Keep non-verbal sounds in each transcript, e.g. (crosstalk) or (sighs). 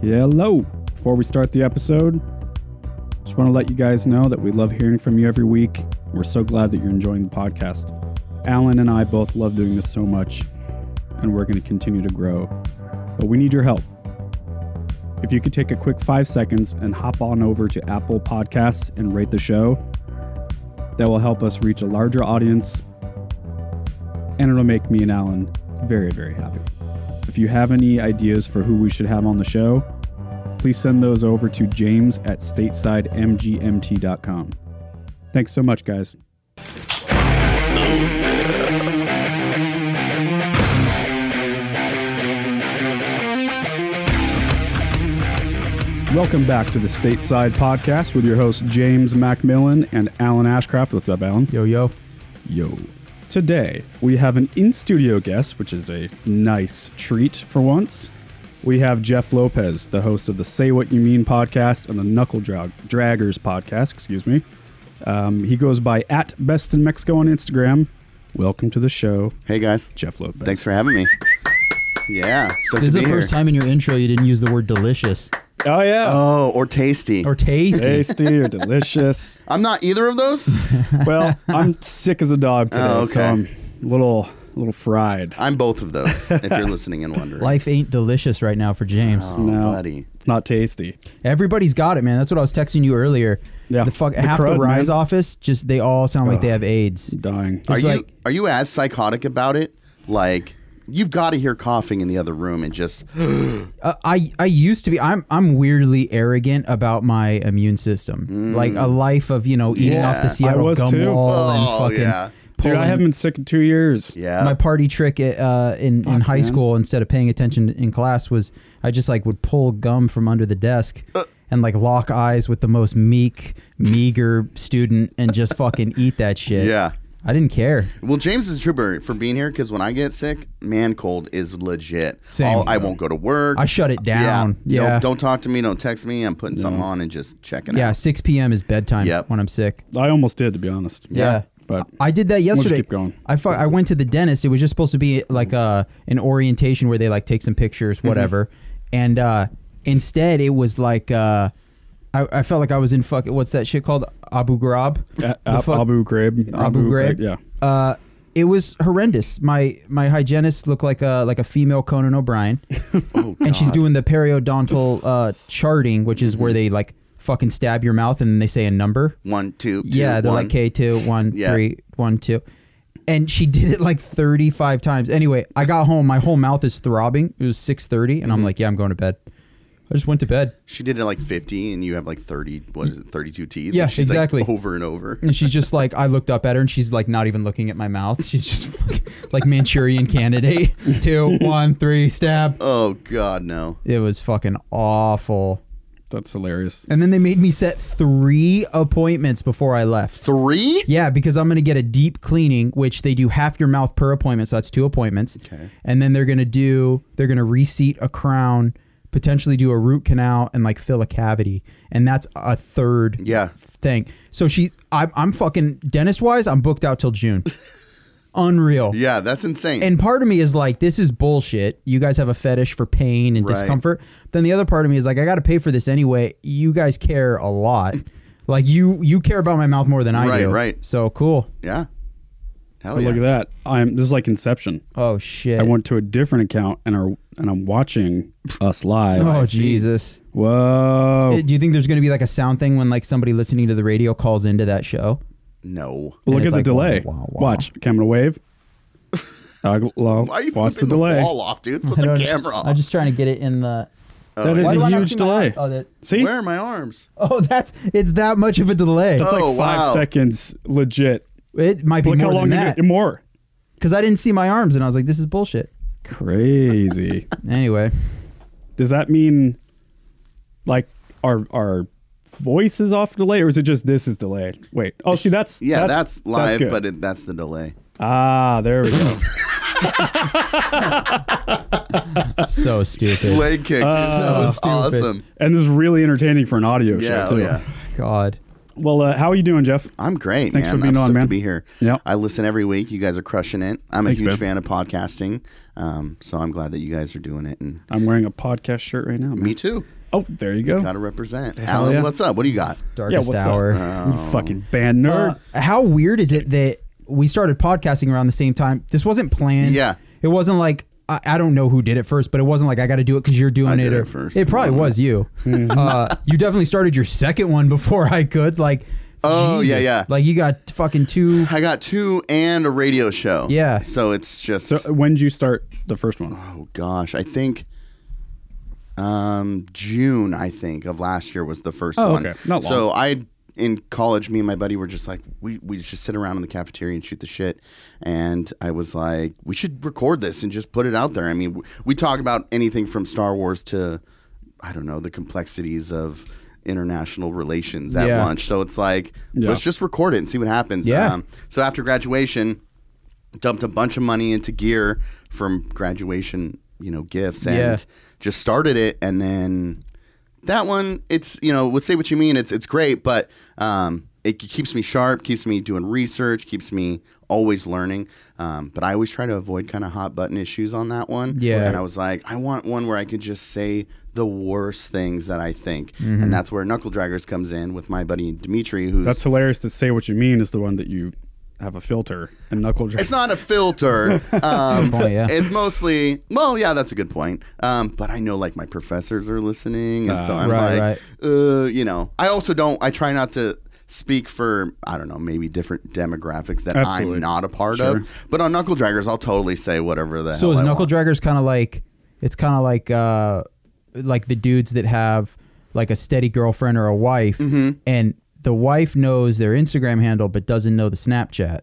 Hello. Before we start the episode, just want to let you guys know that we love hearing from you every week. We're so glad that you're enjoying the podcast. Alan and I both love doing this so much, and we're going to continue to grow. But we need your help. If you could take a quick five seconds and hop on over to Apple Podcasts and rate the show, that will help us reach a larger audience, and it'll make me and Alan very, very happy. If you have any ideas for who we should have on the show, please send those over to james at statesidemgmt.com. Thanks so much, guys. Welcome back to the Stateside Podcast with your hosts James Macmillan and Alan Ashcraft. What's up, Alan? Yo, yo. Yo. Today, we have an in studio guest, which is a nice treat for once. We have Jeff Lopez, the host of the Say What You Mean podcast and the Knuckle Drag- Draggers podcast, excuse me. Um, he goes by at Best in Mexico on Instagram. Welcome to the show, Hey guys, Jeff Lopez. thanks for having me. Yeah, stoked This is to the be first here. time in your intro you didn't use the word delicious Oh, yeah. Oh, or tasty. or (laughs) tasty. Tasty or delicious. I'm not either of those. (laughs) Well, I'm sick as a dog today, Oh, so okay. I'm a little, little fried. I'm both of those. If you're listening and wondering, Life ain't delicious right now for James. oh, No. buddy, It's not tasty. Everybody's got it, man. That's what I was texting you earlier. Yeah. The fuck The half crud, the Rise man. office just they all sound like they have AIDS. Dying. are It's you like- are you as psychotic about it? Like you've got to hear coughing in the other room and (gasps) just Uh, I I used to be I'm I'm weirdly arrogant about my immune system. Like a life of, you know, eating off Yeah. I the Seattle Mm. was gum too. wall Oh, and fucking yeah. Dude, I pulling- haven't been sick in two years. yeah. my party trick at, uh, in, in high man. school instead of paying attention in class was I just like would pull gum from under the desk Uh. and like lock eyes with the most meek, meager student and just fucking (laughs) eat that shit. Yeah. I didn't care. well, James is a trooper for being here because when I get sick, man cold is legit. Same. I'll- I won't go to work. I shut it down. Yeah. Yeah. Don't, don't talk to me. Don't text me. I'm putting something on and just checking Yeah, out. 6 p.m. is bedtime Yep. when I'm sick. I almost did, to be honest. Yeah. But I did that just yesterday. keep going. I fu- I went to the dentist. It was just supposed to be like a an orientation where they like take some Mm-hmm. pictures, whatever. And uh, instead, it was like uh, I, I felt like I was in fuck. What's that shit called? Abu Ghraib. A- The Uh, Ab- fuck- Abu Ghraib. Abu Ghraib. Yeah. Uh, it was horrendous. My my hygienist looked like a like a female (laughs) Conan O'Brien, Oh, and she's God. doing the periodontal uh, charting, which is where they like fucking stab your mouth and then they say a number. one, two, two, Yeah, they're one. like K two, one, Yeah. three, one, two. And she (laughs) did it like 35 times. Anyway, I got home. My whole mouth is throbbing. It was 6.30, and Mm-hmm. I'm like, yeah, I'm going to bed. I just went to bed. She did it like 50, and you have like 30, what is it, 32 teeth? Yeah, And she's, like, exactly. over and over. And she's just like, I looked up at her, and she's like not even looking at my mouth. She's just (laughs) fucking- like (laughs) Manchurian candidate. Two, one, three, stab. Oh, God, no. It was fucking awful. That's hilarious. And then they made me set three appointments before I left. Three? Yeah, because I'm going to get a deep cleaning, which they do half your mouth per appointment, so that's two appointments. Okay. And then they're going to do they're going to reseat a crown, potentially do a root canal and like fill a cavity, and that's a third Yeah. thing. So she I'm I'm fucking dentist wise, I'm booked out (laughs) till June. Unreal. Yeah, that's insane. And part of me is like, this is bullshit. You guys have a fetish for pain and Right. discomfort. Then the other part of me is like, I got to pay for this anyway. You guys care a (laughs) lot. like you, you care about my mouth more than I Right, do. right. So cool. yeah. Hell But yeah. Look at that. I'm. This is like Inception. Oh shit. I went to a different account and are and I'm watching us live. oh Jesus. Whoa. Do you think there's going to be like a sound thing when like somebody listening to the radio calls into that show? No. Well, And look at it's the like, delay. wow, wow, wow. Watch camera (laughs) wave. Uh, low. Why are you Watch the flipping the, delay. wall off, (laughs) dude? Flip I the don't- camera off. I'm just trying to get it in the. that is Why do a I not huge see my delay. eye? Oh, that, See, Where are my arms? oh, that's it's that much of a delay. it's like Oh, five wow. seconds. Legit. It might be Look how more long than you that did. (laughs) More. because I didn't see my arms and I was like, this is bullshit. Crazy. (laughs) Anyway. Does that mean like our our voice is off delay, or is it just this is delayed? Wait. Oh, see, that's Yeah, that's, live, good. but it, that's the delay. ah, there we (laughs) go. so stupid. Leg kicks. that was stupid. awesome. and this is really entertaining Uh, for an audio Yeah, show oh, too. yeah. God. Well, uh, how are you doing, Jeff? I'm great, Thanks man. for being I'm on, stoked man. to be here. Yep. I listen every week. You guys are crushing it. I'm Thanks, a huge man. fan of podcasting, um, so I'm glad that you guys are doing it. And I'm wearing a podcast shirt right now. man. me too. Oh, there you go. Gotta represent. Hell Alan, yeah. what's up? What do you got? Darkest what's up? hour. Oh. You fucking band nerd. Uh, how weird is it that we started podcasting around the same time? This wasn't planned. Yeah. It wasn't like I, I don't know who did it first, but it wasn't like I got to do it because you're doing I it. did or, it first. It probably was you. Mm-hmm. uh, you definitely started your second one before I could. Like, Oh, yeah, Jesus. yeah. Like you got fucking two. I got two and a radio show. Yeah. So it's just so, when did you start the first one? oh gosh, I think um June, I think, of last year was the first Oh, one. okay. Not long. So I in college, me and my buddy were just like we we just sit around in the cafeteria and shoot the shit. And I was like, we should record this and just put it out there. I mean, w- we talk about anything from Star Wars to I don't know the complexities of international relations at Yeah. lunch. So it's like Yeah. let's just record it and see what happens. Um, Yeah. so after graduation dumped a bunch of money into gear from graduation, you know, gifts and Yeah. just started it and then that one it's you know, let's say what you mean, it's it's great, but um it keeps me sharp, keeps me doing research, keeps me always learning. Um, but I always try to avoid kind of hot button issues on that one. Yeah. And I was like, I want one where I could just say the worst things that I think. Mm-hmm. And that's where Knuckle Draggers comes in with my buddy Dimitri, who's That's hilarious to say what you mean is the one that you have a filter and knuckle drag. It's not a (laughs) filter. Um, point, yeah. It's mostly well, yeah, that's a good point. Um, but I know like my professors are listening, and so I'm Ah, right, like, right. Uh, you know, I also don't. I try not to speak for I don't know maybe different demographics that Absolutely. I'm not a part of. But on Knuckle Draggers, I'll totally say whatever the So hell is I knuckle want. draggers kind of like it's kind of like uh like the dudes that have like a steady girlfriend or a wife Mm-hmm. and the wife knows their Instagram handle but doesn't know the Snapchat.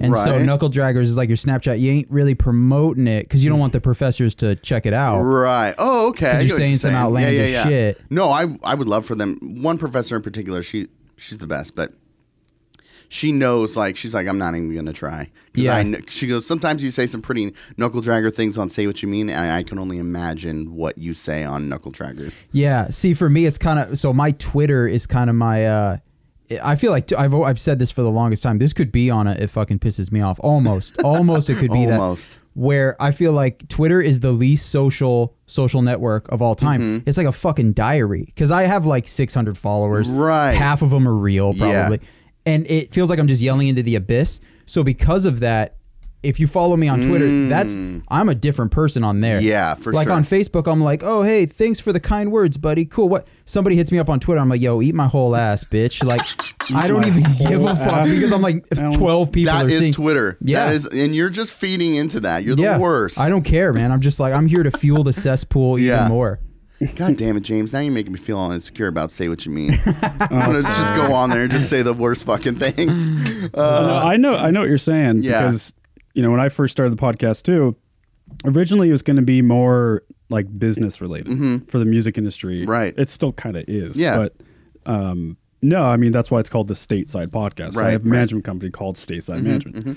And so Right. knuckle draggers is like your Snapchat. You ain't really promoting it because you Mm. don't want the professors to check it out. Right. Oh, okay. I you're get what saying some outlandish shit. No, I I would love for them. One professor in particular, she she's the best, but she knows like she's like I'm not even gonna try. 'Cause Yeah. I kn- she goes. Sometimes you say some pretty knuckle dragger things on "Say What You Mean," and I can only imagine what you say on knuckle draggers. Yeah. See, for me, it's kind of so my Twitter is kind of my. uh I feel like I've I've said this for the longest time. This could be on it. It fucking pisses me off. (laughs) Almost, almost it could be Almost. that. Where I feel like Twitter is the least social social network of all time. Mm-hmm. It's like a fucking diary because I have like 600 followers. Right. Half of them are real, Yeah. probably, and it feels like I'm just yelling into the abyss. So because of that, if you follow me on Twitter, that's Mm. I'm a different person on there. Yeah, for like sure. on Facebook, I'm like, oh hey, thanks for the kind words, buddy. Cool. What? Somebody hits me up on Twitter. I'm like, yo, eat my whole ass, bitch. (laughs) Like, I don't my even whole give a fuck ass. because I'm like, if Alan. twelve people That are is seeing. Twitter. Yeah. That is, and you're just feeding into that. You're the yeah, worst. I don't care, man. I'm just like, I'm here to fuel the (laughs) cesspool Yeah. even more. God damn it, James! Now you're making me feel all insecure about "Say What You (laughs) Mean." (laughs) I'm Oh, gonna just go on there and just say the worst fucking (laughs) things. Uh, No, I know, I know what you're saying Yeah. because you know when I first started the podcast too, originally it was going to be more like business related for the music industry. Mm-hmm. Right. It still kind of is. Yeah. But um, no, I mean that's why it's called the Stateside Podcast. So I Right, Mm-hmm, have a management company called Stateside Management.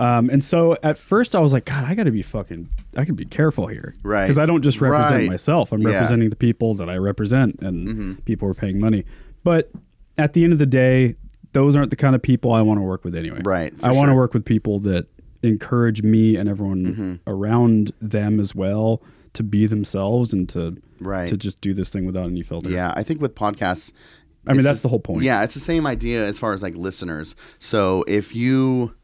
Um, and so at first I was like, God, I got to be fucking, I can be careful here, Right. Because I don't just represent Right. myself. I'm Yeah. Mm-hmm. representing the people that I represent, and people are paying money. But at the end of the day, those aren't the kind of people I want to work with anyway. Right, for I want to sure. Mm-hmm. work with people that encourage me and everyone around them as well to be themselves and to Right. to just do this thing without any filter. Yeah, I think with podcasts. I mean, it's that's the whole point. Yeah, it's the same idea as far as like listeners. So if you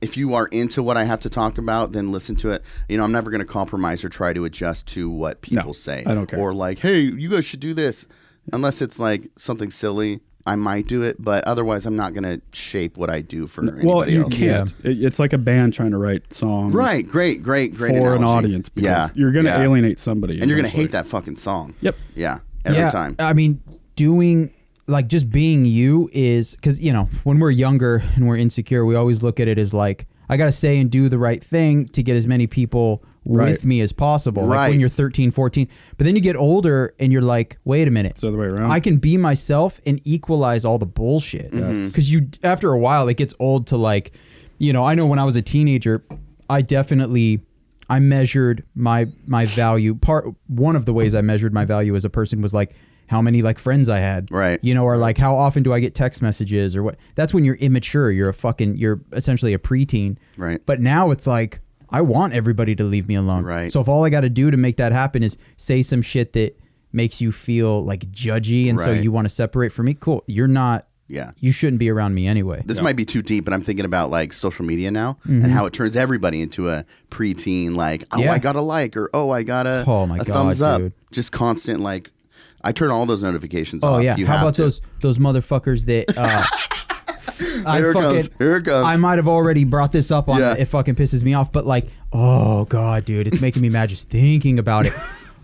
if you are into what I have to talk about, then listen to it. You know, I'm never going to compromise or try to adjust to what people say. I don't care. Or like, hey, you guys should do this, unless it's like something silly. I might do it, but otherwise, I'm not going to shape what I do for anybody Well, you else. can't. It, it's like a band trying to write songs Right? Great, great, for great. an analogy. audience because yeah, you're going to yeah. alienate somebody. and you're going to eventually. hate that fucking song. Yep. Yeah. Every yeah, time. I mean, doing like just being you is because you know when we're younger and we're insecure, we always look at it as like I gotta say and do the right thing to get as many people Right. with me as possible. Like Right. when you're 13, 14, but then you get older and you're like, wait a minute, It's the other way around. I can be myself and equalize all the bullshit. Mm-hmm. Because you, after a while, it gets old to like, you know, I know when I was a teenager, I definitely, I measured my my value. Part one of the ways I measured my value as a person was like, how many like friends I had, Right. You know, or like how often do I get text messages or what? That's when you're immature. You're a fucking. You're essentially a preteen, Right. But now it's like I want everybody to leave me alone, Right. So if all I got to do to make that happen is say some shit that makes you feel like judgy, and so Right. you want to separate from me, cool. You're not. Yeah. You shouldn't be around me anyway. This might be too deep, but I'm thinking about like social media now and how it turns everybody into a preteen. Like, oh, Mm-hmm. Yeah. I got a like, or oh, I got a, Oh, my a God, thumbs up. dude. Just constant like. I turn all those notifications Oh off. yeah. You How have about to. those those motherfuckers that (laughs) uh I Here it fucking comes. Here it comes. I might have already brought this up on Yeah. it fucking pisses me off, but like, oh god, dude, it's making me mad just thinking about it.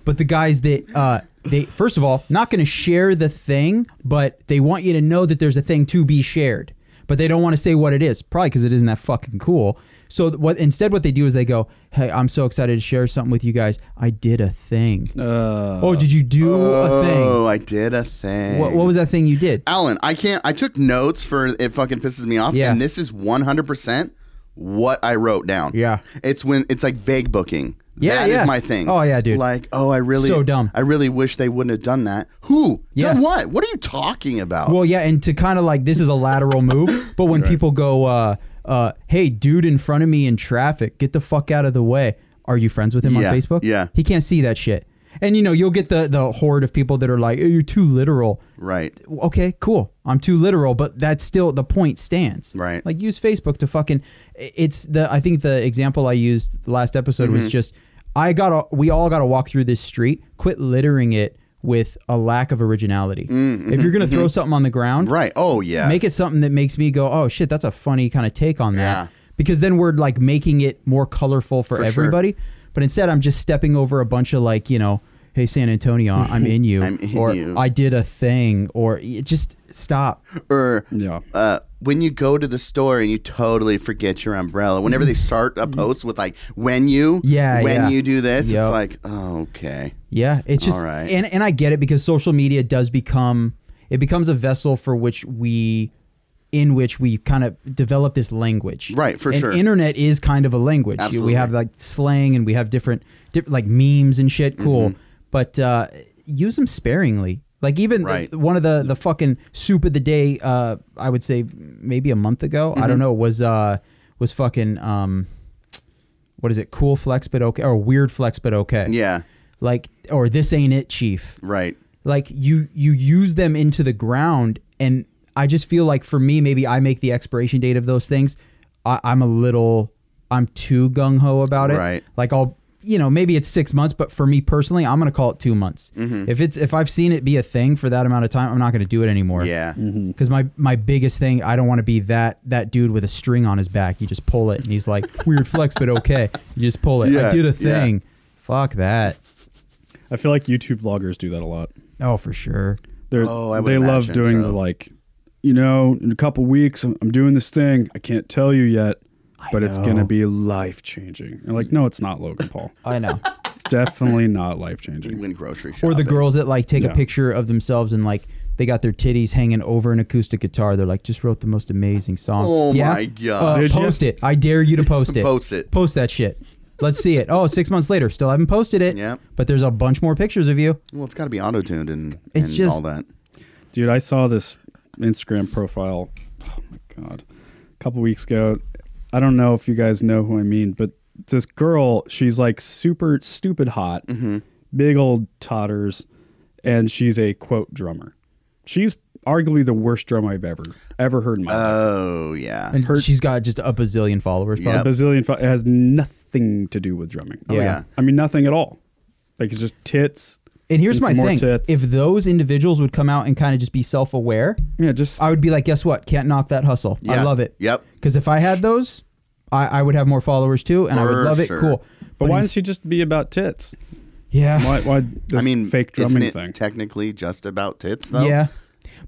But the guys that uh they first of all, not gonna share the thing, but they want you to know that there's a thing to be shared. But they don't want to say what it is, probably because it isn't that fucking cool. So th- what instead what they do is they go, "Hey, I'm so excited to share something with you guys. I did a thing. Uh, oh, did you do a thing? Oh, I did a thing. What, what was that thing you did? Alan, I can't. I took notes for it. Fucking pisses me off. Yeah. And this is one hundred percent what I wrote down. Yeah. It's when it's like vague booking. Yeah, That is yeah. my thing. Oh, yeah, dude. Like, oh, I really So dumb. I really wish they wouldn't have done that. Who Yeah. done what? What are you talking about? Well, yeah, and to kind of like this is a lateral move, but when people go, uh, uh, "Hey, dude, in front of me in traffic, get the fuck out of the way." Are you friends with him Yeah, on Facebook? yeah. he can't see that shit. And you know, you'll get the the horde of people that are like, "Oh, "You're too literal." right. Okay, cool. I'm too literal, but that's still the point stands. Right. Like use Facebook to fucking. It's the I think the example I used last episode was just I got to we all got to walk through this street. Quit littering it with a lack of originality. if you're gonna throw something on the ground, Right. Oh yeah. make it something that makes me go, oh shit, that's a funny kind of take on that. Yeah. Because then we're like making it more colorful for, sure. everybody. But instead, I'm just stepping over a bunch of like, you know, hey, San Antonio, (laughs) I'm in you. I'm in or you. I did a thing. Or y- just stop. or Yeah. uh, when you go to the store and you totally forget your umbrella. Whenever they start a post with like when you Mm-hmm. Yeah, when yeah. you do this, Yep. it's like oh, okay. Yeah. It's just, All right. and, and I get it because social media does become, it becomes a vessel for which we, in which we kind of develop this language. Right, for And sure. Internet is kind of a language. You- Absolutely. We have like slang and we have different, diff- like memes and shit. Cool. Mm-hmm. But uh, use them sparingly. Like even the- Right. one of the, the fucking soup of the day, uh, I would say maybe a month ago. I Mm-hmm. don't know. Was, uh, was fucking, um, what is it? Cool flex, but okay. Or weird flex, but okay Yeah. like or this ain't it chief Right. like you you use them into the ground and i just feel like for me maybe i make the expiration date of those things I, i'm a little i'm too gung-ho about it Right. like i'll you know maybe it's six months but for me personally i'm gonna call it two months Mm-hmm. if it's if i've seen it be a thing for that amount of time i'm not gonna do it anymore Yeah. because my my biggest thing i don't want to be that that dude with a string on his back you just pull it and he's like weird flex but okay you just pull it i Yeah, did a yeah. thing fuck that I feel like YouTube vloggers do that a lot. oh for sure They're, Oh, I would they love imagine doing the so. like, you know, in a couple weeks, I'm, I'm doing this thing. I can't tell you yet, but it's know. going to be life changing. And like, no, it's not Logan Paul. I know. It's definitely (laughs) not life changing. When grocery shopping. (laughs) or the girls that like take Yeah. a picture of themselves and like they got their titties hanging over an acoustic guitar. They're like, just wrote the most amazing song. Oh my Uh, God. Did ya? post it. I dare you to post it. Post it. Post that shit. Let's see it. Oh, six months later, still haven't posted it. Yep. But there's a bunch more pictures of you. Well, it's got to be auto tuned and, It's and just- all that. Dude, I saw this Instagram profile. Oh my God. A couple weeks ago. I don't know if you guys know who I mean, but this girl, she's like super stupid hot, Mm-hmm. big old totters, and she's a quote drummer. She's arguably the worst drum I've ever ever heard in my life. Oh yeah. And she's got just a bazillion followers. A Yep. Oh, Probably. bazillion. Fo- it has nothing to do with drumming. Yeah. yeah. I mean, nothing at all. Like it's just tits. And here's and my some more thing. tits. If those individuals would come out and kind of just be self aware, yeah, just I would be like, guess what? Can't knock that hustle. I Yeah. love it. Yep. Because if I had those, I, I would have more followers too, and I For would love sure. it. Cool. But why ins- doesn't she just be about tits? Yeah. Why? Why this I mean, fake isn't drumming it thing? technically just about tits though? Yeah.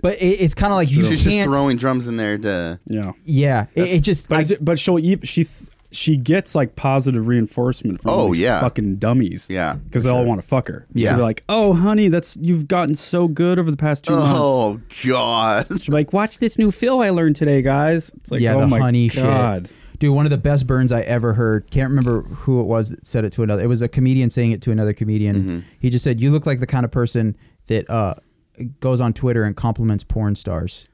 But it, it's kind of like you She's just can't. throwing drums in there to. yeah, yeah. It, it just. but I- is it, but she'll eat. She th- she gets like positive reinforcement from all Oh, these yeah. fucking dummies. Yeah, because they all want to fuck her. So Yeah. they're like, oh honey, that's you've gotten so good over the past two months. Oh God. (laughs) She's like, watch this new fill I learned today, guys. It's like, yeah, oh the my honey god. shit. Dude, one of the best burns I ever heard. Can't remember who it was that said it Mm-hmm. to another. It was a comedian saying it to another comedian. He just said, "You look like the kind of person that uh, goes on Twitter and compliments porn stars.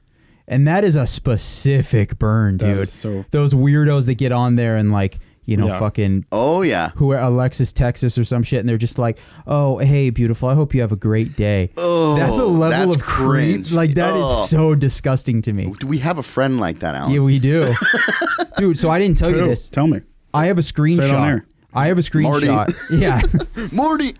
And that is a specific burn, That dude. is so- Those weirdos that get on there and like, you know, Yeah. fucking Oh yeah. who are Alexis Texas or some shit and they're just like, "Oh, hey, beautiful. I hope you have a great day." Oh, that's a level that's of creep. cringe. Like that is Oh. so disgusting (laughs) to me. Do we have a friend like that, Alan? Yeah, (laughs) we do. Dude, so I didn't tell you Who? this. Tell me. I have a screenshot. air. I have a screenshot. (laughs) Yeah. Marty.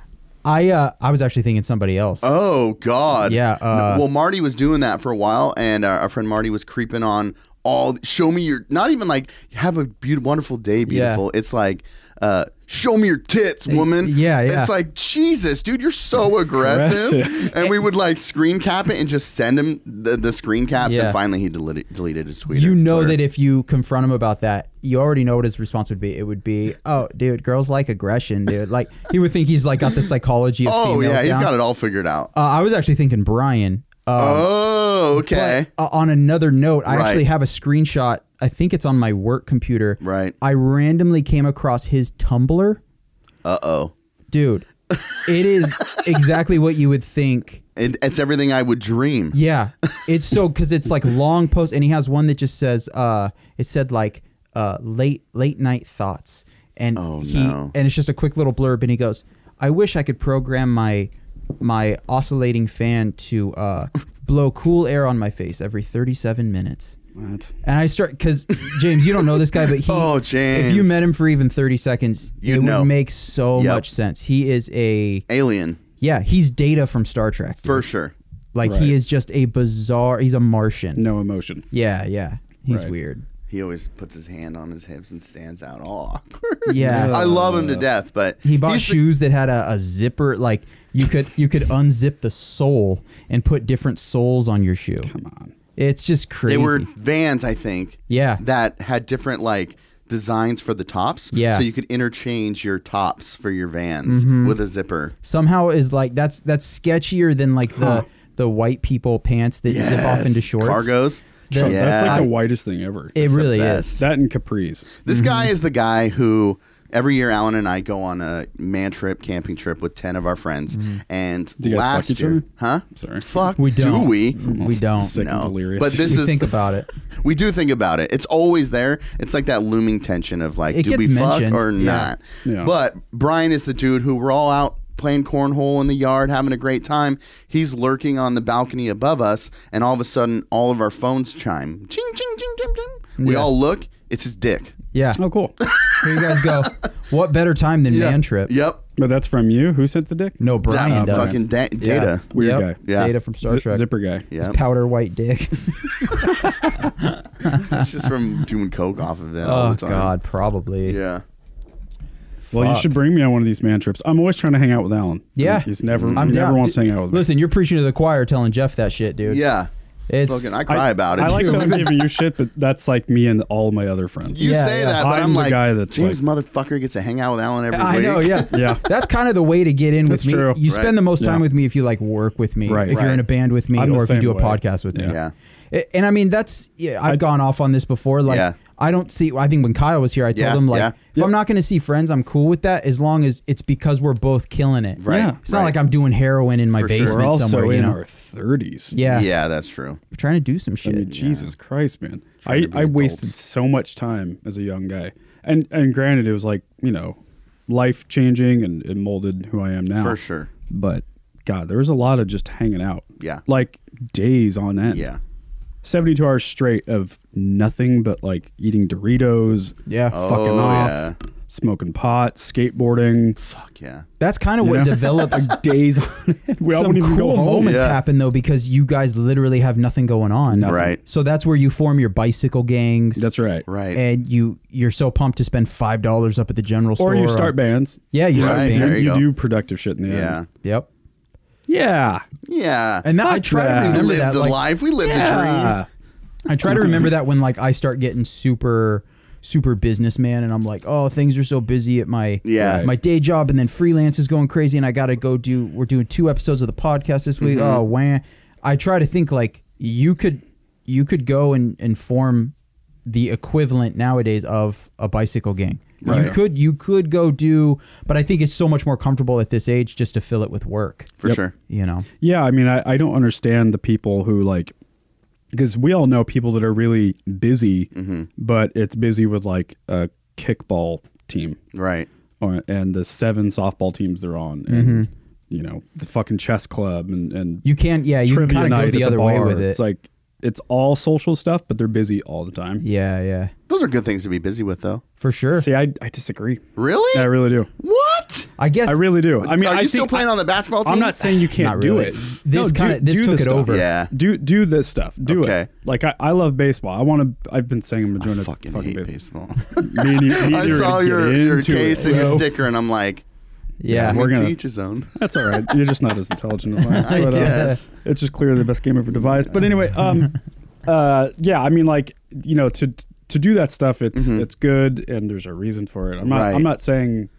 I uh I was actually thinking somebody else. Oh God. Yeah, No, uh, well, Marty was doing that for a while, and our, our friend Marty was creeping on all. Show me your. Not even like have a beautiful, wonderful day, beautiful. It's like. Uh, show me your tits, woman. yeah, yeah. It's like Jesus, dude. You're so aggressive. Aggressive. And we would like screen cap it and just send him the, the screen caps. Yeah. And finally, he deleted deleted his tweet. you know Twitter. that if you confront him about that, you already know what his response would be. It would be, "Oh, dude, girls like aggression, dude." Like he would think he's like got the psychology of Oh females. yeah, he's down. got it all figured out. Uh, I was actually thinking Brian. Uh, oh okay. but, uh, on another note, I Right. actually have a screenshot. I think it's on my work computer. Right. I randomly came across his Tumblr, Uh oh. dude. it (laughs) is exactly what you would think. It, it's everything I would dream. Yeah, it's so because it's like long post, and he has one that just says, uh, it said like, uh, late late night thoughts, and Oh, he no. and it's just a quick little blurb, and he goes, I wish I could program my my oscillating fan to uh blow cool air on my face every thirty seven minutes. What? And I start because James, you don't know this guy, (laughs) but he. Oh, James. If you met him for even thirty seconds, You'd it know. would make so Yep. much sense. He is a Alien yeah, he's Data from Star Trek. dude. for sure. Like Right. he is just a bizarre. He's a Martian. No emotion. Yeah, yeah. He's Right. weird. He always puts his hand on his hips and stands out all awkward. Yeah. (laughs) I love him to death, but He bought he's the- shoes that had a, a zipper. Like you could you could unzip the sole and put different soles on your shoe. Come on. It's just crazy. they were Vans, I think. Yeah. that had different like designs for the tops. Yeah. Mm-hmm. so you could interchange your tops for your Vans with a zipper. somehow is like that's that's sketchier than like the the white people pants that zip off Yes. into shorts. Cargos. The- Oh, That's like Yeah. the whitest thing ever. It the really best. is. that and capris. This guy is the guy who every year Alan and I go on a man trip, camping trip with ten of our friends. And Mm-hmm. you guys fuck last each year, other? huh? Sorry. Fuck. We don't. Do we? We don't. Sick No. and delirious. But this we is think about it. we do think about it. It's always there. It's like that looming tension of like, It do gets we fuck mentioned. or Yeah. not? Yeah. But Brian is the dude who we're all out playing cornhole in the yard, having a great time. He's lurking on the balcony above us, and all of a sudden, all of our phones chime. Ching, ching, ching, ching, ching. We Yeah. all look. It's his dick. (laughs) Yeah. (laughs) oh, cool. Here you guys go. What better time than Yeah. man trip? Yep. but that's from you. Who sent the dick? No, Brian That does. fucking da- data. Yeah. Weird Yep. guy. Yeah. Data from Star Zi- Trek. Zipper guy. Yeah. Powder white dick. It's (laughs) just from doing coke off of it (laughs) all oh the time. God, probably. Yeah. Well, you Fuck. should bring me on one of these man trips. I'm always trying to hang out with Alan. Yeah. He's never, he I'm never down. wants to hang out with me. Listen, you're preaching to the choir, telling Jeff that shit, dude. Yeah. It's Fucking, I cry about it. I like too. that I'm giving you shit, but that's like me and all my other friends. You Yeah, say yeah. that, but I'm I'm, the like, guy that's James motherfucker gets to hang out with Alan every I week. know, yeah. (laughs) Yeah. That's kind of the way to get in That's with me. true. You Right. spend the most time Yeah. with me if you like work with me, Right. if Right. you're in a band with me, I'm the or if you same do a way. podcast with me. Yeah. (laughs) Yeah. A- And I mean, that's yeah, I've gone off on this before. Like, Yeah. I don't see. I think when Kyle was here, I told Yeah, him like, yeah. if I'm not going to see friends, I'm cool with that as long as it's because we're both killing it. Right. Yeah. It's not right. like I'm doing heroin in my For sure. basement We're also somewhere. in you know? our 30s. yeah. Yeah, that's true. We're trying to do some I shit. mean, Jesus Christ, man. I, to be I wasted adults. so much time as a young guy. And and granted, it was like, you know, life changing and it molded who I am now. For sure. But God, there was a lot of just hanging out. Yeah. Like days on end. Yeah. 72 hours straight of nothing but like eating Doritos, Yeah. fucking Oh, off, yeah. smoking pot, skateboarding. Fuck yeah. That's kind of You what know? (laughs) develops days on end. (laughs) We all some wouldn't even go cool home. moments Yeah. happen though because you guys literally have nothing going on. Right. So that's where you form your bicycle gangs. That's right. Right. And you you're so pumped to spend five dollars up at the general store. Or you start bands. Yeah, you start Right, bands. there Bands, you you, go. do productive shit in the yeah. end. Yep. Yeah. Yeah. And that, I Fuck try that. to we remember lived that. the Like, life. We lived the Yeah. I try to remember that when like I start getting super super businessman and I'm like, oh, things are so busy at my Yeah. my day job and then freelance is going crazy and I gotta go do we're doing two episodes of the podcast this Mm-hmm. week. Oh wah. I try to think like you could you could go and, and form the equivalent nowadays of a bicycle gang. dream. You Right. could you could go do, but I think it's so much more comfortable at this age just to fill it with work. for sure. You know, Yeah, I mean, I, I don't understand the people who like, because we all know people that are really busy, Mm-hmm. but it's busy with like a kickball team Right. or, and the seven softball teams they're on, and you know the fucking chess club and and Mm-hmm. you can't. Yeah, you trivia kind of night go at the other way bar. with it. It's like it's all social stuff, but they're busy all the time. yeah, yeah, Those are good things to be busy with, though. for sure. See, I, I disagree. Really? I really do. what? I guess I really do. I mean, are I you think still playing I, on the basketball team? I'm not saying you can't Not do really. it. This No, do- kinda- this do took the it stuff. over. Yeah. Do do this stuff. Do Okay. it. Like I, I love baseball. I want to. I've been saying I'm doing I a fucking, fucking hate bit. baseball. Me and (laughs) you, me and I you are saw gonna get your, your into case it, and bro. your sticker, and I'm like, yeah. Yeah, I'm we're going to gonna- each his (laughs) own. That's all right. You're just not as intelligent as I am. I But, uh, guess. it's just clearly the best game ever devised. But anyway, um, uh, yeah, I mean, like you know, to to do that stuff, it's it's good, and there's a reason for it. I'm not Right. I'm not saying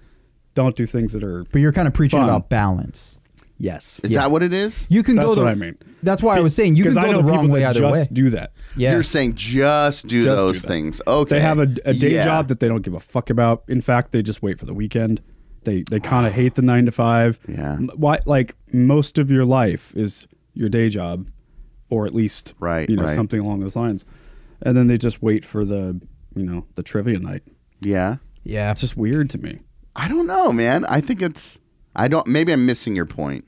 don't do things that are But you're kind of preaching Fun. about balance. yes. Is that what it is? You can That's go the. what I mean. That's why I was saying you can Because I go know the wrong people way that either just way. Do that. yeah, You're saying just do Just do those that. things. Okay. They have a, a day Yeah. job that they don't give a fuck about. In fact, they just wait for the weekend. They they kind of hate the nine to five. Yeah. M- Why? Like most of your life is your day job, or at least Right, you know right. something along those lines, and then they just wait for the you know the trivia night. Yeah. yeah. That's just weird to me. I don't know, man. I think it's. I don't. Maybe I'm missing your point.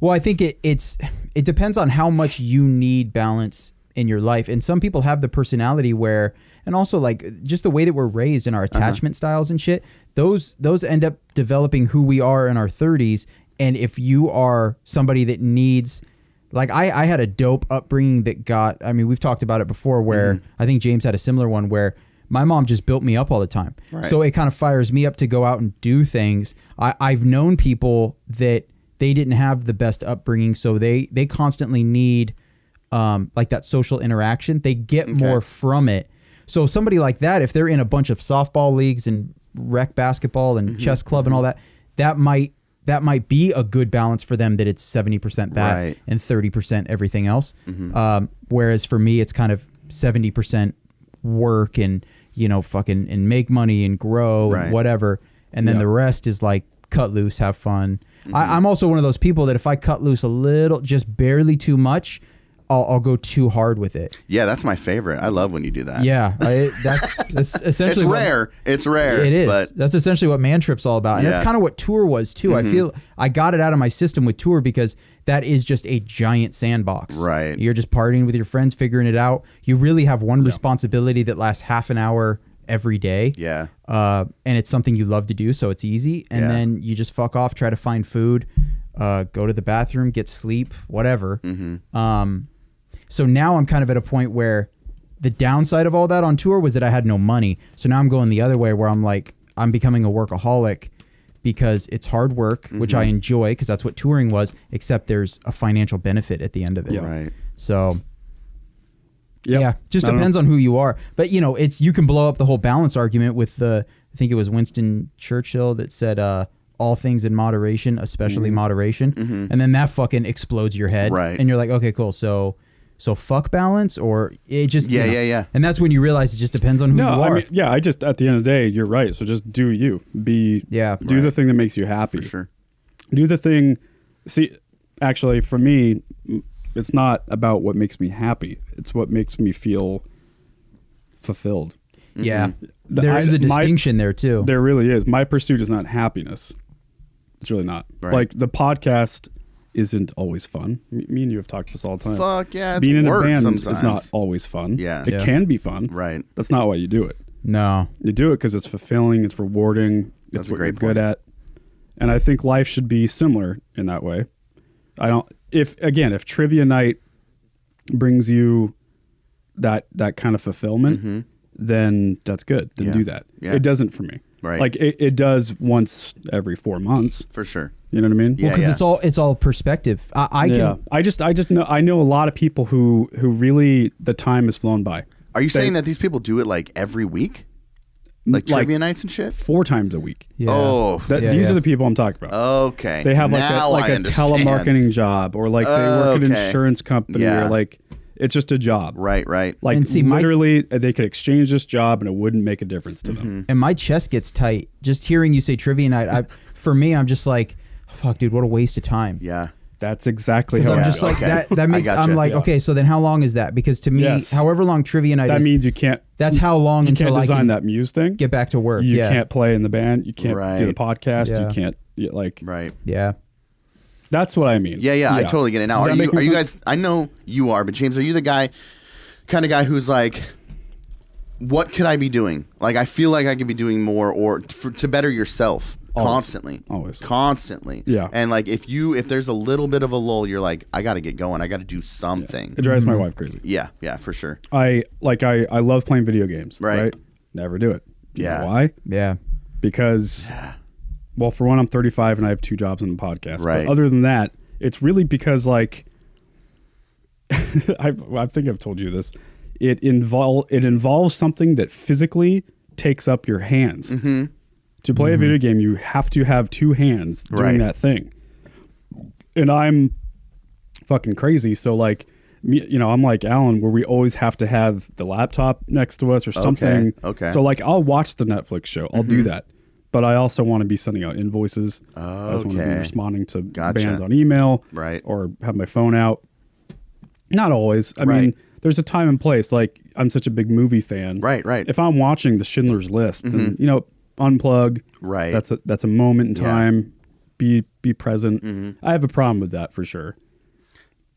Well, I think it, it's it depends on how much you need balance in your life, and some people have the personality where, and also like just the way that we're raised and our Uh-huh. attachment styles and shit. Those those end up developing who we are in our thirties, and if you are somebody that needs. Like I, I had a dope upbringing that got. I mean, we've talked about it before. Where Mm-hmm. I think James had a similar one where my mom just built me up all the time. Right. So it kind of fires me up to go out and do things. I, I've known people that they didn't have the best upbringing, so they they constantly need um, like that social interaction. They get more from it. So somebody like that, if they're in a bunch of softball leagues and rec basketball and Mm-hmm. chess club and all that, that might that might be a good balance for them. That it's seventy percent that Right. and thirty percent everything else. Mm-hmm. Um, whereas for me, it's kind of seventy percent work and you know fucking and make money and grow Right. and whatever, and then Yeah. the rest is like cut loose, have fun. Mm-hmm. I, I'm also one of those people that if I cut loose a little, just barely too much, I'll, I'll go too hard with it. Yeah, that's my favorite. I love when you do that. Yeah, I, that's, (laughs) that's It's essentially what- rare. It's rare. it is. But that's essentially what Man Trip's all about, and that's Yeah. Mm-hmm. kind of what Tour was too. I feel I got it out of my system with Tour because that is just a giant sandbox. Right. You're just partying with your friends, figuring it out. You really have one responsibility that lasts half an hour every day. yeah. Uh, and it's something you love to do, so it's easy. And Yeah. then you just fuck off, try to find food, uh, go to the bathroom, get sleep, whatever. Mm-hmm. Um, so now I'm kind of at a point where the downside of all that on tour was that I had no money. So now I'm going the other way where I'm like, I'm becoming a workaholic because it's hard work, which Mm-hmm. I enjoy because that's what touring was, except there's a financial benefit at the end of it. Yeah. Right. So Yep. yeah, just I don't know. depends on who you are. But you know, it's you can blow up the whole balance argument with the I think it was Winston Churchill that said uh all things in moderation, especially moderation. And then that fucking explodes your head. Mm-hmm. Right. And you're like, okay, cool. So so fuck balance or it just you Yeah, know. yeah, yeah. And that's when you realize it just depends on who you No, I are. mean, yeah, I just at the end of the day, you're right. So just do you. Be Yeah. Do the thing that makes you happy. For sure. do the thing see actually for me m- it's not about what makes me happy it's what makes me feel fulfilled yeah. Mm-hmm. The- There I- is my- a distinction there too. there really is my pursuit is not happiness it's really not Right. like the podcast isn't always fun me, me and you have talked this all the time Fuck yeah. It's being in a work band sometimes. is not always fun Yeah. it Yeah. can be fun Right. that's not why you do it no. you do it because it's fulfilling it's rewarding That's it's a what great you're good at and i think life should be similar in that way i don't if again if trivia night brings you that that kind of fulfillment then that's good then Mm-hmm. Yeah. do that Yeah. it doesn't for me Right. like it, it does once every four months For sure. you know what i mean Yeah, Because it's all it's all perspective. I, I yeah can i just i just know i know a lot of people who who really the time has flown by Are you saying that these people do it like every week? Like, Like- trivia nights and shit? four times a week yeah. Oh. that, Yeah, these yeah. are the people i'm talking about okay. they have like Now a like I a understand. telemarketing job or like they Oh, work at an okay. insurance company Yeah. or like It's just a job. Right, right. Like And see, my- literally, they could exchange this job and it wouldn't make a difference to Mm-hmm. them. and my chest gets tight just hearing you say trivia night. (laughs) I, for me, I'm just like, "Oh, fuck, dude, what a waste of time. yeah. That's exactly 'Cause how. I'm I just feel. like okay. that. That (laughs) I makes. gotcha. I'm like, Yeah. okay, so then how long is that? Because to me, Yes. however long trivia night that is, means you can't. that's how long you until can't I design can that Muse thing. get back to work. you yeah, can't play in the band. You can't do the Right. podcast. Yeah. You can't you- like. Right. yeah. That's what I mean. Yeah, yeah, I totally get it now. Does that Are you make are you sense? guys I know you are, but James, are you the guy kind of guy who's like what could I be doing? Like I feel like I could be doing more or for, to better yourself Always. constantly. Always. Constantly. Yeah. And like if you if there's a little bit of a lull, you're like I got to get going. I got to do something. It drives my wife crazy. Yeah, yeah, for sure. I like I I love playing video games. Right. Right. Never do it. You know Yeah. why? Yeah. Because, well, for one, I'm 35 and I have two jobs in the podcast. Right. But other than that, it's really because like, (laughs) I I think I've told you this. It invol it involves something that physically takes up your hands. Mm-hmm. To play a video game, you have to have two hands doing Right. that thing. And I'm fucking crazy. So like, me, you know, I'm like Alan, where we always have to have the laptop next to us or something. okay. Mm-hmm. So like, I'll watch the Netflix show. I'll do that. But I also want to be sending out invoices. I just want to be Okay. responding to Gotcha. bands on email, Right. Or have my phone out. Not always. I mean, Right. there's a time and place. Like I'm such a big movie fan. Right, right. If I'm watching The Schindler's List, then you know, unplug. Mm-hmm. Right. That's a that's a moment in Yeah. Mm-hmm. time. Be be present. I have a problem with that for sure.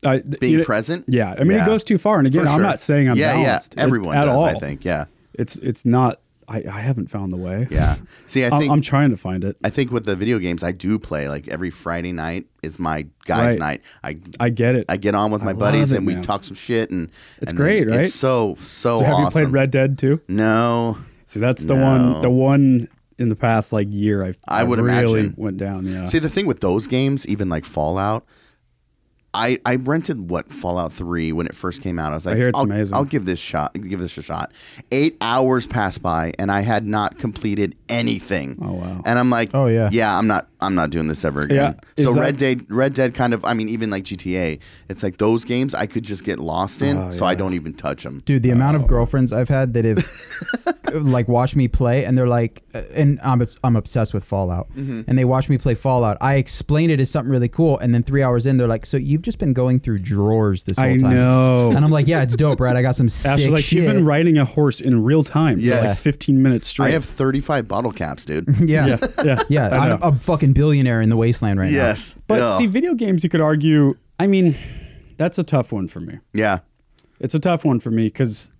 I, Being you know- present? Yeah, I mean it goes too far. And again, For I'm sure. not saying I'm yeah, balanced Yeah, everyone at does, all. I think. Yeah. it's it's not. I, I haven't found the way. Yeah. See, I I'm, think I'm trying to find it. I think with the video games I do play like every Friday night is my guys Right. night. I I get it. I get on with my love buddies it, and we man. talk some shit and It's and then great, right? It's so so So have awesome. you played Red Dead too? No. See, that's the one. No. The one in the past like year, I've I would really imagine. went down. Yeah, See the thing with those games, even like Fallout, I I rented what Fallout Three when it first came out. I was like, hear it's will amazing. I'll give this shot. Give this a shot. Eight hours passed by and I had not completed anything. Oh, wow. And I'm like, Oh, yeah. yeah. I'm not I'm not doing this ever again. Is So that- Red Dead Red Dead kind of I mean even like GTA, it's like those games I could just get lost in, Oh, so I yeah. don't even touch them. Dude, the amount Oh. of girlfriends I've had that have (laughs) like watched me play and they're like, uh, and I'm I'm obsessed with Fallout, Mm-hmm. and they watch me play Fallout. I explain it as something really cool, and then three hours in, they're like, "So you've just been going through drawers this whole I time?" (laughs) know. And I'm like, "Yeah, it's dope, right? I got (laughs) some Ashley's sick Oh. like shit." you've been riding a horse in real time for Yeah. like 15 minutes straight. I have 35 bottle caps, (laughs) dude. (laughs) (laughs) yeah, yeah, (laughs) yeah. yeah, I know. I'm a fucking billionaire in the wasteland right now. yes. but Ugh. see, video games, you could argue. I mean, that's a tough one for me. yeah. It's a tough one for me because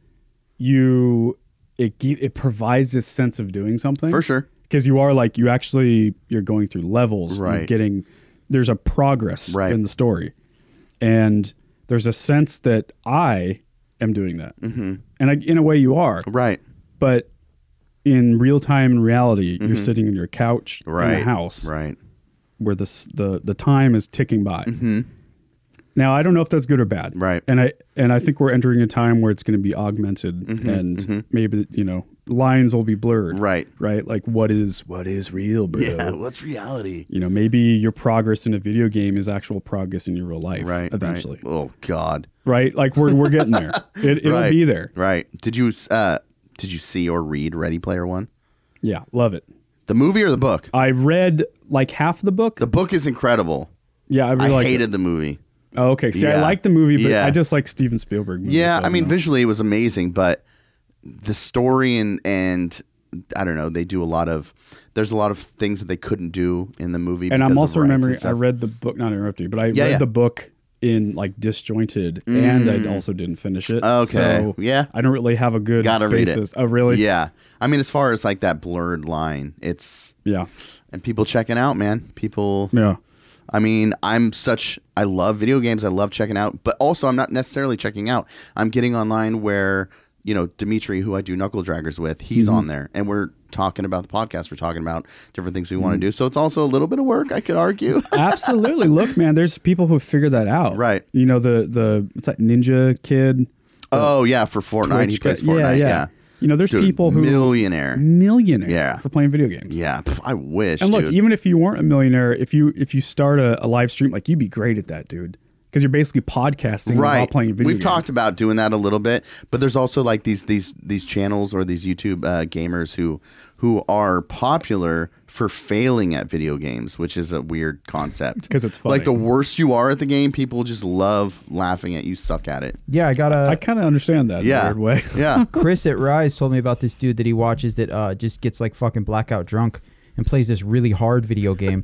you it gi- it provides this sense of doing something For sure. Because you are like you actually you're going through levels, you're Right. getting there's a progress Right. in the story, and there's a sense that I am doing that, mm-hmm. and I, in a way you are, Right. but in real time in reality, you're sitting on your couch Mm-hmm. Right. in a house Right. where the s- the the time is ticking by. Hmm. Now I don't know if that's good or bad, Mm-hmm. Right. And I and I think we're entering a time where it's going to be augmented, and maybe you know lines will be blurred, Mm-hmm. Right. Right, like what is what is real, bro? Yeah. (laughs) What's reality? You know, maybe your progress in a video game is actual progress in your real life, Right. right. Eventually, Oh God. right? Like we're we're getting (laughs) there. It it'll right. be there. Right. Did you uh did you see or read Ready Player One? Yeah, love it. The movie or the book? I read like half the book. The book is incredible. yeah, I I, really liked it. hated the movie. Oh, okay. See, I Yeah. like the movie, but Yeah. I just like Steven Spielberg. Movies, Yeah, so I mean no. visually it was amazing, but the story and and I don't know, they do a lot of there's a lot of things that they couldn't do in the movie. and I'm because of also rights and remembering I stuff. read the book. Not to interrupt you, but I Yeah, read yeah. Mm. the book in like disjointed, and I also didn't finish it. Okay, so yeah. I don't really have a good Gotta read it. basis. Oh, really? Yeah. I mean as far as like that blurred line, it's yeah, and people checking out, man. People yeah. I mean, I'm such I love video games. I love checking out, but also I'm not necessarily checking out. I'm getting online where you know Dimitri, who I do knuckle draggers with, he's Mm-hmm. on there, and we're talking about the podcast. We're talking about different things we Mm-hmm. want to do. So it's also a little bit of work, I could (laughs) argue. (laughs) Absolutely. Look, man, there's people who figure that out. Right. You know the the what's that ninja kid? oh yeah, for Fortnite, he Twitch plays guy- yeah, Fortnite. Yeah, yeah. You know, there's Dude, people who millionaire. millionaire Yeah. for playing video games. yeah, pff, I wish. And look, dude. even if you weren't a millionaire, if you if you start a, a live stream, like you'd be great at that, dude. because you're basically podcasting while right playing a video we've game. talked about doing that a little bit but there's also like these these these channels or these youtube uh, gamers who who are popular for failing at video games which is a weird concept 'Cause it's funny. like the worse you are at the game people just love laughing at you suck at it Yeah, I got a. I kind of understand that yeah in a weird way. (laughs) (laughs) yeah Chris at Rise told me about this dude that he watches that uh, just gets like fucking blackout drunk and plays this really hard (laughs) video game,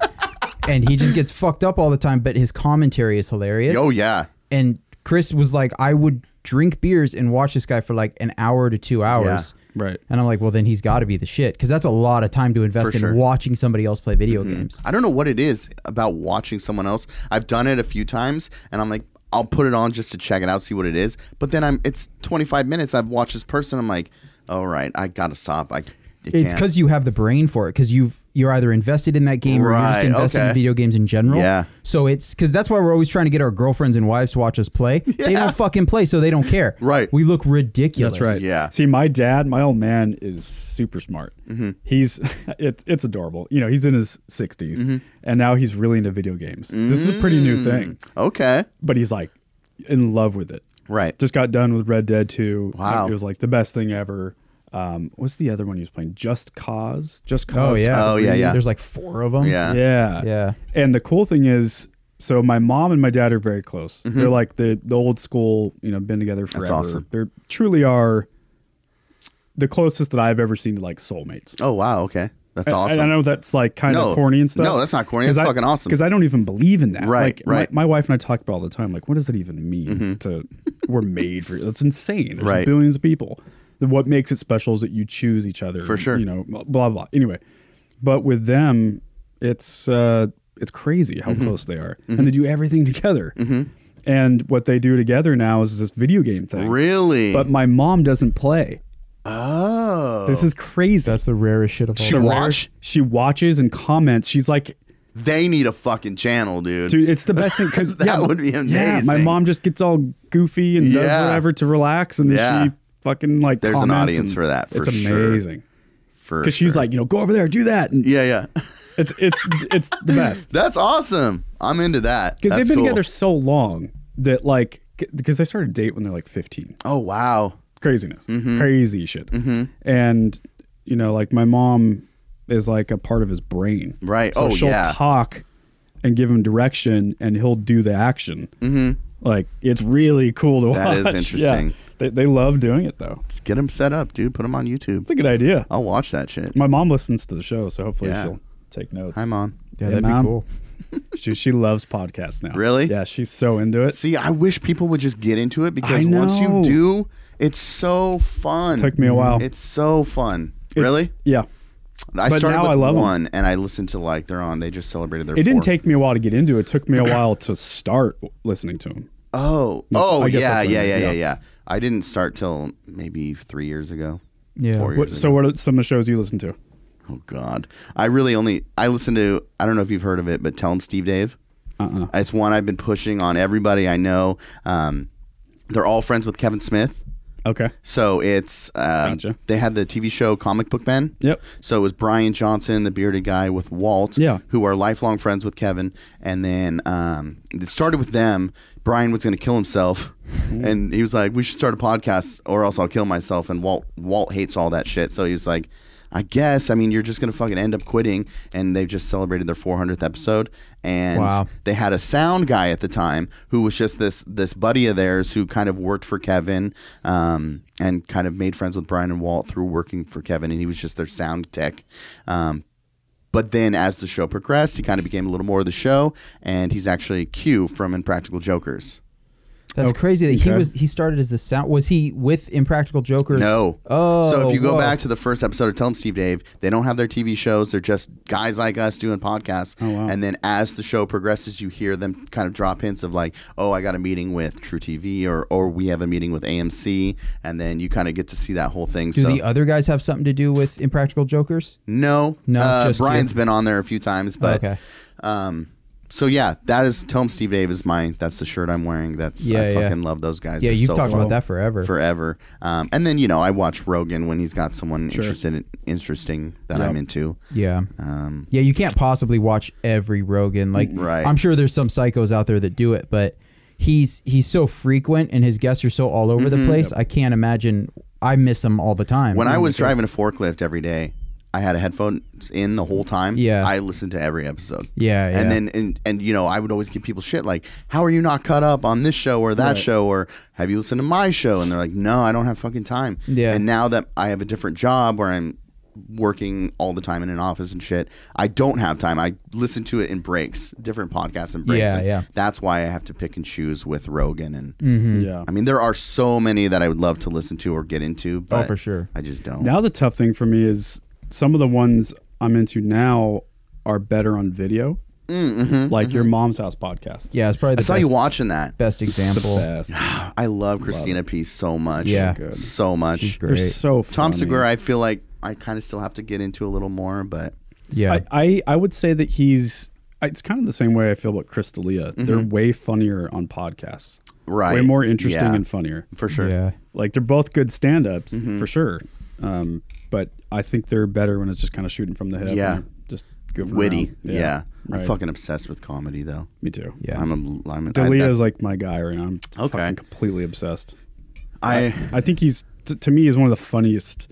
and he just gets fucked up all the time. But his commentary is hilarious. oh yeah And Chris was like, I would drink beers and watch this guy for like an hour to two hours. Right. And I'm like, well, then he's got to be the shit because that's a lot of time to invest For in sure. Mm-hmm. watching somebody else play video games. I don't know what it is about watching someone else. I've done it a few times, and I'm like, I'll put it on just to check it out, see what it is. But then I'm, it's 25 minutes. I've watched this person. I'm like, all right, I gotta stop. I, It's because you have the brain for it because you've you're either invested in that game or you're just Right, invested in okay. video games in general. Yeah. So it's because that's why we're always trying to get our girlfriends and wives to watch (laughs) us play. They Yeah. don't fucking play, so they don't care. Right. We look ridiculous. That's right. Yeah. See, my dad, my old man, is super smart. Mm-hmm. He's (laughs) it's it's adorable. You know, he's in his 60s Mm-hmm. and now he's really into video games. This is a pretty Mm. new thing, okay, but he's like in love with it. right, Just got done with Red Dead 2. Wow. It was like the best thing ever. Um, what's the other one he was playing? Just Cause. Just Oh Cause. yeah. Oh, yeah, yeah. There's like four of them. yeah, Yeah. Yeah. And the cool thing is, so my mom and my dad are very close. They're like the, the old school, you know, been together forever. awesome. They truly are the closest that I've ever seen to like soulmates. Oh wow, okay, that's And- awesome. And I know that's like kind No. of corny and stuff. No, that's not corny. That's fucking awesome. Because I don't even believe in that. Right, Like, my- right. Mm-hmm. My, wife and I talk about it all the time. Like, what does that even mean? To we're made for that's insane. There's Right. billions of people. Then What makes it special is that you choose each other. For sure. You know, blah blah. blah. Anyway, but with them, it's uh, it's crazy Mm-hmm. how close they are, and they do everything together. And what they do together now is this video game thing. really? But my mom doesn't play. oh, This is crazy. That's the rarest shit of all. She The rare- watch? she watches and comments. She's like, they need a fucking channel, dude. dude, it's the best thing because (laughs) That yeah, would be Yeah, my amazing. mom just gets all goofy and Yeah. does whatever to relax, and then Yeah. she fucking like. There's an comments audience and for that, for it's sure. amazing For because she's sure. like, you know, go over there, do that. And yeah, yeah, (laughs) it's it's it's the best that's awesome. I'm into that because they've (laughs) That's been cool. together so long that like because they started date when they're like 15. Oh wow, craziness, Mm-hmm. crazy shit. And you know, like my mom is like a part of his brain, Right. So Oh, she'll yeah. talk and give him direction, and he'll do the action. Mm-hmm. Like it's really cool to That watch. (laughs) is Yeah. interesting. They they love doing it though. Let's get them set up, dude. Put them on YouTube. It's a good idea. I'll watch that shit. My mom listens to the show, so hopefully Yeah. she'll take notes. Hi, mom. Yeah, Hey, that'd Mom. be cool. she she loves podcasts now. Really? Yeah, she's so into it. See, I wish people would just get into it because I once you know. do, it's so fun. Took me a while. It's so fun. It's- really? Yeah. I but started now with I love 'em. one, and I listened to like they're on. They just celebrated their. It didn't fourth. take me a while to get into it. It took (coughs) me a while to start listening to him. Oh, oh I guess yeah, that's what I yeah, meant, yeah, yeah. yeah, yeah. I didn't start till maybe three years ago. Yeah. Four What, years so ago. what are some of the shows you listen to? Oh God, I really only I listen to. I don't know if you've heard of it, but tell 'em Steve Dave. Uh-uh. It's one I've been pushing on everybody I know. Um, they're all friends with Kevin Smith. Okay. So it's um, Gotcha. they had the TV show Comic Book Men. Yep. So it was Brian Johnson, the bearded guy, with Walt, Yeah. who are lifelong friends with Kevin. And then um, it started with them. Brian was going to kill himself, Mm-hmm. and he was like, "We should start a podcast, or else I'll kill myself." And Walt Walt hates all that shit, so he was like. I guess I mean you're just gonna fucking end up quitting, and they've just celebrated their 400th episode, and Wow. they had a sound guy at the time who was just this this buddy of theirs who kind of worked for Kevin um, and kind of made friends with Brian and Walt through working for Kevin, and he was just their sound tech. Um, but then as the show progressed, he kind of became a little more of the show, and he's actually Q from Impractical Jokers. That's crazy that he Okay. was. He started as the sound. Was he with Impractical Jokers? No. Oh. So if you go whoa. back to the first episode of Tell 'em Steve Dave, they don't have their TV shows. They're just guys like us doing podcasts. Oh, wow. And then as the show progresses, you hear them kind of drop hints of like, oh, I got a meeting with True TV or or we have a meeting with AMC. And then you kind of get to see that whole thing. do so the other guys have something to do with Impractical Jokers? no. No, Uh, just you. Brian's been on there a few times. But Okay. um, so yeah, that is Tell 'em Steve Dave is my, that's the shirt I'm wearing. That's, Yeah, I yeah. fucking love those guys. Yeah, They're you've so talked fun about that forever. forever. Um, and then you know I watch Rogan when he's got someone interested in, interesting that Yep. I'm into. yeah. Um, Yeah, you can't possibly watch every Rogan. Like, Right. I'm sure there's some psychos out there that do it, but he's he's so frequent and his guests are so all over the place. I can't imagine. I miss him all the time. Mm-hmm. When I was driving a forklift every day, I had a headphones in the whole time. Yeah. I listened to every episode. Yeah, yeah. And then and and you know, I would always give people shit like, How are you not caught up on this show or that show or have you listened to my show? And they're like, No, I don't have fucking time. Yeah. And now that I have a different job where I'm working all the time in an office and shit, I don't have time. I listen to it in breaks, different podcasts and breaks. Yeah, and yeah. Mm-hmm. That's why I have to pick and choose with Rogan and Hmm. Yeah. I mean, there are so many that I would love to listen to or get into, but Oh, for sure. I just don't. Now the tough thing for me is some of the ones I'm into now are better on video, Mm, mm-hmm, like your mom's house podcast. yeah, it's probably the I saw best, you watching that. best the example. best. (sighs) I love Christina P so much. Yeah. Good. so much. They're Great. so funny. Tom Segura, I feel like I kind of still have to get into a little more, but Yeah, I, I I would say that he's. It's kind of the same way I feel about Chris D'Elia. They're way funnier on podcasts. Mm-hmm. right, Way more interesting Yeah, and funnier. for sure. yeah, Like they're both good stand-ups Mm-hmm. for sure. Um, but I think they're better when it's just kind of shooting from the hip. Yeah. and just goofing Witty, around. yeah. I'm Right. fucking obsessed with comedy, though. Me too. yeah. I'm a, I'm a, I, D'Elia that- is like my guy right now. I'm Okay. fucking completely obsessed. I I think he's t- to me is one of the funniest.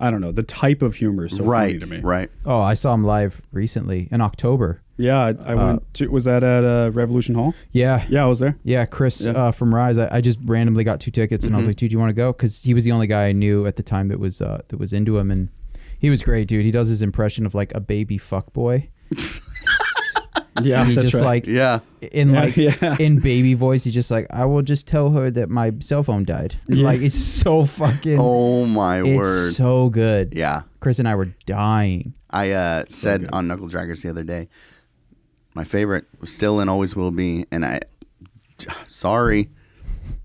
I don't know the type of humor is so funny right, to me. right. oh, I saw him live recently in October. Yeah, I, I went to was that at uh, Revolution Hall? Yeah, Yeah, I was there. Yeah, Chris Uh, from Rise. I, I just randomly got two tickets, and I was Mm-hmm. like, "Dude, you want to go?" Because he was the only guy I knew at the time that was uh, that was into him, and he was great, dude. He does his impression of like a baby fuck boy. Yeah, He that's just right. like Yeah, in Yeah, (laughs) like yeah. in baby voice. He's just like, "I will just tell her that my cell phone died." Like (laughs) it's so fucking. oh my it's word, so good. yeah. Chris and I were dying. I uh, said on Knuckle Draggers the other day, my favorite was still and always will be, and I, sorry,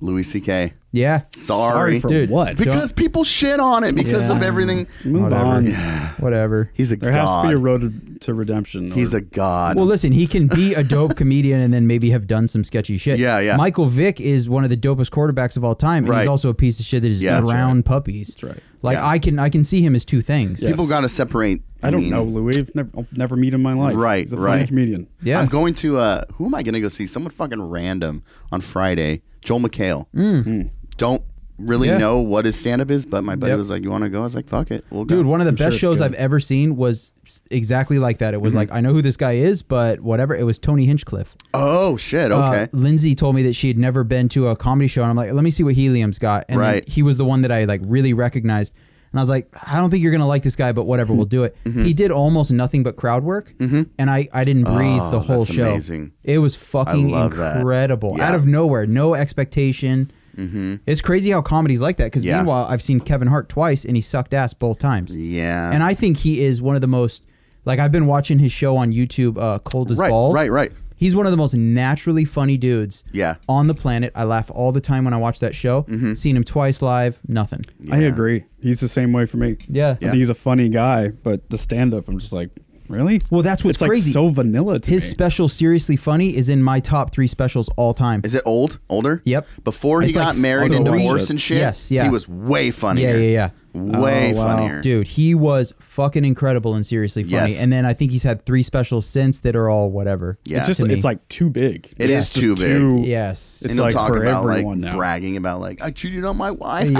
Louis C.K. Yeah. Sorry, for Dude, what? because people shit on it because of Yeah. everything. Move Whatever. on. Whatever. He's a There god. has to be a road to redemption. or- He's a god. Well, listen, he can be a dope (laughs) comedian and then maybe have done some sketchy shit. Yeah, yeah. Michael Vick is one of the dopest quarterbacks of all time, and Right. he's also a piece of shit that is Yeah, that's drown puppies. That's right. Like Yeah. I can I can see him as two things. people got to separate. I don't mean, know Louis. I've never, I'll never meet him in my life. Right, He's a funny right. comedian. Yeah. I'm going to. Uh, who am I going to go see? Someone fucking random on Friday. Joel McHale. Don't really Mm. Yeah. know what his stand up is, but my buddy Yep. was like, "You want to go?" I was like, "Fuck it, we'll go." Dude, one of the sure best it's shows good. I've ever seen was exactly like that. It Mm-hmm. was like I know who this guy is, but whatever. It was Tony Hinchcliffe. oh shit. Okay. Uh, Lindsay told me that she had never been to a comedy show, and I'm like, let me see what Helium's got. And then Right. he was the one that I like really recognized, and I was like, I don't think you're gonna like this guy, but whatever, (laughs) we'll do it. Mm-hmm. He did almost nothing but crowd work, and I I didn't breathe the whole Oh, that's show. amazing. It was fucking love that. incredible, Yeah. Mm-hmm. out of nowhere, no expectation. It's crazy how comedy's like that. Because Yeah. meanwhile, I've seen Kevin Hart twice, and he sucked ass both times. yeah. And I think he is one of the most like I've been watching his show on YouTube, uh, Cold as right, Balls. right, right. He's one of the most naturally funny dudes Yeah. Mm-hmm. on the planet. I laugh all the time when I watch that show. Seen him twice live, nothing. I Yeah. agree. He's the same way for me. Yeah. I think he's a funny guy, but the stand up, I'm just like, really? Well, that's what's it's crazy. like so vanilla to His me. special, Seriously Funny, is in my top three specials all time. Is it old? Older? Yep. Before he It's like got married and three- divorced and shit, Yes, yeah. he was way funnier. Yeah, yeah, yeah. Way Oh, wow. funnier. Dude, he was fucking incredible and Seriously Funny. Yes. And then I think he's had three specials since that are all whatever. Yeah. it's just, to me. it's like too big. It It is is too big. Yes. It's and he'll like talk for about like everyone now. bragging about like I cheated on my wife. (laughs) yeah,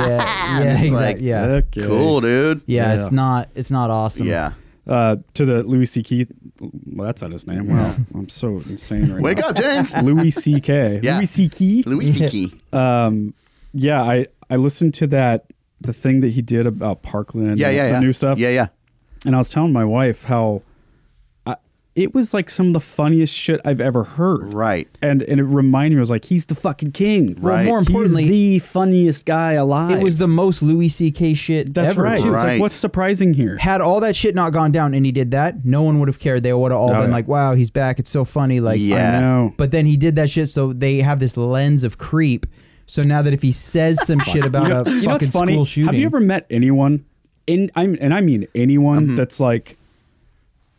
And yeah, it's exactly. like, yeah. Okay. Cool, dude. yeah, Yeah. It's not. It's not awesome. Yeah. Uh, to the Louis C.K. Well, that's not his name. (laughs) Wow, I'm so insane right Wake now. up, (laughs) James. Louis C.K. (laughs) Yeah. Louis C.K. Louis Yeah. Tiki. Um, yeah, I I listened to that the thing that he did about Parkland. Yeah, and yeah, the yeah. new stuff. Yeah, yeah. and I was telling my wife how I, it was like some of the funniest shit I've ever heard. Right. And and it reminded me, I was like, he's the fucking king. Well, Right. more He's importantly- the funniest guy alive. It was the most Louis C.K. shit that's ever. right. too. It's like Right. what's surprising here? had all that shit not gone down and he did that, no one would have cared. They would have all Oh, been yeah. like, "Wow, he's back. It's so funny." Like, I Yeah. know. But then he did that shit, so they have this lens of creep. So now that if he says (laughs) some shit about a you know what's fucking funny? school shooting, Have you ever met anyone in I'm and I mean anyone Mm-hmm. that's like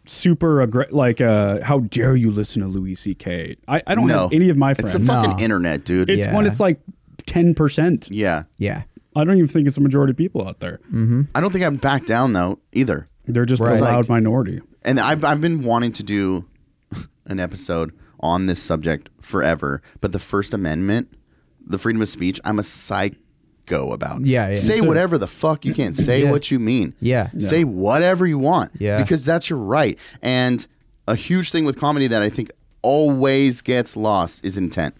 super aggr- like uh how dare you listen to Louis CK? I, I don't no. have any of my It's friends. the fucking No. internet, dude. It's yeah. when Yeah. it's like 10%. yeah, I don't even think it's the majority of people out there. Mm. I don't think I'm back down though either. They're just a Right. loud Like- minority. And I've I've been wanting to do an episode on this subject forever, but the First Amendment, the freedom of speech, I'm a psycho about. Yeah, yeah. Say too. whatever the fuck you can. Say (laughs) Yeah. what you mean. Yeah. Say whatever you want. Yeah. Because that's your right. And a huge thing with comedy that I think always gets lost is intent.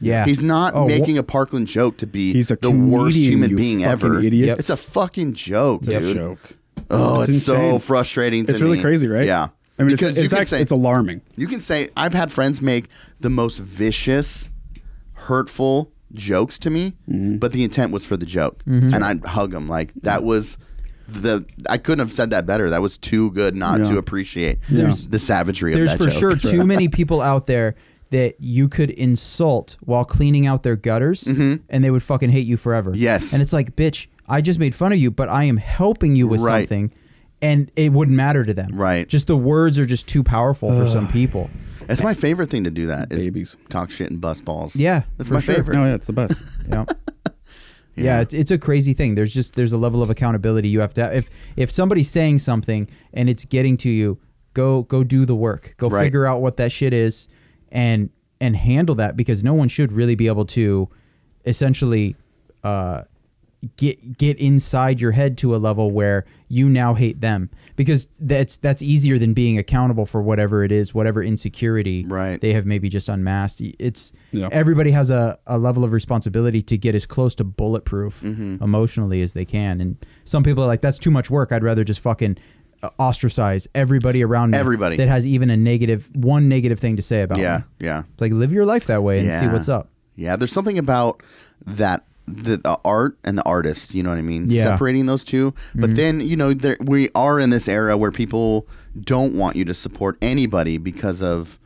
Yeah. He's not Oh, wh- making a Parkland joke to be He's a the worst comedian, human you being fucking ever. idiot. Yep. It's a fucking joke, It's a dude. joke. Oh, it's, It's so insane. frustrating. To It's really me. crazy, right? Yeah. I mean, it's, because it's, you can act- say it's alarming. you can say I've had friends make the most vicious, hurtful jokes to me, Mm-hmm. but the intent was for the joke, and I'd hug them like that was the I couldn't have said that better. That was too good not Yeah. to appreciate There's- the savagery There's of that for joke. (laughs) sure too many people out there that you could insult while cleaning out their gutters and they would fucking hate you forever. Mm-hmm. Yes. And it's like, bitch, I just made fun of you, but I am helping you with Right. something and it wouldn't matter to them. Right. Just the words are just too powerful for some people. It's my favorite thing to do. That is Babies. talk shit and bust balls. Yeah, that's for my sure. favorite. No, Oh, yeah, it's the best. (laughs) Yeah. Yeah, it's, it's a crazy thing. There's just there's a level of accountability you have to have. if if somebody's saying something and it's getting to you, go go do the work. Go Right. figure out what that shit is and and handle that because no one should really be able to essentially uh get get inside your head to a level where you now hate them because that's that's easier than being accountable for whatever it is, whatever insecurity Right. they have maybe just unmasked. It's Yeah. everybody has a, a level of responsibility to get as close to bulletproof Mm-hmm. emotionally as they can. And some people are like, that's too much work. I'd rather just fucking uh, ostracize everybody around me Everybody. that has even a negative, one negative thing to say about Yeah, me. yeah. It's like, live your life that way and see Yeah. what's up. Yeah, there's something about that the, the art and the artist, you know what I mean? Yeah. Mm-hmm. Separating those 2 But then, you know, there, we are in this era where people don't want you to support anybody because of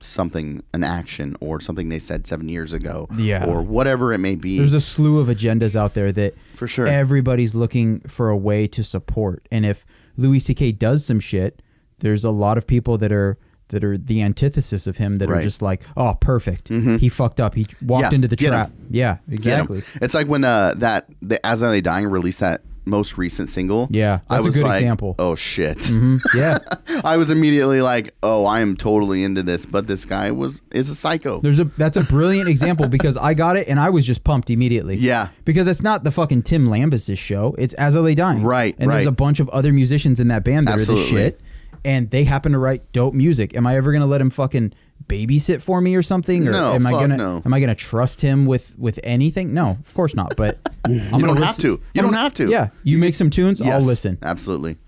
something, an action or something they said seven years ago Yeah. or whatever it may be. There's a slew of agendas out there that For sure. everybody's looking for a way to support. And if Louis C.K. does some shit, there's a lot of people that are that are the antithesis of him that Right. Mm-hmm. are just like, oh, perfect. He fucked up. He walked Yeah, into the get him. trap. Yeah, Get 'em. exactly. It's like when uh, that the As I Lay Dying released that most recent single. Yeah, I that's a was good like, example. Oh shit. Mhm. Yeah, (laughs) I was immediately like, "Oh, I am totally into this," but this guy was is a psycho. there's a that's a brilliant (laughs) example because I got it and I was just pumped immediately. Yeah. because it's not the fucking Tim Lambis' show. It's As I Lay Dying. Right, and right. there's a bunch of other musicians in that band that are Absolutely. the shit, and they happen to write dope music. Am I ever gonna let him fucking babysit for me or something? Or No, am I fuck gonna no. am I gonna trust him with with anything? No, of course not. (laughs) But I'm gonna don't have listen- to. You I'm don't gonna- have to. Yeah, you make some tunes, I'll Yes, listen. Absolutely.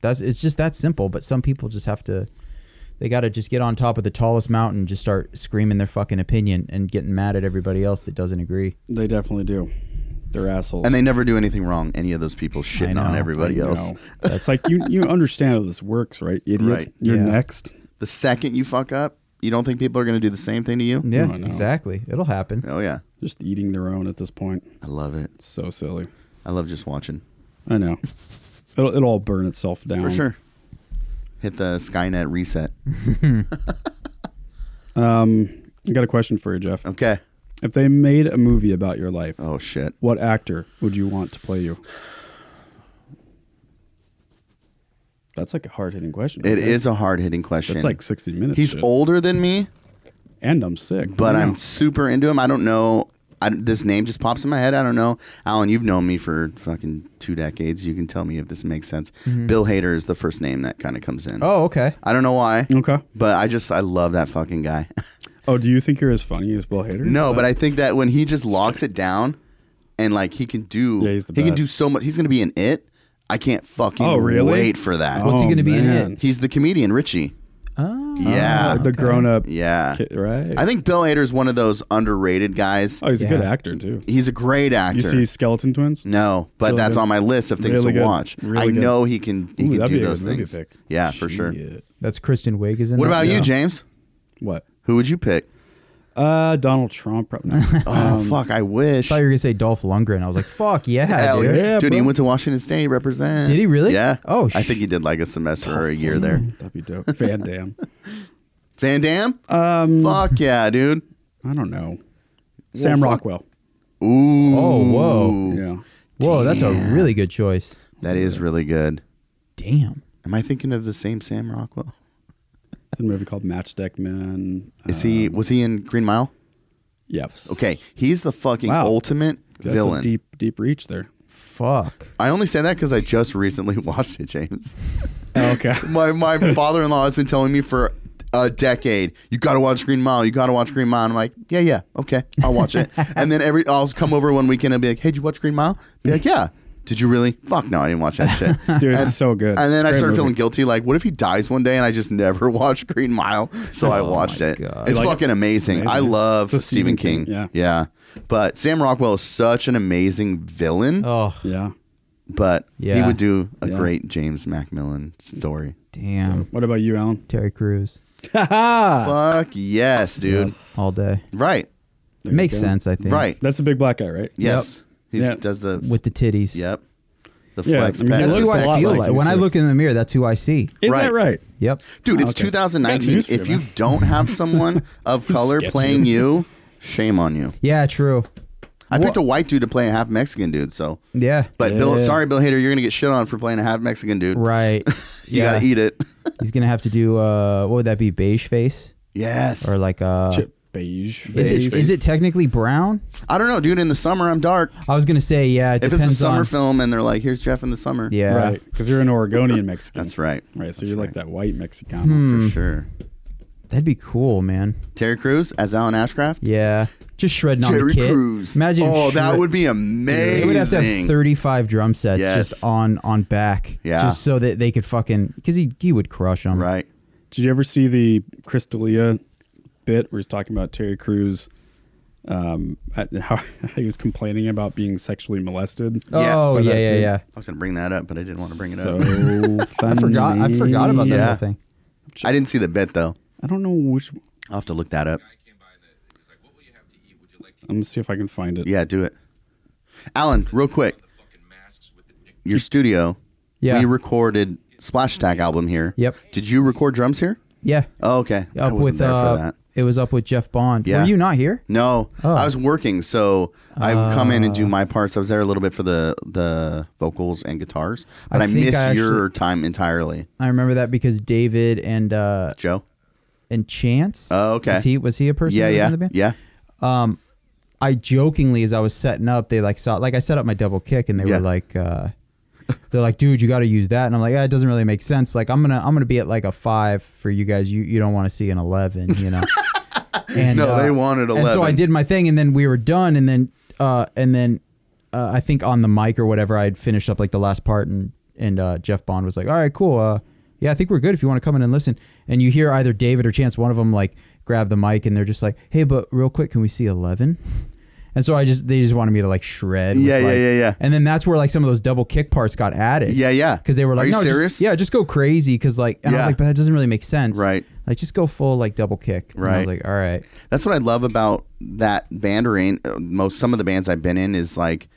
That's it's just that simple. But some people just have to, they got to just get on top of the tallest mountain, and just start screaming their fucking opinion and getting mad at everybody else that doesn't agree. They definitely do. They're assholes. And they never do anything wrong. Any of those people I shitting know, on I everybody You else. (laughs) know. it's like you you understand how this works, right, idiot? Right. You're Yeah. next. The second you fuck up, you don't think people are going to do the same thing to you? Yeah, No, I know. exactly. It'll happen. Oh yeah, Just eating their own at this point. I love it. It's so silly. I love just watching I know. It'll, it'll all burn itself down Mm. for sure. Hit the Skynet (laughs) reset. Um, I got a question for you, Jeff. Okay. If they made a movie about your life, Oh shit. what actor would you want to play you? That's like a hard hitting question. It It is. is a hard hitting question. That's like 60 minutes. He's shit. older than me, and I'm sick. but I I'm know. super into him. I don't know. I, this name just pops in my head. I don't know. Alan, you've known me for fucking two decades. You can tell me if this makes sense. Mm-hmm. Bill Hader is the first name that kind of comes in. Oh, okay. I don't know why. okay. But I just I love that fucking guy. (laughs) Oh, do you think you're as funny as Bill Hader? no, but I think that when he just locks it down and like he can do Yeah, he's the he can do best. so much. He's going to be in it. I can't fucking Oh, really? Oh. wait for that. What's he gonna be in man. He's the comedian Richie. Oh, Yeah. Uh, the grown up. Ah, Yeah. Kid, right. I think Bill Hader's one of those underrated guys. oh, he's a good Yeah. actor too. He's a great actor. Mm, You see Skeleton Twins? no, but Really that's good. on my list of things Really to good. watch. I Really good. know he can he Ooh, can that'd do be a those good movie things. pick. Yeah, for sure. Shit. that's Kristen Wiig is in. What that? about Yeah. you, James? What? Who would you pick? Uh, Donald Trump. Probably. (laughs) Um, Oh fuck, I I wish. thought you were gonna say Dolph Lundgren. I was like, fuck (laughs) yeah, Hell dude. yeah, dude, he bro. went to Washington State. Represent. Did he really? Yeah. Oh, I sh- think he did like a semester or a year there. (laughs) That'd be dope. Van Dam. Van Dam. Um, Fuck yeah, dude. I don't know. Sam fuck. Rockwell. Ooh. Oh, whoa. Yeah. Whoa, that's a really good choice. That is really good. Damn. Am I thinking of the same Sam Rockwell? It's in a movie called Matchstick Man. Is Uh, he was he in Green Mile? Yes. Okay, he's the fucking Wow. ultimate That's villain. a deep, deep reach there. Fuck. I only say that because I just recently (laughs) watched it, James. Oh, (laughs) Okay. My my father in law has been telling me for a decade, you gotta watch Green Mile, you gotta watch Green Mile. And I'm like, yeah, yeah, okay, I'll (laughs) watch it. and then every I'll come over one weekend and be like, hey, did you watch Green Mile? Be like, yeah. Did you really? Fuck no, I didn't watch that shit. (laughs) Dude, And- it's so good. And It's then I a great started movie. feeling guilty. Like, what if he dies one day and I just never (laughs) watched Green Mile? So I Oh watched my it. God. You It's like fucking it? amazing. I Amazing. love It's a Stephen Stephen King. King, yeah. Yeah. But Sam Rockwell is such an amazing villain. Oh Yeah. But he Yeah. would do a Yeah. great James Macmillan story. damn. What about you, Alan? (laughs) Terry Crews There Fuck yes, dude. all day. Right. you Makes go. sense, I think. Right. That's a big black guy, right? Yes. He Yeah. does the. With the titties. yep. The Yeah, flex I mean, pad. he That's It who looks a I lot feel like like. you, When I so- look in the mirror, that's who I see. Is Right. that right? Yep. Dude, it's Okay. 2019. Got news for If you, you man. don't have someone (laughs) of color Sketchy. playing you, shame on you. Yeah, true. I picked a white dude to play a half Mexican dude, so. Yeah. But Bill, Yeah. sorry, Bill Hader, you're gonna get shit on for playing a half Mexican dude. right. (laughs) You gotta eat it. (laughs) He's gonna have to do uh what would that be, beige face? yes. Or like uh Chip beige. is it face. is it technically brown? I don't know, dude. In the summer, I'm dark. I was gonna say, yeah, it If it's depends a summer on film and they're like, "Here's Jeff in the summer." Yeah. Right. Because you're an Oregonian Mexican. That's right. Right. So you're like that white Mexican. For sure. That'd be cool, man. Terry Crews as Alan Ashcraft. Yeah. Just shredding on Terry the kit. Crews. Imagine Oh, that shred- would be amazing. They would have to have 35 drum sets Yes. just on on back. Yeah. Just so that they could fucking because he he would crush them. Right. Did you ever see the Chris D'Elia bit where he's talking about Terry Crews, um, at- (laughs) how he was complaining about being sexually molested? Yeah. Oh Or yeah, that yeah, dude. yeah. I was gonna bring that up, but I didn't want to bring it so up. I forgot I forgot about that funny. Yeah. whole thing. (laughs) I didn't see the bit though. I don't know which. I'll have to look that up. guy came by that he was like, "What will you have to eat? Would you like to eat I'm gonna see if I can find it. Yeah, do it. Alan, real quick, the fucking masks with the dick?" your studio. Yeah. We recorded Splash Attack album here. Yep. Did you record drums here? Yeah. Oh, okay. I Up wasn't with there uh, for that. it was up with Jeff Bond. Yeah. Were you not here? No, Oh. Uh. I was working, so I would come in and do my parts. I was there a little bit for the the vocals and guitars, but I, I think missed I your time entirely, I remember that because David and uh Joe. and Chance. Oh, okay. Was he was he a person? Yeah, that was in yeah, the band? yeah. Um, I jokingly, as I was setting up, they like saw like I set up my double kick, and they Yeah. were like, uh, they're like, dude, you got to use that, and I'm like, yeah, it doesn't really make sense. Like I'm gonna I'm gonna be at like a five for you guys. You you don't want to see an eleven, you (laughs) know. and uh, No, they wanted And so I 11. did my thing, and then we were done, and then uh, and then uh, I think on the mic or whatever, I'd finished up like the last part, and and uh, Jeff Bond was like, all right, cool. Uh, yeah, I think we're good if you want to come in and listen. And you hear either David or Chance, one of them like grab the mic, and they're just like, hey, but real quick, can we see eleven? (laughs) And so I just they just wanted me to like shred. with, Yeah, yeah, like- yeah, yeah. And then that's where like some of those double kick parts got added. Yeah, yeah. Because they were Are like, you no, just- serious? yeah, just go crazy. Because like, and I Yeah. was like, but that doesn't really make sense. Right. Like, just go full like double kick. And I Right. was like, all right. That's what I love about that band or in, uh, most some of the bands I've been in is like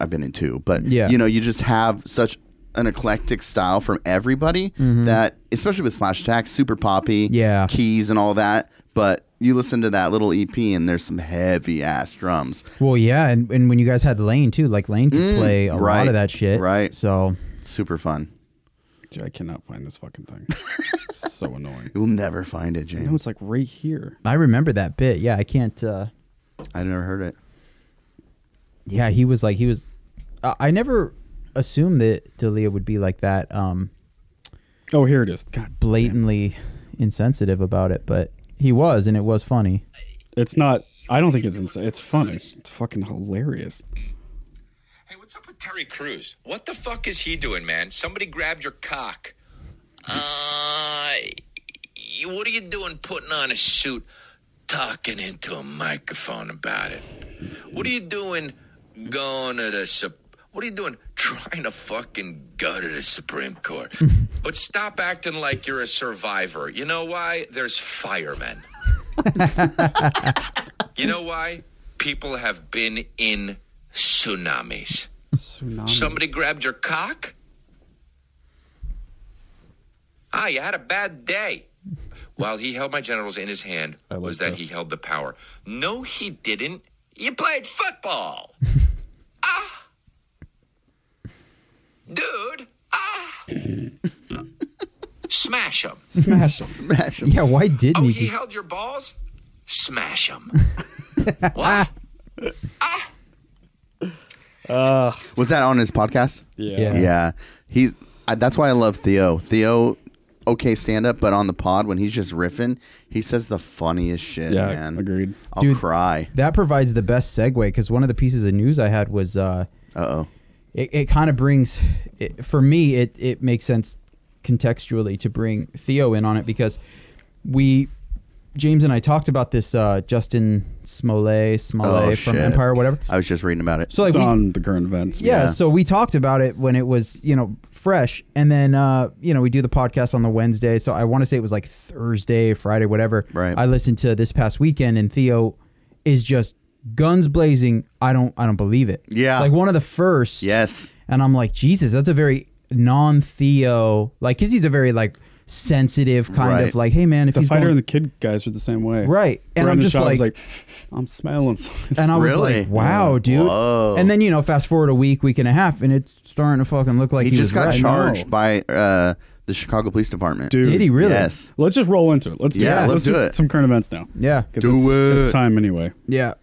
I've been in two, but Yeah. you know, you just have such an eclectic style from everybody that especially with Splash Attack, super poppy, Mm-hmm. Yeah. keys and all that, but you listen to that little EP and there's some heavy ass drums. Well, yeah, and, and when you guys had Lane too, like Lane could play a Mm, right, lot of that shit. right. So Super fun. Dude, I cannot find this fucking thing. so annoying. You'll never find it, You know, James. it's like right here. I remember that bit. Yeah, I can't. uh I never heard it. Yeah, he was like he was. I I never assumed that Dalia would be like that. Um, Oh, here it is. God, blatantly insensitive about it, but he was, and it was funny. it's not. I don't think it's insane. It's funny. It's fucking hilarious. Hey, what's up with Terry Crews? What the fuck is he doing, man? Somebody grabbed your cock. Uh, you- what are you doing putting on a suit, talking into a microphone about it? What are you doing going to the Sup- What are you doing trying to fucking go to the Supreme Court? but stop acting like you're a survivor. You know why? There's firemen. you know why? People have been in tsunamis. Tsunami. Somebody grabbed your cock? Ah, you had a bad day. While he held my genitals in his hand, like was that this. he held the power. No, he didn't. You (laughs) played football. ah! (laughs) Dude! Ah! Smash them. Smash them. Smash 'em. Yeah, why Oh, didn't he he? Just, held your balls? (laughs) Smash them. what? Was that on his podcast? Yeah. Yeah. Yeah, he's. I, that's why I love Theo. Theo, okay, stand up, but on the pod when he's just riffing, he says the funniest shit. Yeah, man. agreed. I'll Dude. cry. that provides the best segue because one of the pieces of news I had was uh, Uh oh. it, it kind of brings it, for me it it makes sense contextually to bring Theo in on it because we James and I talked about this uh, Justin Smollett Smollett Oh, from shit. Empire whatever. I was just reading about it. So like It's we, on the current events. yeah, Yeah. so we talked about it when it was you know fresh and then uh you know we do the podcast on the wednesday so i want to say it was like thursday friday whatever Right. i listened to this past weekend and theo is just guns blazing i don't i don't believe it Yeah. like one of the first yes. and i'm like jesus that's a very non-theo like because he's a very like sensitive kind Right. of like hey man if The he's fighter going- and the kid guys are the same way. right and i'm Brandon just Shaw was like I'm (laughs) smelling something. And I was Really? like, wow, dude. Whoa. And then, you know, fast forward a week, week and a half, and it's starting to fucking look like He, he, just was got right. charged know. by uh, the Chicago Police Department. Dude. Did he really? Yes. Let's just roll into it. Let's do Yeah, it. let's do it. Some current events now. Yeah. 'Cause Do it's, It's it. time anyway. Yeah.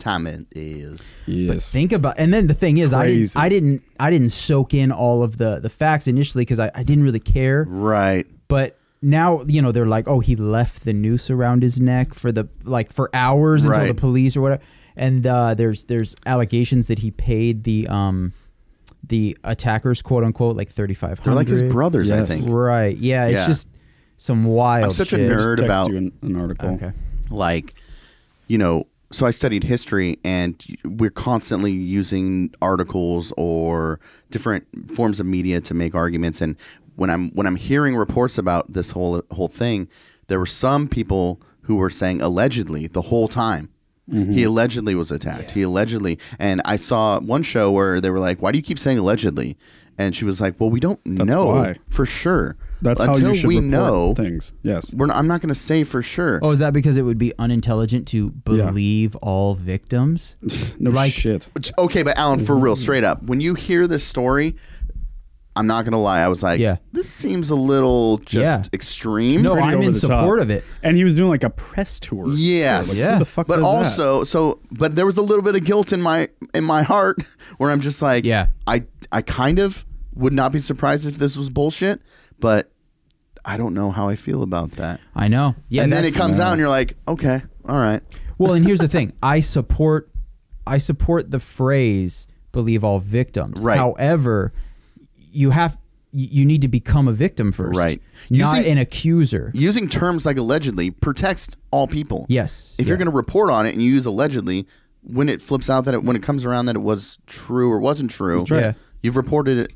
Time it is. Yes. But think about and then the thing is Crazy. I didn't I didn't I didn't soak in all of the the facts initially because I, I didn't really care. Right. But now, you know, they're like, Oh, he left the noose around his neck for the like for hours Right. until the police or whatever. And uh, there's there's allegations that he paid the um the attackers quote unquote like thirty five They're like hundred. his brothers, I Yes. think. Right. Yeah. It's Yeah. just some wild. I'm such a shit. nerd Text about you an, an article. Okay. like you know so i studied history and we're constantly using articles or different forms of media to make arguments and when i'm when i'm hearing reports about this whole whole thing there were some people who were saying allegedly the whole time Mm-hmm. he allegedly was attacked he allegedly and i saw one show where they were like why do you keep saying allegedly and she was like well we don't know why. for sure That's until how you should we report know things. (laughs) Yes. we're not, i'm not going to say for sure Oh, is that because it would be unintelligent to believe all victims? No like- shit. It's- Okay, but Alan, for real, straight up, when you hear this story, I'm not gonna lie, I was like, Yeah. this seems a little just Yeah. extreme. No, Pretty I'm over in the top. support of it. And he was doing like a press tour. Yes. Like, Yeah. Who the fuck but does that? also, so, but there was a little bit of guilt in my in my heart (laughs) where I'm just like, Yeah. I I kind of would not be surprised if this was bullshit, but I don't know how I feel about that. I know. Yeah. and then it that's- comes out, and you're like, okay, all right, Well, and here's the thing. I support. I support the phrase "believe all victims." Right. However, you have you you need to become a victim first, Right. Not Using- an accuser. using terms like allegedly protects all people. Yes. If you're Yeah. going to report on it and you use allegedly, when it flips out that it, when it comes around that it was true or wasn't true, right. Yeah. you've reported it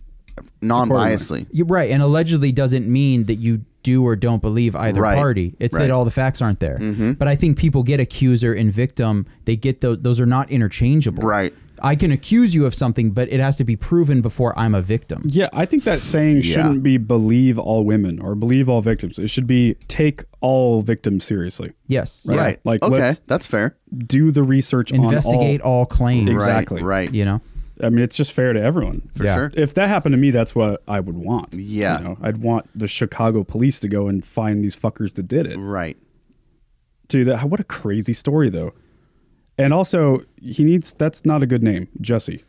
non-biasly. You're right, and allegedly doesn't mean that you do or don't believe either Right. party. It's Right. Mm-hmm. that all the facts aren't there. But I think people get accuser and victim. They get those; those are not interchangeable. Right. I can accuse you of something, but it has to be proven before I'm a victim. Yeah, I think that saying Yeah. shouldn't be believe all women or believe all victims. It should be take all victims seriously. Yes. Right. Yeah. Right. Like, okay, let's- that's fair. Do the research Investigate on all. all, claims. Exactly. Right. Right. You know. I mean, it's just fair to everyone. For Yeah. sure. If that happened to me, that's what I would want. Yeah. You know, I'd want the Chicago police to go and find these fuckers that did it. Right. Dude, that, what a crazy story, though. And also, he needs that's not a good name, Jesse.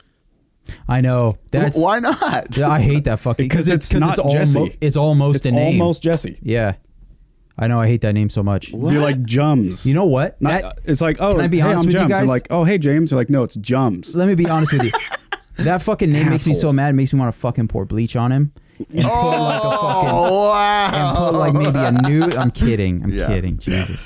I know. That's. Why not? (laughs) I hate that fucking Because it's 'cause not it's, almo- Jesse. it's almost It's a name. almost Jesse. Yeah. I know. I hate that name so much. Be like Jums. You know what? Not- That- it's like, oh, Can I be hey, honest I'm with you Jums. They're guys? like, oh, hey, James. They're like, no, it's Jums. let me be honest (laughs) with you. That fucking name makes me so Asshole. mad. It makes me want to fucking pour bleach on him and put like a fucking Oh and (laughs) wow! put like maybe a new. I'm kidding. I'm Yeah. kidding. Jesus.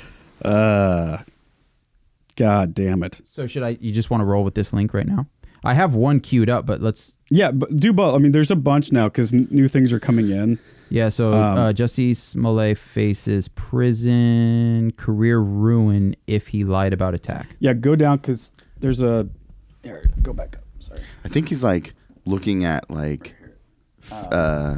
God damn it. So should I? You just want to roll with this link right now? I have one queued up, but let's. Yeah, but do both. I mean, there's a bunch now because n- new things are coming in. Yeah. So uh, Jesse Smollett faces prison career ruin if he lied about attack. Yeah, go down because there's a. There, go back up. Sorry. I think he's like looking at like f- uh,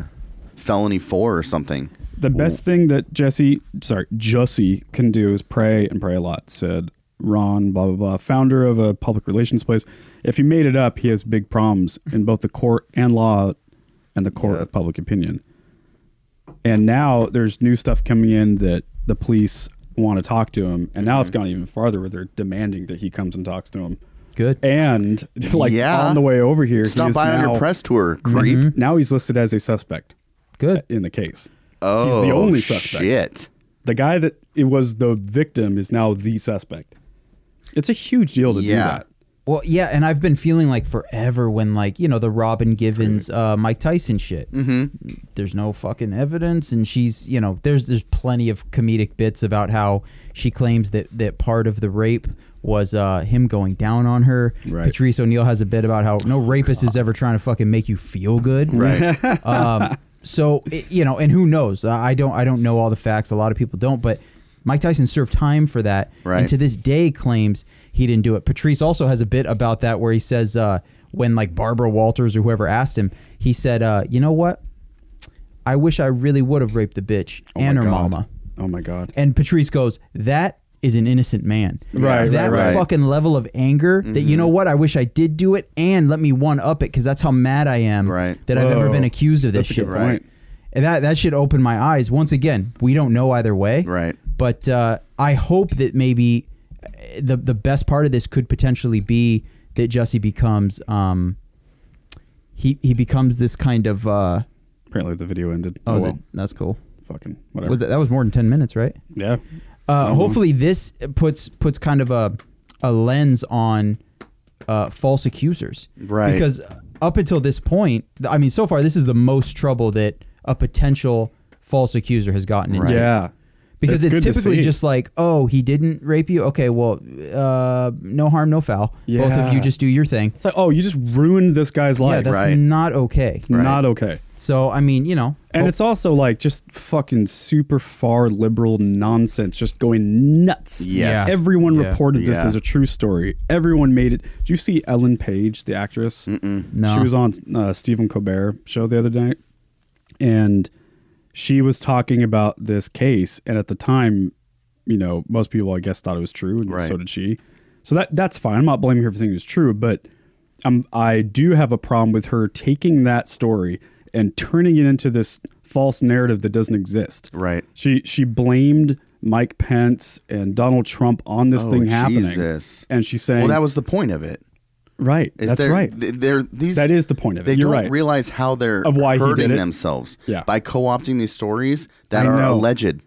felony four or something. The best thing that Jesse, sorry, Jussie can do is pray and pray a lot, said Ron, blah, blah, blah, founder of a public relations place. If he made it up, he has big problems in both the court and law and the court Yeah. of public opinion. And now there's new stuff coming in that the police want to talk to him. And now it's gone even farther where they're demanding that he comes and talks to him. Good. And (laughs) like Yeah. on the way over here, he Stop is by on now- your press tour, creep. Now he's listed as a suspect Good. in the case. Oh, he's the only suspect. Shit. The guy that it was the victim is now the suspect. It's a huge deal to do Yeah. that. Well, yeah, and I've been feeling like forever when like you know the Robin Givens, uh, Mike Tyson shit. Mm-hmm. There's no fucking evidence, and she's you know there's there's plenty of comedic bits about how she claims that that part of the rape was uh, him going down on her. Right. Patrice O'Neill has a bit about how no rapist is ever trying to fucking make you feel good. Right. (laughs) um, so it, you know, and who knows? I I don't I don't know all the facts. A lot of people don't, but Mike Tyson served time for that, Right. and to this day claims he didn't do it. Patrice also has a bit about that where he says uh, when like Barbara Walters or whoever asked him, he said, uh, "You know what? I wish I really would have raped the bitch Oh my and her God. mama." Oh my god. And Patrice goes, "That." Is an innocent man. Right, right, That right. fucking level of anger that you know what? I wish I did do it and let me one up it because that's how mad I am Right. that I've ever Whoa. been accused of this That's a shit. good Right. point. And that that should open my eyes. Once again, we don't know either way. Right. But uh, I hope that maybe uh, the the best part of this could potentially be that Jesse becomes um he he becomes this kind of uh Apparently the video ended. oh, Oh, is well. it- that's cool. Fucking whatever. Was that that was more than ten minutes, right? Yeah. Uh, Mm-hmm. Hopefully, this puts puts kind of a a lens on uh, false accusers, Right. Because up until this point, th- I mean, so far this is the most trouble that a potential false accuser has gotten into. Right. Yeah. Because That's it's good to typically see. just like, oh, he didn't rape you. Okay, well, uh, no harm, no foul. Both of you Yeah. just do your thing. It's like, oh, you just ruined this guy's yeah, life. that's right. not okay. It's not okay. So, I mean, you know, And hope- it's also like just fucking super far liberal nonsense, just going nuts. Yes. Yeah. Everyone Yeah. reported this Yeah. as a true story. Everyone made it. Did you see Ellen Page, the actress? No. She was on uh, Stephen Colbert show the other night, and she was talking about this case. And at the time, you know, most people I guess thought it was true, and Right. so did she. So that that's fine. I'm not blaming her for thinking it's true, but um, I do have a problem with her taking that story and turning it into this false narrative that doesn't exist. Right. She she blamed Mike Pence and Donald Trump on this Oh, thing happening, Jesus. and she's saying, Well, that was the point of it. right. Is That's they're- right. th- They're, these, That is the point of it. They You're don't right. realize how they're Of why he did hurting it. themselves Yeah. by co-opting these stories that I are know. alleged.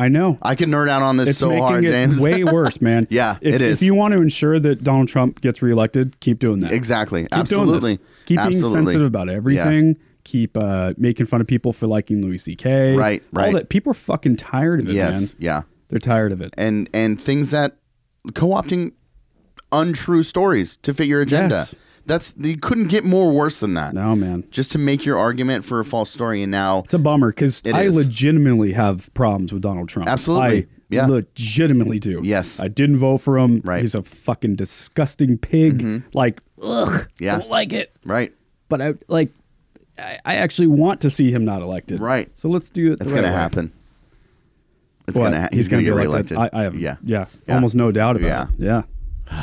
I know. I could nerd out on this it's so making hard, it James. (laughs) way worse, man. Yeah, if, it If is. you want to ensure that Donald Trump gets reelected, keep doing that. exactly. Keep Absolutely. Doing this. Keep being Absolutely. sensitive about everything. Keep uh, making fun of people for liking Louis C.K. Right, All right. that. People are fucking tired of it, Yes. man. Yeah. They're tired of it. and and things that co-opting untrue stories to fit your agenda. Yes. That's you couldn't get more worse than that. No, man. Just to make your argument for a false story, and now It's a bummer because It I is. legitimately have problems with Donald Trump. Absolutely. I Yeah. legitimately do. Yes. I didn't vote for him. Right. Mm-hmm. He's a fucking disgusting pig. Like, ugh. Yeah. Don't like it. right, but I like I, I actually want to see him not elected. Right. So let's do it. it's the right gonna way. happen. It's But gonna ha- he's, gonna, be get reelected. I, I have yeah yeah. yeah almost no doubt about Yeah. it. (sighs) Yeah.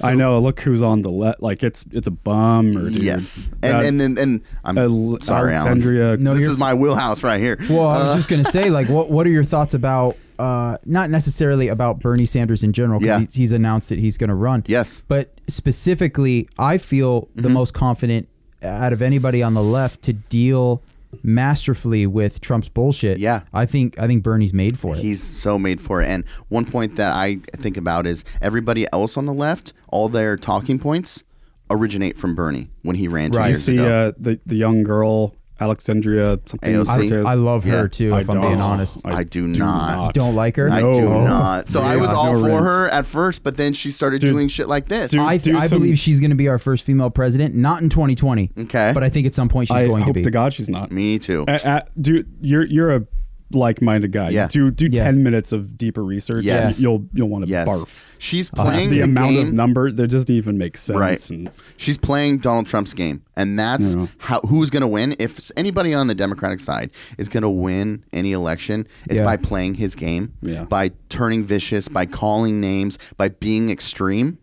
I know. Look who's on the left. Like it's it's a bummer, dude. Yes, and That- and then and I'm Al- sorry, Alexandria- Alan. No, this you're- is my wheelhouse right here. Well, I was just gonna say, like, what what are your thoughts about uh, not necessarily about Bernie Sanders in general? 'cause Yeah. he's, he's announced that he's gonna run. Yes. but specifically, I feel Mm-hmm. the most confident out of anybody on the left to deal masterfully with Trump's bullshit. Yeah. I think I think Bernie's made for it. He's so made for it. And one point that I think about is everybody else on the left, all their talking points originate from Bernie when he ran two Right. you years see ago. uh, the the young girl Alexandria something. AOC. Cortez. I love Yeah. her too, I if I'm being don't. honest. I do not. Don't like her? I uh, No. do not. So I Yeah. was all No for rent. her at first, but then she started Dude. doing shit like this. Dude. I, th- do I some- believe she's going to be our first female president, not in 2020. Okay. But I think at some point she's I going hope to be. to God she's not. Me too. A- a- do you're you're a like-minded guy. Yeah. Do do Yeah. ten minutes of deeper research. Yes. and You'll you'll want to Yes. barf. Uh, She's playing the, the, amount game. of number that doesn't even make sense. Right. And She's playing Donald Trump's game, and that's Yeah. how who's going to win. If anybody on the Democratic side is going to win any election, it's Yeah. by playing his game, Yeah. by turning vicious, by calling names, by being extreme.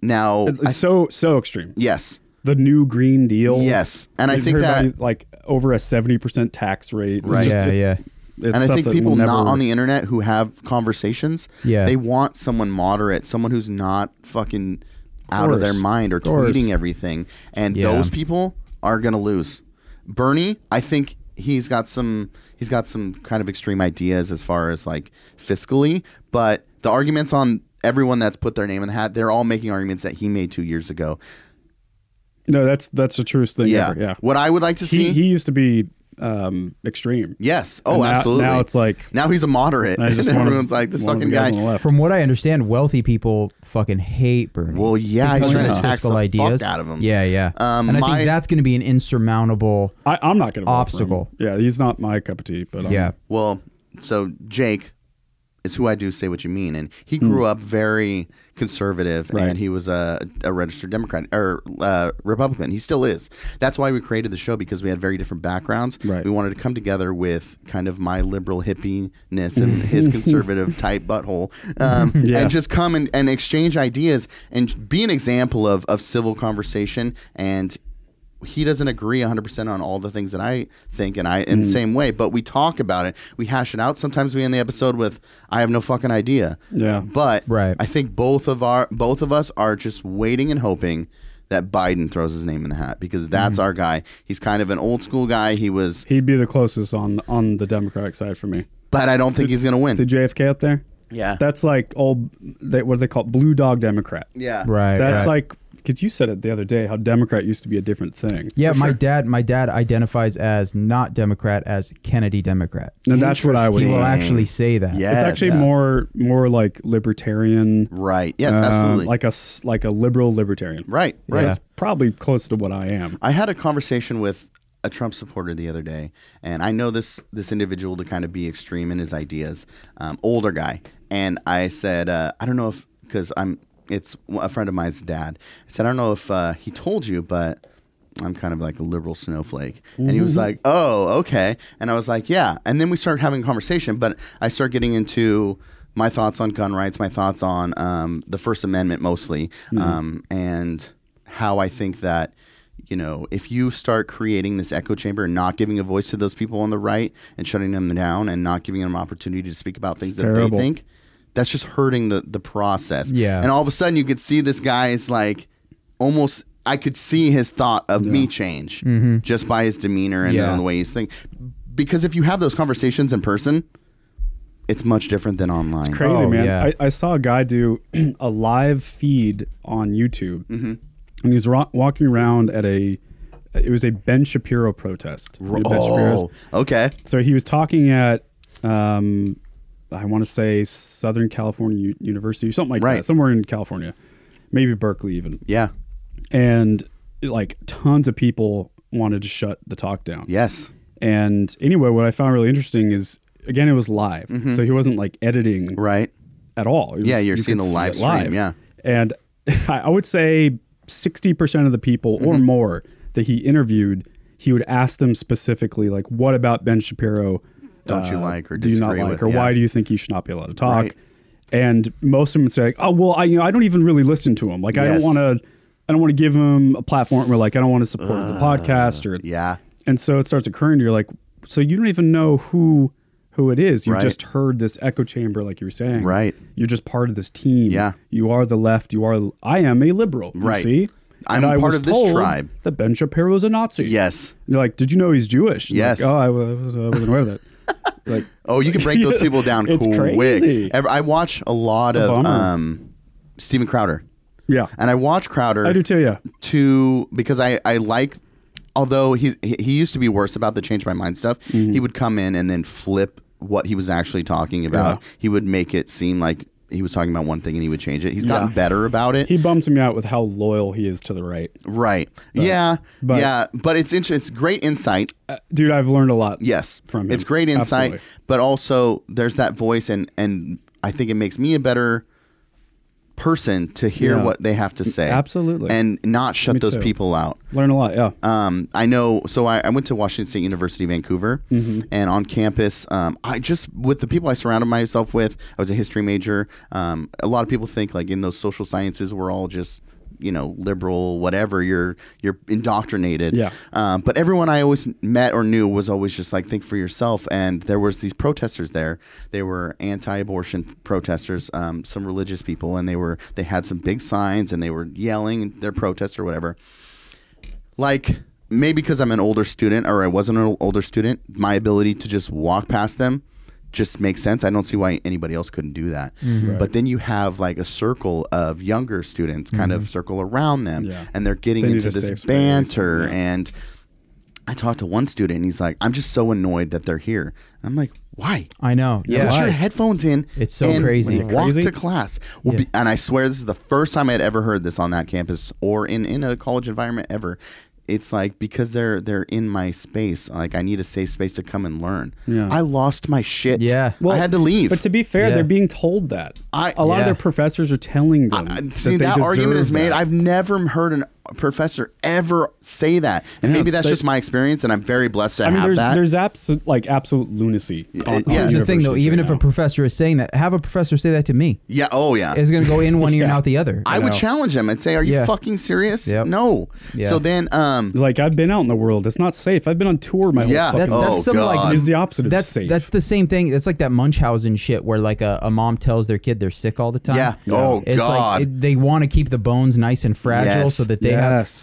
Now, it's I- so so extreme. yes, The new Green Deal. Yes. And I think everybody, that- like over a 70% tax rate. It's Right. just- yeah, yeah. it's and I stuff think that will people never- not on the internet who have conversations, Yeah. they want someone moderate, someone who's not fucking out of their course. mind or Of course. tweeting everything. And Yeah. those people are gonna lose. Bernie, I think he's got some he's got some kind of extreme ideas as far as like fiscally, but the arguments on everyone that's put their name in the hat, they're all making arguments that he made two years ago. No, that's that's the truest thing Yeah. ever. Yeah. What I would like to see He, he used to be um, extreme. Yes. Oh, And now- absolutely. Now it's like, now he's a moderate. I (laughs) And just want everyone's like this fucking guy. From what I understand, wealthy people fucking hate Bernie. Well, yeah, because he's of trying to his tax fiscal the ideas fuck out of him. Yeah, yeah. Um, and I my- think that's going to be an insurmountable. I, I'm not going to Obstacle. Yeah, he's not my cup of tea, but um, Yeah, Well, so Jake is who I do say what you mean, and he grew up very conservative, Right. and he was a, a registered Democrat or uh, Republican. He still is. That's why we created the show because we had very different backgrounds. Right. We wanted to come together with kind of my liberal hippiness and his conservative type butthole, um, Yeah. and just come and, and exchange ideas and be an example of of civil conversation and he doesn't agree 100% on all the things that I think and I Mm. in the same way, but we talk about it. We hash it out. Sometimes we end the episode with I have no fucking idea. Yeah. But Right. I think both of our both of us are just waiting and hoping that Biden throws his name in the hat because Mm-hmm. that's our guy. He's kind of an old school guy. He was he'd be the closest on on the Democratic side for me. but I don't think he's going to win. The JFK up there? Yeah. That's like old, they, what do they call it? Blue dog Democrat. yeah. right. That's right. like, because you said it the other day how Democrat used to be a different thing. yeah. My dad, my dad identifies as not Democrat as Kennedy Democrat. And that's what I would He will Interesting. say. actually say that. Yeah. It's actually Yes. more more like libertarian. Right. Yes, uh, absolutely. Like a s- like a liberal libertarian. right. Right. That's probably close to what I am. I had a conversation with a Trump supporter the other day, and I know this this individual to kind of be extreme in his ideas, um, older guy, and I said, uh, I don't know if because I'm it's a friend of mine's dad. I said, I don't know if uh, he told you, but I'm kind of like a liberal snowflake. And he was like, Oh, okay. And I was like, Yeah. And then we started having a conversation, but I start getting into my thoughts on gun rights, my thoughts on um, the First Amendment mostly, um, and how I think that you know, if you start creating this echo chamber and not giving a voice to those people on the right and shutting them down and not giving them opportunity to speak about things that terrible. they think, that's just hurting the the process. Yeah. And all of a sudden you could see this guy's like almost I could see his thought of me change just by his demeanor and Yeah. the way he's thinking. Because if you have those conversations in person, it's much different than online. crazy, Oh, man. yeah. I, I saw a guy do (clears throat) a live feed on YouTube, Mm-hmm. and he was ro- walking around at a. It was a Ben Shapiro protest. You know, Ben Shapiro's- Oh, okay. so he was talking at, um, I want to say Southern California U- University or something like Right. that, somewhere in California, maybe Berkeley even, Yeah. and like tons of people wanted to shut the talk down. Yes. And anyway, what I found really interesting is again it was live, so he wasn't like editing Right. at all. It Yeah, was- you're you seeing could the see live it stream, yeah. and (laughs) I I would say sixty percent of the people or Mm-hmm. more that he interviewed, he would ask them specifically, like, "What about Ben Shapiro? uh, Don't you like or do you not disagree like, with?" or Yeah. why do you think he should not be allowed to talk?" Right. And most of them would say, like, "Oh, well, I you know I don't even really listen to him. Like, I don't Yes. want to." I don't want to give him a platform where, like, I don't want to support the Uh, podcast or Yeah. and so it starts occurring to you like so you don't even know who who it is you Right. just heard this echo chamber like you were saying Right. you're just part of this team Yeah. you are the left you are i am a liberal you Right. see I'm I part was of this told tribe. that ben shapiro is a nazi Yes. you're like did you know he's jewish And you're Yes. like, oh I, was, I wasn't aware of (laughs) that like Oh, you can (laughs) break those people down It's quick. crazy. Ever- I watch a lot a of bummer. um, Steven Crowder, yeah and I watch Crowder i do too yeah to because I I like. Although he he he used to be worse about the change my mind stuff, Mm-hmm. he would come in and then flip what he was actually talking about. He would make it seem like he was talking about one thing and he would change it. He's gotten Yeah. better about it. he bums me out with how loyal he is to the right right. yeah. but- yeah. But it's inter- it's great insight. Uh, dude i've learned a lot Yes, from him It's great insight, Absolutely. but also there's that voice, and and I think it makes me a better person to hear Yeah. what they have to say. Absolutely. and not shut those too. people out. learn a lot yeah Um, I know. So I, I went to Washington State University, Vancouver, and on campus, um, I just with the people I surrounded myself with. I was a history major. Um, a lot of people think like in those social sciences, we're all just you know liberal whatever you're you're indoctrinated Yeah. um, but everyone I always met or knew was always just like think for yourself and there was these protesters there they were anti-abortion protesters um, some religious people and they were they had some big signs and they were yelling their protest or whatever like maybe because I'm an older student or I wasn't an older student, my ability to just walk past them just makes sense. I don't see why anybody else couldn't do that. Mm-hmm. But then you have like a circle of younger students kind of circle around them Yeah. and they're getting Mm-hmm. They need into a safe this space, banter yeah. and I talked to one student and he's like, I'm just so annoyed that they're here. And I'm like, why? I know. Yeah. Put your Why? headphones in. It's so and crazy. Walk Crazy? to class. Well, Yeah. be- and I swear this is the first time I'd ever heard this on that campus or in, in a college environment ever. It's like because they're they're in my space. Like I need a safe space to come and learn. Yeah. I lost my shit. Yeah. I had to leave. But to be fair, Yeah. they're being told that. I- A lot Yeah. of their professors are telling them. I- that see they that argument deserve is made. that. I've never heard an- a professor ever say that, and Yeah, maybe that's they- just my experience. And I'm very blessed to I mean, have there's that. there's absolute like absolute lunacy. on- yeah. on Here's the thing, though. universities Even right if now. a professor is saying that, have a professor say that to me. yeah. Oh yeah. It's going to go in one (laughs) ear and Yeah. out the other. I you would know? challenge them and say, "Are you Yeah. fucking serious? Yep. No." Yeah. So then, um, like I've been out in the world, it's not safe. I've been on tour my Yeah. whole fucking That's, Oh, life. that's some God. like It's the opposite of That's safe. that's the same thing. That's like that Munchausen shit where like a, a mom tells their kid they're sick all the time. Yeah. Oh, it's God. Like it- they want to keep the bones nice and fragile Yes. so that they Yes. have.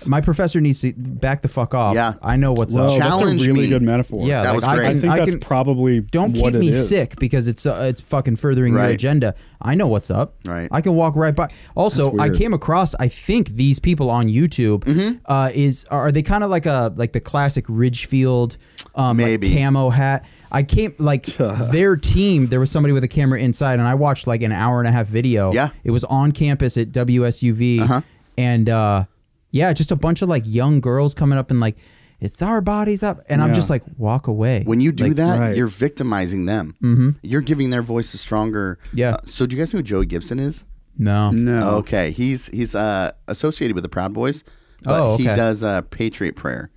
My professor needs to back the fuck off. Yeah. I know what's Whoa, up. that's a Challenge really me. good metaphor. Yeah, That like, was I- great. I I, think I that's can, probably don't what keep it me is. sick because it's uh, it's fucking furthering Right. your agenda. I know what's up. Right. I can walk right by. Also, That's I weird. came across. I think these people on YouTube uh, is are they kind of like a like the classic Ridgefield um, like Maybe. camo hat. I came like their team. There was somebody with a camera inside, and I watched like an hour and a half video. Yeah. it was on campus at WSUV, and uh, yeah, just a bunch of like young girls coming up and like, it's our bodies up, and I'm Yeah. just like, walk away. When you do Like, that, right. you're victimizing them. Mm-hmm. You're giving their voice a stronger. Yeah. Uh, so do you guys know who Joey Gibson is? no, No. Okay, he's he's uh, associated with the Proud Boys, but Oh, he okay. does uh, Patriot Prayer.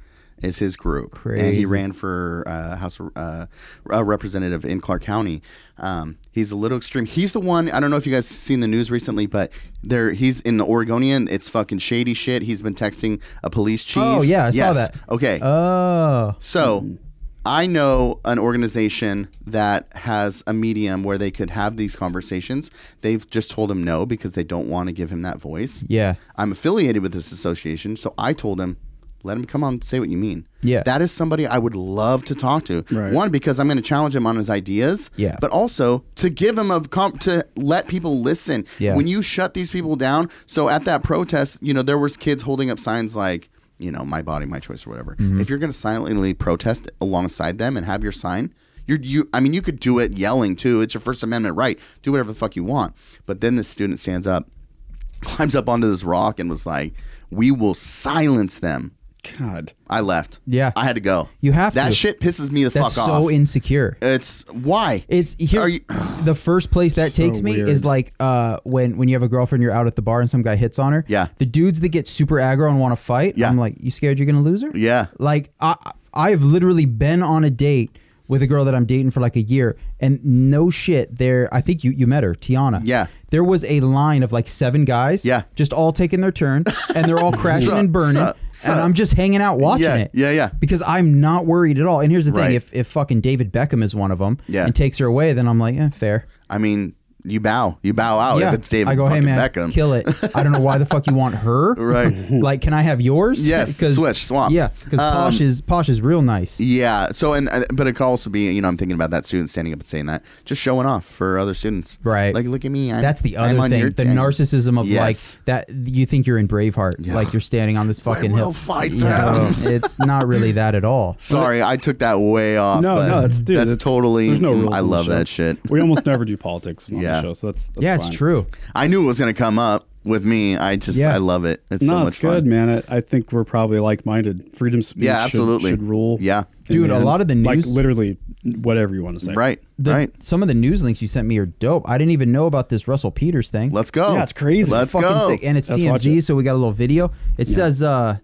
Is his group, and he Crazy. ran for uh, House uh, a representative in Clark County. Um, he's a little extreme. He's the one. I don't know if you guys seen the news recently, but there he's in the Oregonian. It's fucking shady shit. He's been texting a police chief. Oh, yeah, I saw Yes. that. Okay, Oh, So I know an organization that has a medium where they could have these conversations. They've just told him no because they don't want to give him that voice. yeah. I'm affiliated with this association, so I told him, let him come on and say what you mean. Yeah. That is somebody I would love to talk to. Right. One, because I'm going to challenge him on his ideas. Yeah. But also to give him a comp to let people listen. Yeah. When you shut these people down, so at that protest, you know, there was kids holding up signs like, you know, my body, my choice, or whatever. Mm-hmm. If you're going to silently protest alongside them and have your sign, you're, you, I mean, you could do it yelling too. It's your First Amendment right. Do whatever the fuck you want. But then the student stands up (laughs) climbs up onto this rock and was like, "We will silence them." God. I left. Yeah. I had to go. You have that to. shit pisses me the That's fuck so off. insecure. it's why It's here. Are you- the first place that takes me weird. is like uh, when when you have a girlfriend, you're out at the bar and some guy hits on her. Yeah. The dudes that get super aggro and want to fight. Yeah. I'm like, you scared you're gonna lose her? Yeah. Like I I've literally been on a date with a girl that I'm dating for like a year, and no shit, there. I think you you met her, Tiana. Yeah. There was a line of like seven guys. Yeah. Just all taking their turn, and (laughs) they're all crashing Sup, and burning, sup, sup. and I'm just hanging out watching Yeah, it. yeah, yeah. Because I'm not worried at all. And here's the Right. thing: if if fucking David Beckham is one of them Yeah. and takes her away, then I'm like, eh, fair. I mean, you bow, you bow out yeah. Oh, if it's David I go, hey fucking man, Beckham. kill it. I don't know why the fuck you want her. (laughs) Right. like, can I have yours? Yes, (laughs) switch, swap. Yeah. Because Um, Posh is Posh is real nice. Yeah. So and uh, but it could also be you know I'm thinking about that student standing up and saying that just showing off for other students. Right. Like look at me. I'm, That's the I'm other on your thing. The team. narcissism of Yes. like that you think you're in Braveheart, like you're standing on this fucking will hill. fight You know, (laughs) it's not really that at all. Sorry, I took that way off. No, but no, that's dude. that's totally. mm, There's no rules I on the love show. that shit. we almost never do politics on Yeah. the show, so that's, that's yeah, fine. it's true. I knew it was gonna come up with me. I just Yeah. I love it. It's no, so much it's good, fun. man. I, I think we're probably like-minded. Freedom of speech Yeah, should- absolutely. should, rule. Yeah. in Dude, a end. lot of the like news- literally whatever you want to say. Right. The, right. Some of the news links you sent me are dope. I didn't even know about this Russell Peters thing. Let's go. Yeah, it's crazy. Let's fucking go. sick. And it's Let's watch TMZ, it. so we got a little video. It says uh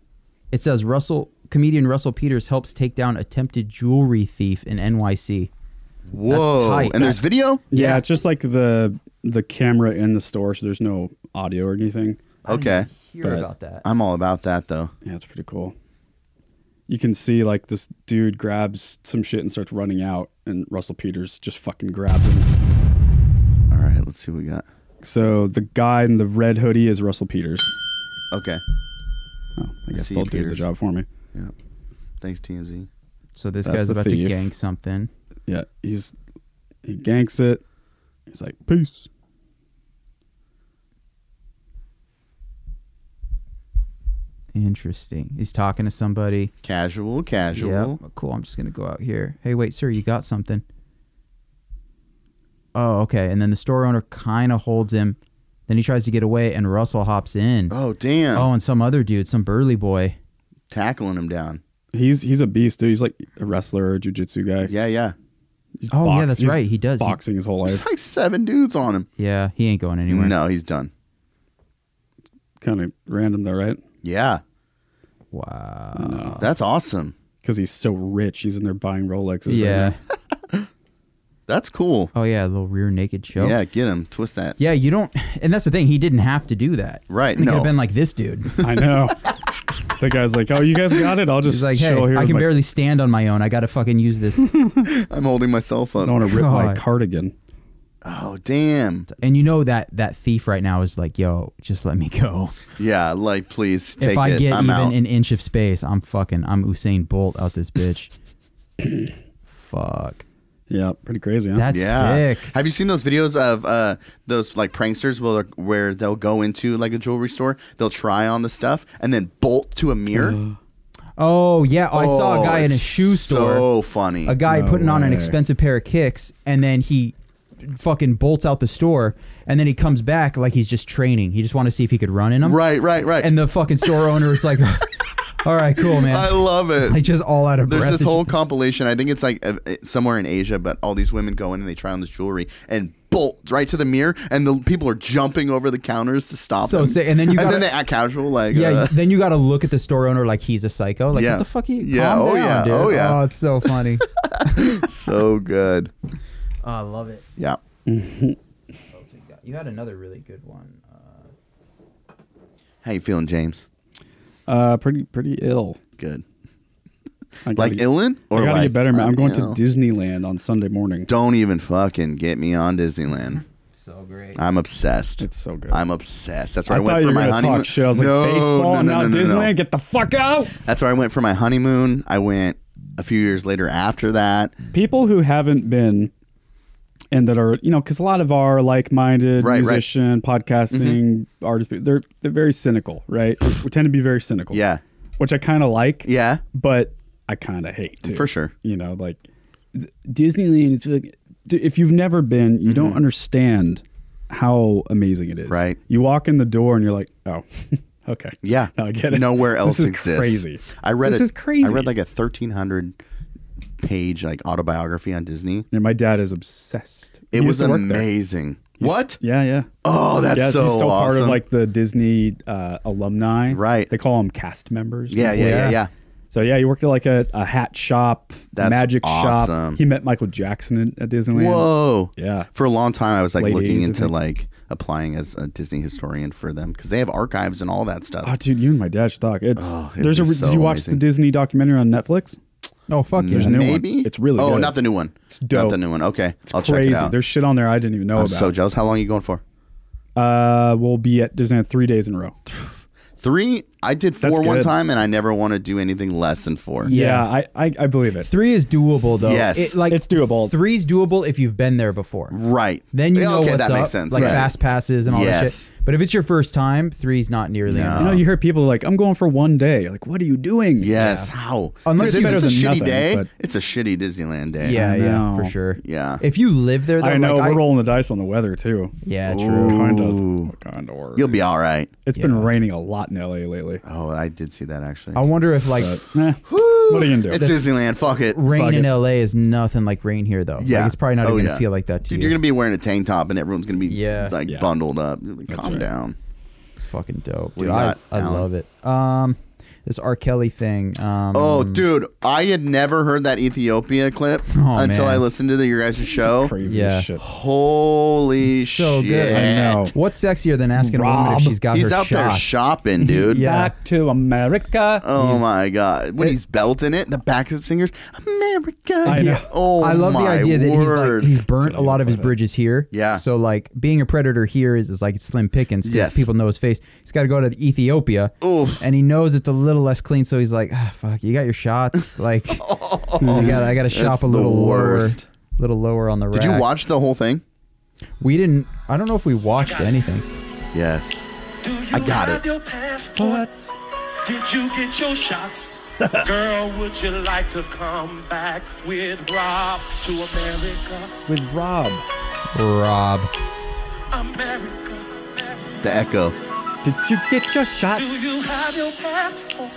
it says Russell comedian Russell Peters helps take down attempted jewelry thief in NYC. Whoa. tight. And there's That's- video. Yeah, Yeah. it's just like the the camera in the store, so there's no audio or anything. Okay. Hear But- about that? I'm all about that though. Yeah, it's pretty cool. You can see like this dude grabs some shit and starts running out, and Russell Peters just fucking grabs him. All right, let's see what we got. So the guy in the red hoodie is Russell Peters. Okay. Oh, I guess see they'll you, do the Peters. job for me. Yeah. Thanks TMZ. so this That's guy's the about thief. to gang something. Yeah, he's he ganks it. He's like, peace. Interesting. He's talking to somebody. Casual, casual. Yep. Oh, Cool. I'm just gonna go out here. Hey, wait, sir, you got something? Oh, okay. And then the store owner kind of holds him. Then he tries to get away, and Russell hops in. Oh damn. Oh, and some other dude, some burly boy. Tackling him down. He's he's a beast, dude. He's like a wrestler or a jujitsu guy. Yeah, yeah. He's Oh, yeah, boxed- that's he's right. He does. He- boxing his whole There's life. like seven dudes on him. Yeah, he ain't going anywhere. No, he's done. Kind of random though, right? Yeah. Wow. That's awesome. Because he's so rich, he's in there buying Rolexes. right Yeah. now. That's cool. (laughs) Oh yeah, a little rear naked show. Yeah, get him. Twist that. Yeah, you don't. And that's the thing. He didn't have to do that. Right, He could no. have been like this dude. I (laughs) know. the guy's like, "Oh, you guys got it. I'll just He's like, hey, chill here. I with can my- barely stand on my own. I got to fucking use this. I'm holding (laughs) myself I want up. to rip my God. cardigan." Oh damn. and you know that that thief right now is like, yo, just let me go. Yeah, like please take if I it. get I'm even out. an inch of space, I'm fucking. I'm Usain Bolt out this (coughs) bitch. Fuck. Yeah, pretty crazy. Huh? That's yeah. sick. Have you seen those videos of uh, those like pranksters where, where they'll go into like a jewelry store, they'll try on the stuff, and then bolt to a (gasps) mirror? (gasps) Oh yeah. Oh, I saw Oh, a guy in a it's shoe store. So funny. a guy No putting on an way. expensive pair of kicks and then he fucking bolts out the store and then he comes back like he's just training. He just wanted to see if he could run in them. Right, right, right. And the (laughs) fucking store owner is like, (laughs) all right, cool, I man. love it. like just all out of There's breath. this It's- whole compilation. I think it's like uh, uh, somewhere in Asia, but all these women go in and they try on this jewelry and bolt right to the mirror, and the people are jumping over the counters to stop. So them. sick. And then you and then gotta- they act casual, like yeah, uh, then you (laughs) got to look at the store owner like he's a psycho. Like, Yeah. what the fuck? Are you? Yeah, Calm oh, down, yeah, dude. oh, yeah. Oh, it's (laughs) so funny. oh, (laughs) so good. I love it. Yeah. What else we got? You had another really good one. Uh, How you feeling, James? uh, pretty pretty ill. Good. I Like gotta- Illin or I gotta like get better, man. I'm going to Ill? Disneyland on Sunday morning. Don't even fucking get me on Disneyland. so great. I'm obsessed. It's so good. I'm obsessed. That's I where I, thought went you for were my gonna honeymoon. talk shit. I was no, like, baseball, no, and no, now no, no, no. Disneyland. Get the fuck out. That's where I went for my honeymoon. I went a few years later after that. people who haven't been and that are you know because a lot of our like-minded Right, Mm-hmm. right. musician podcasting artists they're they're very cynical right we tend to be very cynical Yeah. which i kind of like Yeah. but i kind of hate too For sure. you know like th- disneyland it's like d- if you've never been you don't understand how amazing it is Mm-hmm. Right. you walk in the door and you're like oh (laughs) okay Yeah. Now i get it Nowhere (laughs) else this is exists. crazy I read This a- is crazy. I read like a 1300 page like autobiography on Disney. yeah, my dad is obsessed It He was used to work there. amazing. What? Yeah, yeah. Oh, that's yes, so he's still awesome. part of like the Disney uh, alumni. Right. They call them cast members. yeah, yeah, yeah, yeah. So yeah, he worked at like a, a hat shop, That's magic awesome. shop. He met Michael Jackson at, at Disneyland. Whoa. Yeah. For a long time, I was like Late looking 80s, I into think. like applying as a Disney historian for them because they have archives and all that stuff. Oh, dude, you and my dad should talk. It's Oh, it'd there's a. be re- so did you watch amazing. the Disney documentary on Netflix? Oh, fuck yeah. a new one. Maybe It's really Oh, good. not the new one. It's Not dope. the new one. Okay, It's I'll crazy. check it out. There's shit on there I didn't even know I'm so about. jealous. How long are you going for? uh, we'll be at Disneyland three days in a row. Three. I did four That's one good. time, and I never want to do anything less than four. Yeah, I, I I believe it. Three is doable though. Yes. like It's doable. Three's doable if you've been there before. Right. Then you Yeah, know okay, what's that up, makes sense. like Right. fast passes and all that Yes. shit. But if it's your first time, three's not nearly No. You enough. know, you hear people like, "I'm going for one day." You're like, what are you doing? Yes. How? it's Because Unless if better it's a than shitty nothing, day, but- it's a shitty Disneyland day. Yeah, I yeah, for know. sure. Yeah. If you live there, though, I know. like, we're rolling the dice on the weather too. Yeah, true. kind Ooh. of, kind of. You'll be all right. It's been raining a lot in LA lately. Oh, I did see that actually. I wonder if like Eh, what are you gonna do? it's Disneyland. Fuck it. rain fuck in it. LA is nothing like rain here though. Like, Yeah. it's probably not Oh, even yeah. gonna feel like that to Dude, you. you're gonna be wearing a tank top, and everyone's gonna be Yeah. like Yeah. bundled up. Like, Calm right. down. It's fucking dope. What Dude, do you I, got, I Alan? love it. Um, this R. Kelly thing. Um, Oh, dude, I had never heard that Ethiopia clip Oh, until man. I listened to the, your guys' show. Crazy Yeah. shit. Holy so shit! good. I know. (laughs) What's sexier than asking a woman Rob. if she's got He's her out there shots? shopping, dude. (laughs) Yeah. Back to America. Oh my god! When he's belting it, the backup singers, America. I know. Oh, I love the my idea that word. he's like he's burnt a lot of his bridges here. Yeah. So like being a predator here is, is like it's slim pickings because Yes. people know his face. He's got to go to Ethiopia. Oof. And he knows it's a little less clean, so he's like, ah, fuck, you got (laughs) your shots. Like, I got I got to shop a Oh, the little lower, worst. little lower on the. Did you watch the whole thing? We didn't. I don't know if we watched anything. Yes. Do you I got have it. your passport? Did you get your shots? Girl, would you like to come back with Rob to America? With Rob. Rob, America, America. The echo. Did you get your shot? Do you have your passport?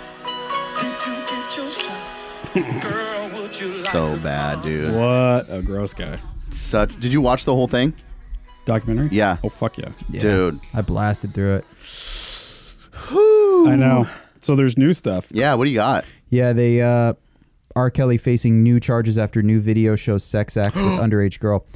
Did you get your shots? Girl, would you like So to bad, come dude. What a gross guy. Such. Did you watch the whole thing? Documentary? Yeah. Oh fuck yeah. Yeah. Dude. I blasted through it. I know. So there's new stuff. Yeah. What do you got? Yeah, they uh, R. Kelly facing new charges after new video shows sex (gasps) acts with underage girl.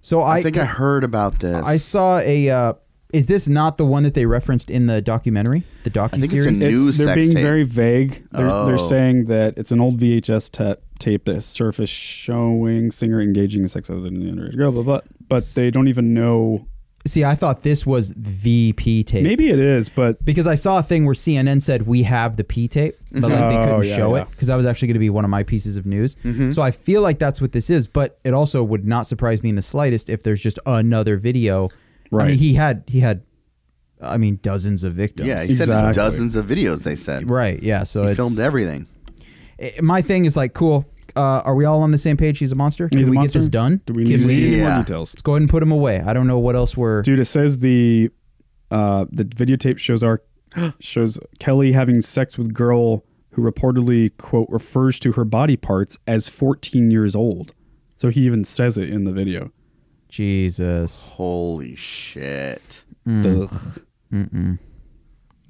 So I, I, think I heard about this. I saw a. Uh, is this not the one that they referenced in the documentary? The docu think it's series. a New It's, they're sex being tape. very vague. They're, they're Oh. saying that it's an old VHS ta- tape that surfaced showing singer engaging in sex other than the underage girl, blah, blah, blah. But they don't even know. See, I thought this was the P tape. Maybe it is, but Because I saw a thing where CNN said we have the P tape, but like they Oh, couldn't yeah, show yeah. it because that was actually going to be one of my pieces of news. Mm-hmm. So I feel like that's what this is, but it also would not surprise me in the slightest if there's just another video. I Right. mean, he had he had, I mean, dozens of victims. Yeah. He said Exactly. said dozens of videos. They said. right. Yeah. So He it's, filmed everything. it- my thing is like, cool. Uh, are we all on the same page? He's a monster. Can he's a we monster. get this done? Do we Can need any Yeah. more details? Let's go ahead and put him away. I don't know what else we're. Dude, it says the uh, the videotape shows (gasps) our shows Kelly having sex with girl who reportedly quote refers to her body parts as 14 years old. So he even says it in the video. Jesus. Holy shit. Hmm. Ugh.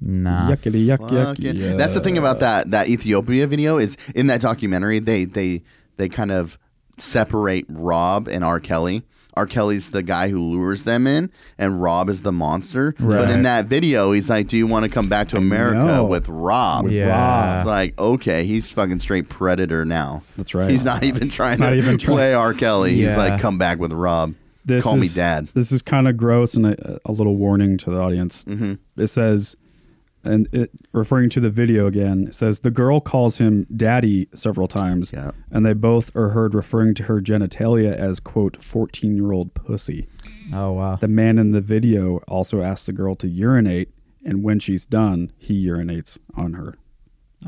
Nah. Yuckity yuck yuck. Fuck it. That's the thing about that that Ethiopia video is in that documentary they they they kind of separate Rob and R. Kelly. R. Kelly's the guy who lures them in, and Rob is the monster. But Right. in that video, he's like, "Do you want to come back to know. America with Rob?" Yeah. Rob. It's like, okay, he's fucking straight predator now. That's right. He's not even trying not to even try- play R. Kelly. Yeah. He's like, "Come back with Rob. This Call me is- dad." This is kind of gross and a, a little warning to the audience. Mm-hmm. It says, and it, referring to the video again, it says the girl calls him daddy several times, Yeah. and they both are heard referring to her genitalia as quote fourteen year old pussy. Oh wow. The man in the video also asks the girl to urinate, and when she's done, he urinates on her.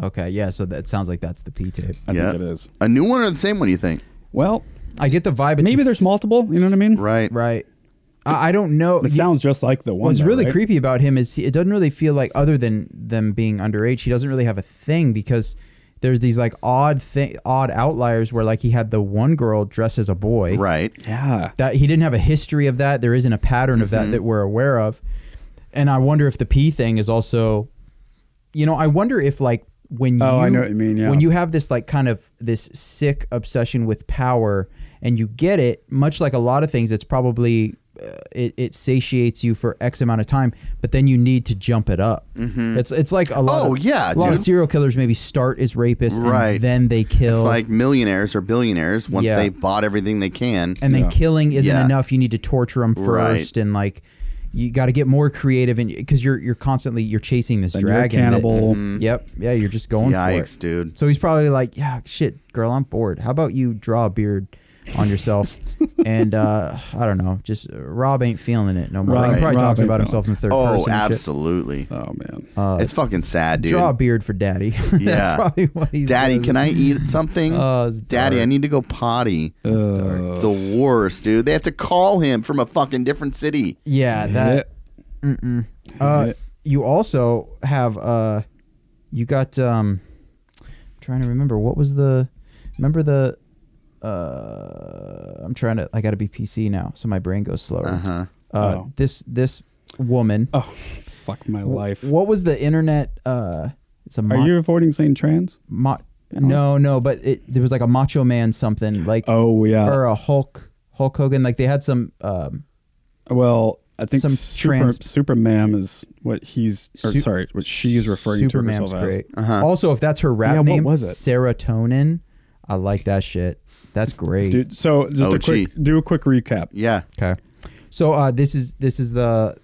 Okay. Yeah. So that sounds like that's the P tape. I Yeah. think it is. A new one or the same one? You think? Well, I get the vibe. It's maybe a there's s- multiple. You know what I mean? Right. Right. I, I don't know. It He- sounds just like the one. What's though, really right? creepy about him is he, it doesn't really feel like other than them being underage, he doesn't really have a thing because there's these like odd thing, odd outliers where like he had the one girl dressed as a boy. Right. Yeah. That he didn't have a history of that. There isn't a pattern of Mm-hmm. that that we're aware of. And I wonder if the P thing is also, you know, I wonder if like when Oh, you, I know what you mean, yeah. when you have this like kind of this sick obsession with power and you get it, much like a lot of things, it's probably uh, it, it satiates you for X amount of time, but then you need to jump it up. Mm-hmm. It's it's like a lot. Oh, of, yeah, a lot of dude. serial killers maybe start as rapists, Right. And then they kill. It's like millionaires or billionaires once Oh. Yeah. they bought everything they can. and then Yeah. killing isn't Yeah. enough. You need to torture them Right. first, and like you got to get more creative, and because you're you're constantly you're chasing this Then you're a dragon. that- cannibal. Mhm. Yep. Yeah, you're just going Mm-hmm. Yikes, for it. dude. So he's probably like, yeah, shit, girl, I'm bored. How about you draw a beard (laughs) on yourself? and uh, I don't know, just uh, Rob ain't feeling it no more. Like, he Right, probably Rob talks ain't about feeling himself in the third person. Oh, and shit. Uh, absolutely. Oh man. it's fucking sad, dude. Draw a beard for daddy. (laughs) That's Yeah. probably what he's Daddy, doing. can I eat something? (laughs) Oh, it's Daddy, I dark. need to go potty. dark. It's the worst, dude. They have to call him from a fucking different city. Yeah, that. Uh, Yeah. you also have uh, you got um, I'm trying to remember what was the, remember the, uh, I'm trying to I got to be PC now, so my brain goes slower. Uh-huh. Uh, Oh. This this woman. Oh, fuck my life. What was the internet? Uh, It's a Are mo- you avoiding saying trans? mo- no, no, but it, there was like a Macho Man something like Oh yeah. or a Hulk Hulk Hogan. Like they had some um, well, I think some super trans- Superman is what he's or Su- sorry, what she is referring to Superman's herself great. as. Uh-huh. Also, if that's her rap Yeah, what name, was it? Serotonin. I like that shit. That's great. Dude, so just a OG. quick do a quick recap. Yeah. Okay. So uh, this is this is the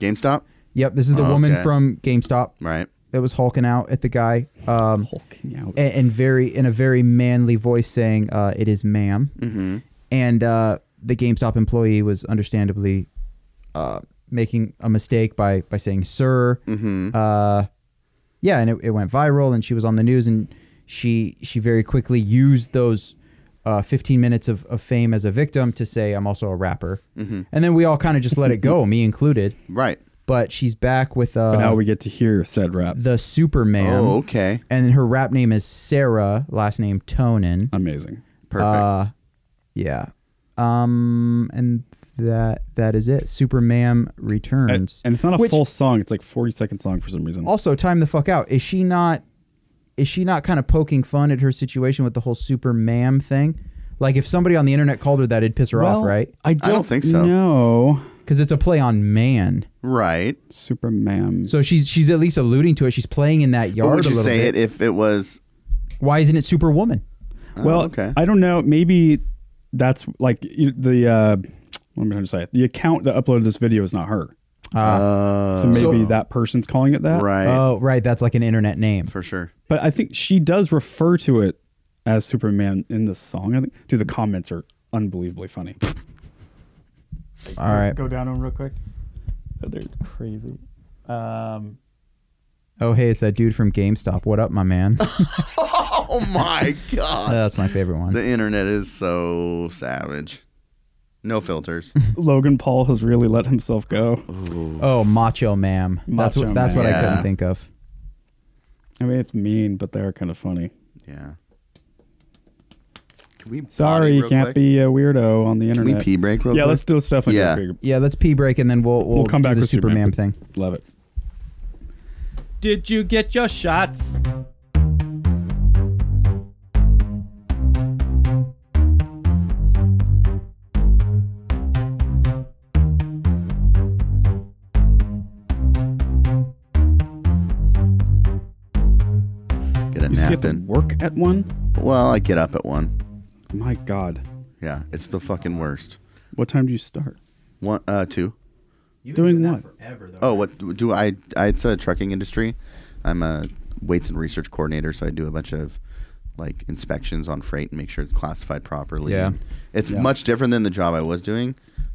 GameStop. yep this is the woman Oh, Okay. from GameStop Right. that was hulking out at the guy. Um, Hulking out. and, and very in a very manly voice saying, uh, "It is ma'am," and uh, the GameStop employee was understandably uh, making a mistake by by saying "sir." Uh, yeah, and it, it went viral, and she was on the news, and she she very quickly used those. Uh, 15 minutes of, of fame as a victim to say I'm also a rapper, and then we all kind of just let it go, me included. Right. But she's back with uh, But now we get to hear said rap. the Superman. Oh, okay. And her rap name is Sarah, last name Tonin. Amazing. Perfect. Uh, yeah. Um, and that that is it. Superman And, returns. and it's not a Which- full song. It's like 40 second song for some reason. also, time the fuck out. Is she not? Is she not kind of poking fun at her situation with the whole Superman thing? Like, if somebody on the internet called her that, it'd piss her off, right? I don't, don't think so. No, Because it's a play on man. right. Superman. So she's she's at least alluding to it. She's playing in that But yard would a you little say bit. it if it was? Why isn't it Superwoman? well, okay. I don't know. Maybe that's like you- the uh, what am I trying to say? The account that uploaded this video is not her. Uh, So maybe So- that person's calling it that. right. Oh, right. That's like an internet name. for sure. But I think she does refer to it as Superman in the song. I think. Dude, the comments are unbelievably (laughs) funny. All right. Go down on real quick. Oh, they're crazy. Um, Oh, hey, it's that dude from GameStop. What up, (laughs) my man? Oh my (laughs) god. That's my favorite one. the internet is so savage. No filters. Logan Paul has really let himself go. Oh, Macho Mam. that's Macho what, that's what Man. I Yeah. couldn't think of. I mean, it's mean, but they are kind of funny. yeah. Can we? potty Sorry, you real can't quick? be a weirdo on the Can we internet. pee break real yeah, quick? let's do let's definitely Yeah. do a pee- Yeah, let's pee break and then we'll we'll, We'll come do back the with Superman Superman. thing. Love it. Did you get your shots? get a You still nap get to in. work at one. Well, I get up at one. My God, Yeah, it's the fucking worst. what time do you start? One, uh, two. Doing what? Oh, what do I? I it's a trucking industry. I'm a weights and research coordinator, so I do a bunch of like inspections on freight and make sure it's classified properly. Yeah. And it's much different than the job I was doing.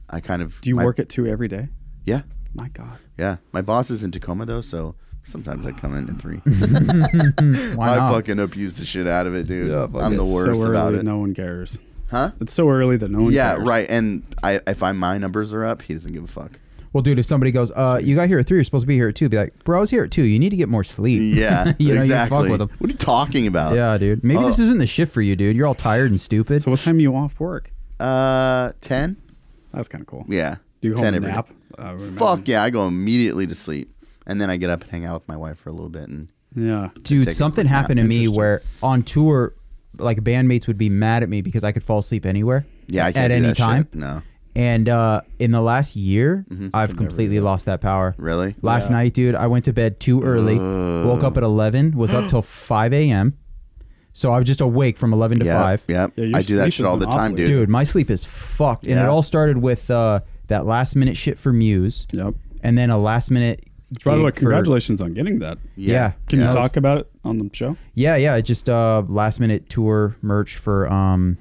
I kind of Do you my- work at two every day? Yeah, My God, yeah. My boss is in Tacoma though, so sometimes I come in at three. (laughs) Why I not? fucking abuse the shit out of it, dude. Yeah, fuck I'm it. the So worst so early about it. no one cares. Huh? It's so early that no one. Yeah, cares. right. And I if I my numbers are up, he doesn't give a (laughs) fuck. Well, dude, if somebody goes, uh, you got here at three, you're supposed to be here at two. Be like, bro, I was here at two. You need to get more sleep. Yeah, (laughs) You know, you fuck exactly. with 'em. What are you talking about? yeah, dude. Maybe this Oh. isn't the shift for you, dude. You're all tired and stupid. So what time are you off work? Uh, ten. That's kind of cool. Yeah. Do you hold a every day. nap? I would Fuck imagine. yeah, I go immediately to sleep. And then I get up and hang out with my wife for a little bit. And Yeah. dude, take a something quick nap. happened to me Interesting. where on tour, like bandmates would be mad at me because I could fall asleep anywhere. yeah, I at can't do any that shit. time. No, And uh, in the last year, Mm-hmm. I've completely lost that power. really. Last night, dude, I went to bed too early. Woke up at 11, was up (gasps) till 5 a.m. So I was just awake from 11 to Yeah, 5. yep. Yeah, your I do that sleep shit has all the been time, awfully- dude. Dude, my sleep is fucked. And it Yeah. all started with uh, that last minute shit for Muse. Yep. And then a last minute. By the gig way, for- congratulations on getting that. Yeah. Can Yeah. you talk about it on the show? Yeah, yeah. it Just uh, last minute tour merch for um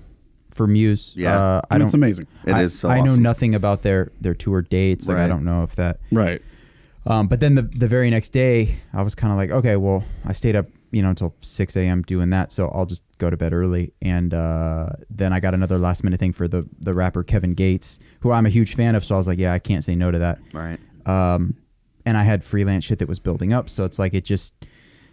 for Muse. Yeah. Uh, I mean, don't, it's amazing. It I, is so. I know awesome. nothing about their, their tour dates. Like, Right. I don't know if that. Right. Um, but then the, the very next day, I was kind of like, okay, well, I stayed up, you know, until 6 a.m. doing that. So I'll just go to bed early. And uh, then I got another last minute thing for the, the rapper Kevin Gates, who I'm a huge fan of. So I was like, yeah, I can't say no to that. Right. Um, and I had freelance shit that was building up. So it's like, it just,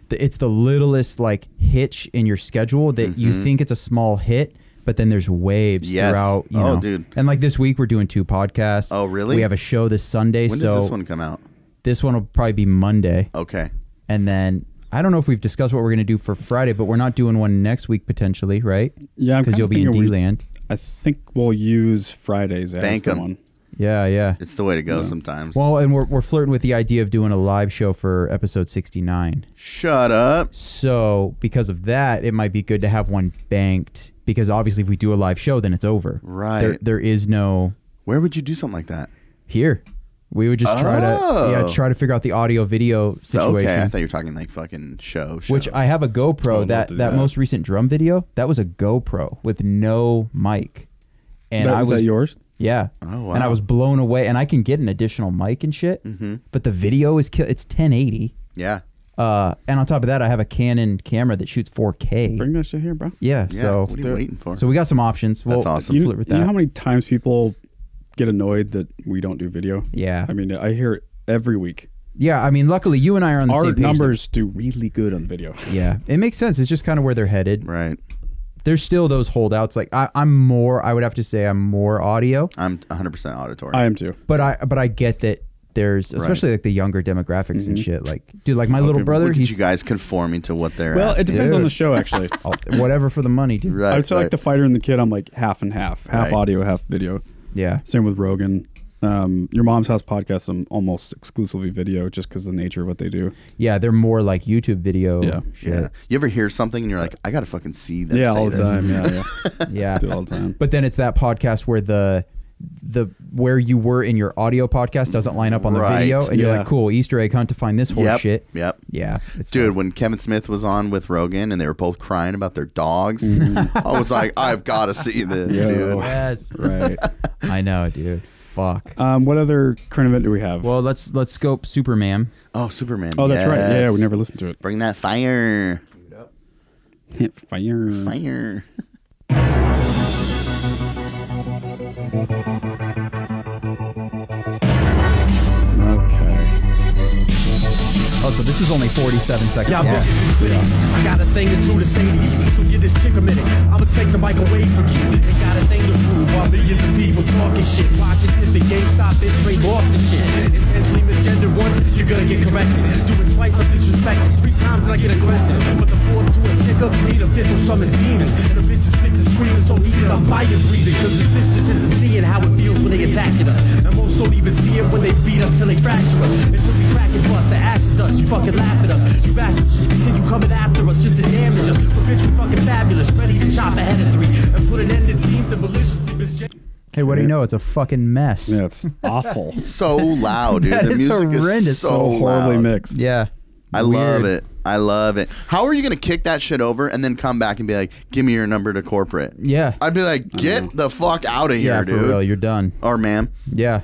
the- it's the littlest like hitch in your schedule that you think it's a small hit. But then there's waves Mm-hmm. Yes. throughout. You Oh, know. dude. And like this week, we're doing two podcasts. Oh, really? We have a show this Sunday. When so does this one come out? this one will probably be Monday, Okay. and then I don't know if we've discussed what we're going to do for Friday, but we're not doing one next week potentially, right? Yeah, I'm because kinda you'll be in thinking D we- land. I think we'll use Fridays as Bank the 'em. one. Yeah, yeah. It's the way to go sometimes. Well, and we're we're flirting with the idea of doing a live show for episode sixty nine. Shut up. So because of that, it might be good to have one banked because obviously if we do a live show, then it's over. Right. There, there is no Where would you do something like that? here. We would just try Oh. to yeah try to figure out the audio video So, situation. okay, I thought you were talking like fucking show. show. which I have a GoPro Oh, that, don't do that that. most recent drum video that was a GoPro with no mic, and That- I is was that yours? yeah, Oh, wow. Mm-hmm. and I was blown away. And I can get an additional mic and shit, but the video is ki- it's 1080. yeah. Uh, and on top of that, I have a Canon camera that shoots 4K. Bring that shit here, bro. yeah, Yeah, so what are you waiting for? so we got some options. We'll That's awesome. we'll You, flirt with you that. know how many times people get annoyed that we don't do video? Yeah. I mean, I hear it every week. yeah, I mean, luckily you and I are on the Our same page. numbers do really good on video. Yeah, it makes sense. It's just kind of where they're headed. right. There's still those holdouts. Like I, I'm more. I would have to say I'm more audio. I'm 100% auditory. I am too. But I but I get that there's especially like the younger demographics and shit. Like dude, like my little brother, Look at he's you guys conforming to what they're Well, it asking. depends on Dude. the show, (laughs) actually. I'll- whatever for the money, dude. Right, I would say like right. the fighter and the kid. I'm like half and half, half Right. audio, half video. Yeah. Same with Rogan. Um, your mom's house podcast. I'm almost exclusively video, just because the nature of what they do. Yeah, they're more like YouTube video Yeah. shit. You ever hear something and you're like, I gotta fucking see them. Yeah, say all the this. time. Yeah, (laughs) yeah. Yeah. (laughs) do it all the time. But then it's that podcast where the the where you were in your audio podcast doesn't line up on the Right. video and you're Yeah. like, cool, Easter egg hunt to find this horse Yep. shit. Yep. Yeah. It's Dude, fun. when Kevin Smith was on with Rogan and they were both crying about their dogs, Mm-hmm. I was like, I've got to see this, Yo. dude. Yes. right. I know, dude. Fuck. Um, what other current event do we have? well, let's let's scope Superman. Oh, Superman. oh, that's right. Yeah, yes. we never listened to Bring that fire. it. Fire. Fire. Okay. Oh, so this is only 47 seconds. Y'all long. bitches and critics. I got a thing or two to say to you, so give this chick a minute. I'ma take the mic away from you. They got a thing to prove while millions of people talking shit. Watch it till the game stop bitch straight off the shit. Intentionally misgendered once, you're gonna get corrected. Do it twice, I'm disrespected. Three times and I get aggressive. But the fourth to a sticker, made a fifth or summon demons. And the bitches pick the screaming, so heated, I'm fire breathing. Cause the bitch just isn't seeing how it feels when they attacking us. And most don't even see it when they beat us till they fracture us. Until we crack and bust the ashes us, you fucking laugh at us. You bastards just continue coming after us just to damage us. But bitch, we fucking fabulous, ready to chop ahead of three. And put an end to teams that maliciously misgen- Hey, what do you know? It's a fucking mess. Yeah, (laughs) it's awful. So loud, dude. That the is music horrendous. is so, So Horribly loud. mixed. Yeah. I love it. I love it. How are you going to kick that shit over and then come back and be like, give me your number to corporate? Yeah. I'd be like, get the fuck out of here, yeah, for dude. real. You're done. Or ma'am. Yeah.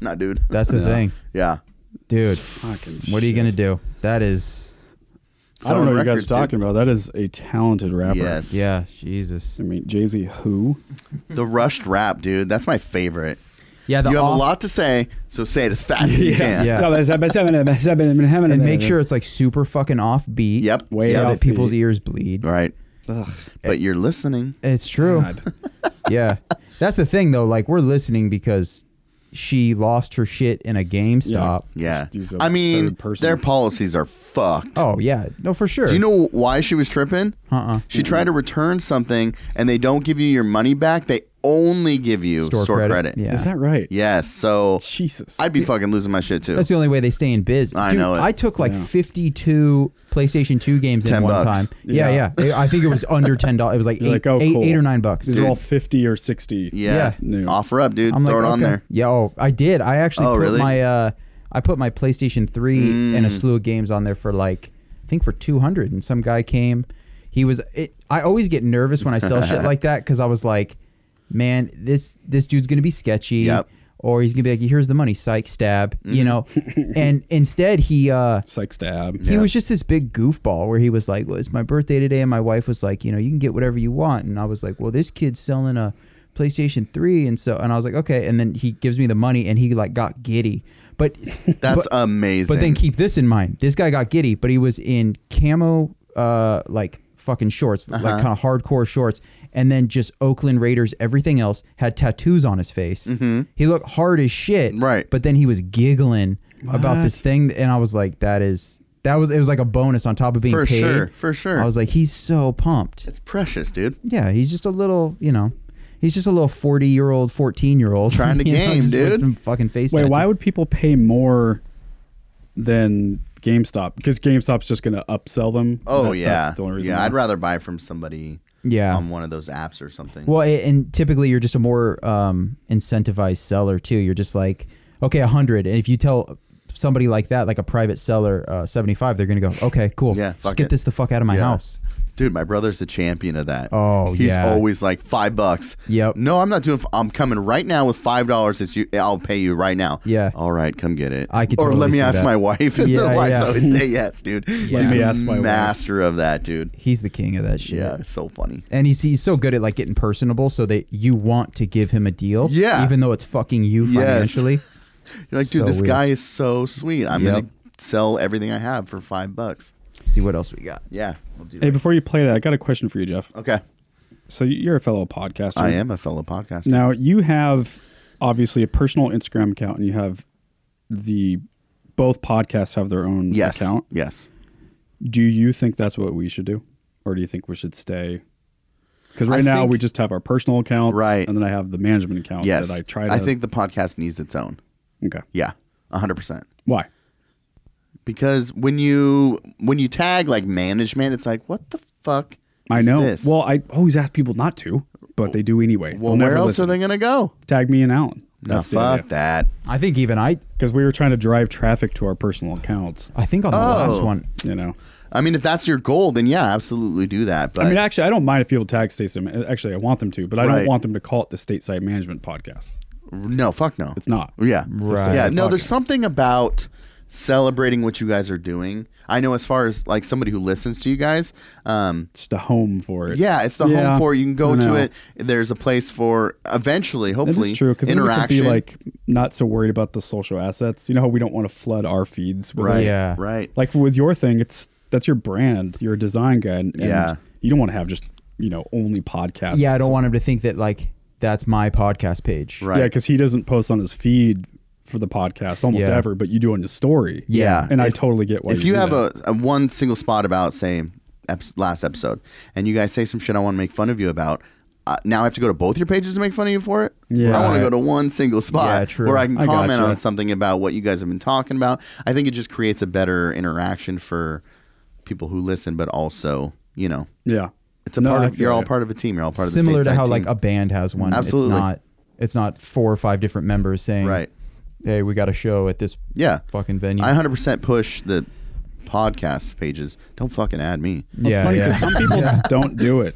Not dude. (laughs) That's the thing. yeah. Dude, Fucking what are you going to do? That is, I don't know what you guys Records, are talking about. That is a talented rapper. Yes. yeah, Jesus. I mean, Jay Z, who? The rushed rap, dude. That's my favorite. Yeah, the you have off- a lot to say, so say it as fast as you can. (laughs) Yeah. and And make sure it's like super fucking off beat. Yep. Way so offbeat. that people's ears bleed. Right. But you're listening. It's true. (laughs) yeah. That's the thing though. Like we're listening because she lost her shit in a GameStop. Yeah. She's an I mean, absurd person. their policies are fucked. Oh yeah. No, for sure. Do you know why she was tripping? Uh-uh. She tried to return something and they don't give you your money back. They only give you store, credit. Yeah. Is that right? Yes. So Jesus. I'd be fucking losing my shit too. That's the only way they stay in biz. I Dude, know it. I took like 52 PlayStation 2 games 10 in one bucks. time. Yeah, Yeah. yeah. I think it was under $10. It was like, eight, You're like, oh, eight- cool. eight or 9 bucks. These Dude. are all 50 or 60. yeah. Yeah. Offer up, dude. Throw it on okay. there. Yeah, oh, I did. I actually Oh, put really? Mm. my uh, I put my PlayStation 3 and a slew of games on there for like I think for 200 and some guy came. He was it, I always get nervous when I (laughs) sell shit like that cuz I was like, man, this this dude's going to be sketchy Yep. Mm. or he's going to be like, here's the money, psych stab, you know. (laughs) and instead he uh Psych stab. he was just this big goofball where he was like, well, it's my birthday today. And my wife was like, you know, you can get whatever you want. And I was like, well, this kid's selling a PlayStation 3. And so, and I was like, okay. And then he gives me the money and he like got giddy. But That's but, amazing. But then keep this in mind. This guy got giddy, but he was in camo, uh, like fucking shorts, Uh-huh. like kind of hardcore shorts. And then just Oakland Raiders, everything else had tattoos on his face. He looked hard as shit. Mm-hmm. Right. But then he was giggling about this thing. And I was like, that is. That was it was like a bonus on top of being For paid. sure, for sure. I was like, he's so pumped. It's precious, dude. Yeah, he's just a little, you know, he's just a little forty year old, fourteen year old (laughs) Trying to game, dude. Some fucking face. Wait, tattoo. why would people pay more than GameStop? Because GameStop's just going to upsell them. Oh That- yeah, that's the only reason yeah. why. I'd rather buy from somebody Yeah. on one of those apps or something. Well, a- and typically you're just a more um, incentivized seller too. You're just like, okay, a hundred, and if you tell somebody like that, like a private seller, uh, seventy five, they're gonna go, okay, cool, Yeah, just fuck get it. this the fuck out of my Yeah. house. Dude, my brother's the champion of that. Oh, he's yeah. always like five bucks. Yep. No, I'm not doing. F- I'm coming right now with five dollars. It's you. I'll pay you right now. Yeah. All right, come get it. I could Or let totally me see ask that. my wife. (laughs) And Yeah, the wives (laughs) yeah. always say yes, dude. he's me the ask my wife. master of that, dude. He's the king of that shit. Yeah, it's so funny. And he's, he's so good at like getting personable, so that you want to give him a deal, Yeah. even though it's fucking you Yes. financially. You're like, dude, So this weird. guy is so sweet. I'm Yep. gonna sell everything I have for five bucks. See what else we got. Yeah, we'll do Hey, that. before you play that, I got a question for you, Jeff. Okay, So you're a fellow podcaster. Uh, I am a fellow podcaster. Now you have obviously a personal Instagram account, and you have the both podcasts have their own yes, account. yes. Do you think that's what we should do, or do you think we should stay? Because right I now think- we just have our personal account, Right. And then I have the management account. Yes, that Oh, I try. To, I think the podcast needs its own. Okay. Yeah, hundred percent. Why? because when you when you tag like management, it's like what the fuck. I is know. This? Well, I always ask people not to, but they do anyway. well, where else are they gonna go? they? Tag me and Alan. No, fuck that. I think even I, Because we were trying to drive traffic to our personal accounts. I think on the last Oh. one, You know. I mean, if that's your goal, then yeah, absolutely do that. But I mean, actually, I don't mind if people tag Stateside. Actually, I want them to, but I don't Right. want them to call it the Stateside Management Podcast. no, fuck no, It's not. Yeah, Right. Yeah, no, there's podcast. something about celebrating what you guys are doing. I know, as far as like somebody who listens to you guys, um, It's the home for it. Yeah, it's the Yeah, home for it. You can go I know. to it. There's a place for eventually, That hopefully, is true. Because interaction interaction. be like not so worried about the social assets. You know how we don't want to flood our feeds. With right, Yeah. right. Like with your thing, it's that's your brand. You're a design guy, and, and Yeah. you don't want to have just you know only podcasts. yeah, I don't want him to think that like that's my podcast page. Right. Yeah, because he doesn't post on his feed for the podcast almost Yeah. ever, but you do on his story. Yeah. and I If- totally get why. if you do have that. a, a one single spot about say eps- last episode, and you guys say some shit I want to make fun of you about. Uh, now I have to go to both your pages to make fun of you for it. Yeah. I want to go to one single spot Yeah, true. where I can I comment gotcha. on something about what you guys have been talking about. I think it just creates a better interaction for people who listen, but also, you know, yeah, it's a No, part I of feel you're all you. part of a team. You're all part of the similar to stateside how team. like a band has one. Absolutely. It's not it's not four or five different members saying Right. Hey, we got a show at this Yeah. fucking venue. I 100% push the podcast pages. Don't fucking add me. Well, it's yeah, funny yeah. because some (laughs) people don't do it.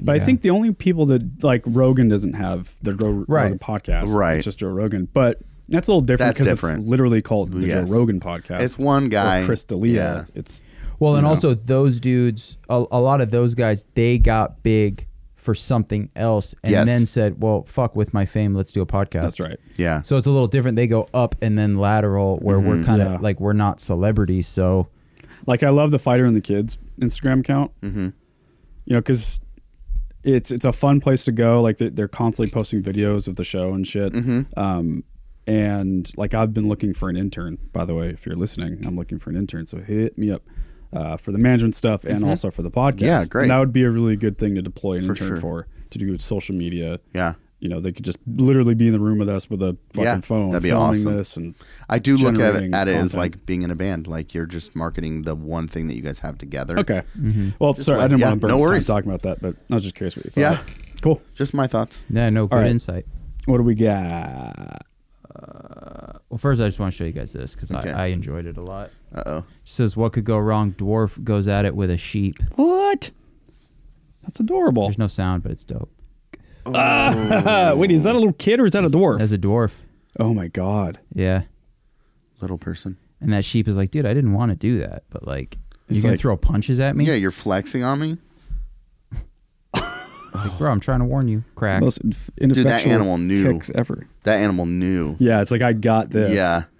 But I Yeah. think the only people that like Rogan doesn't have the Ro- Right. Rogan podcast. Right. It's just Joe Rogan. But that's a little different That's because different. it's literally called the Yes. Joe Rogan podcast. It's one guy. Or Chris D'Elia. Yeah. It's well, and you know. also those dudes, a, a lot of those guys, they got big for something else, and Yes. then said, "Well, fuck with my fame, let's do a podcast." that's right. Yeah. Mm-hmm. So it's a little different. They go up and then lateral, where we're kind of Yeah. like we're not celebrities, so Like I love the fighter and the kids Instagram account. Mm-hmm. You know, because it's it's a fun place to go. Like they, they're constantly posting videos of the show and shit. Mm-hmm. Um, and like I've been looking for an intern. By the way, if you're listening, I'm looking for an intern. So hit me up uh, for the management stuff and also for the podcast. Mm-hmm. Yeah, great. And that would be a really good thing to deploy an intern sure. for to do with social media. Yeah. You know, they could just literally be in the room with us with a fucking Yeah, phone, that'd be filming awesome. this, and I do look at it, generating at it as content. like being in a band. Like you're just marketing the one thing that you guys have together. Okay. Well, sorry, I let- didn't yeah, want to burn no no worries. time talking about that, but I was just curious what you thought. Yeah. Cool. Just my thoughts. yeah, no good right. insight. What do we got? Well, first I just want to show you guys this because Okay. I, I enjoyed it a lot. Uh oh. says what could go wrong? Dwarf goes at it with a sheep. What? That's adorable. There's no sound, but it's dope. Uh, wait, is that a little kid or is that a dwarf? As a dwarf, oh my god. yeah. Little person. And that sheep is like, dude, I didn't want to do that, but like, you It's gonna like- throw punches at me? Yeah, you're flexing on me. Like, bro, I'm trying to warn you. Crack. Most inf- ineffectual animal knew. kicks ever. That animal knew. Yeah, it's like I got this. Yeah. (laughs)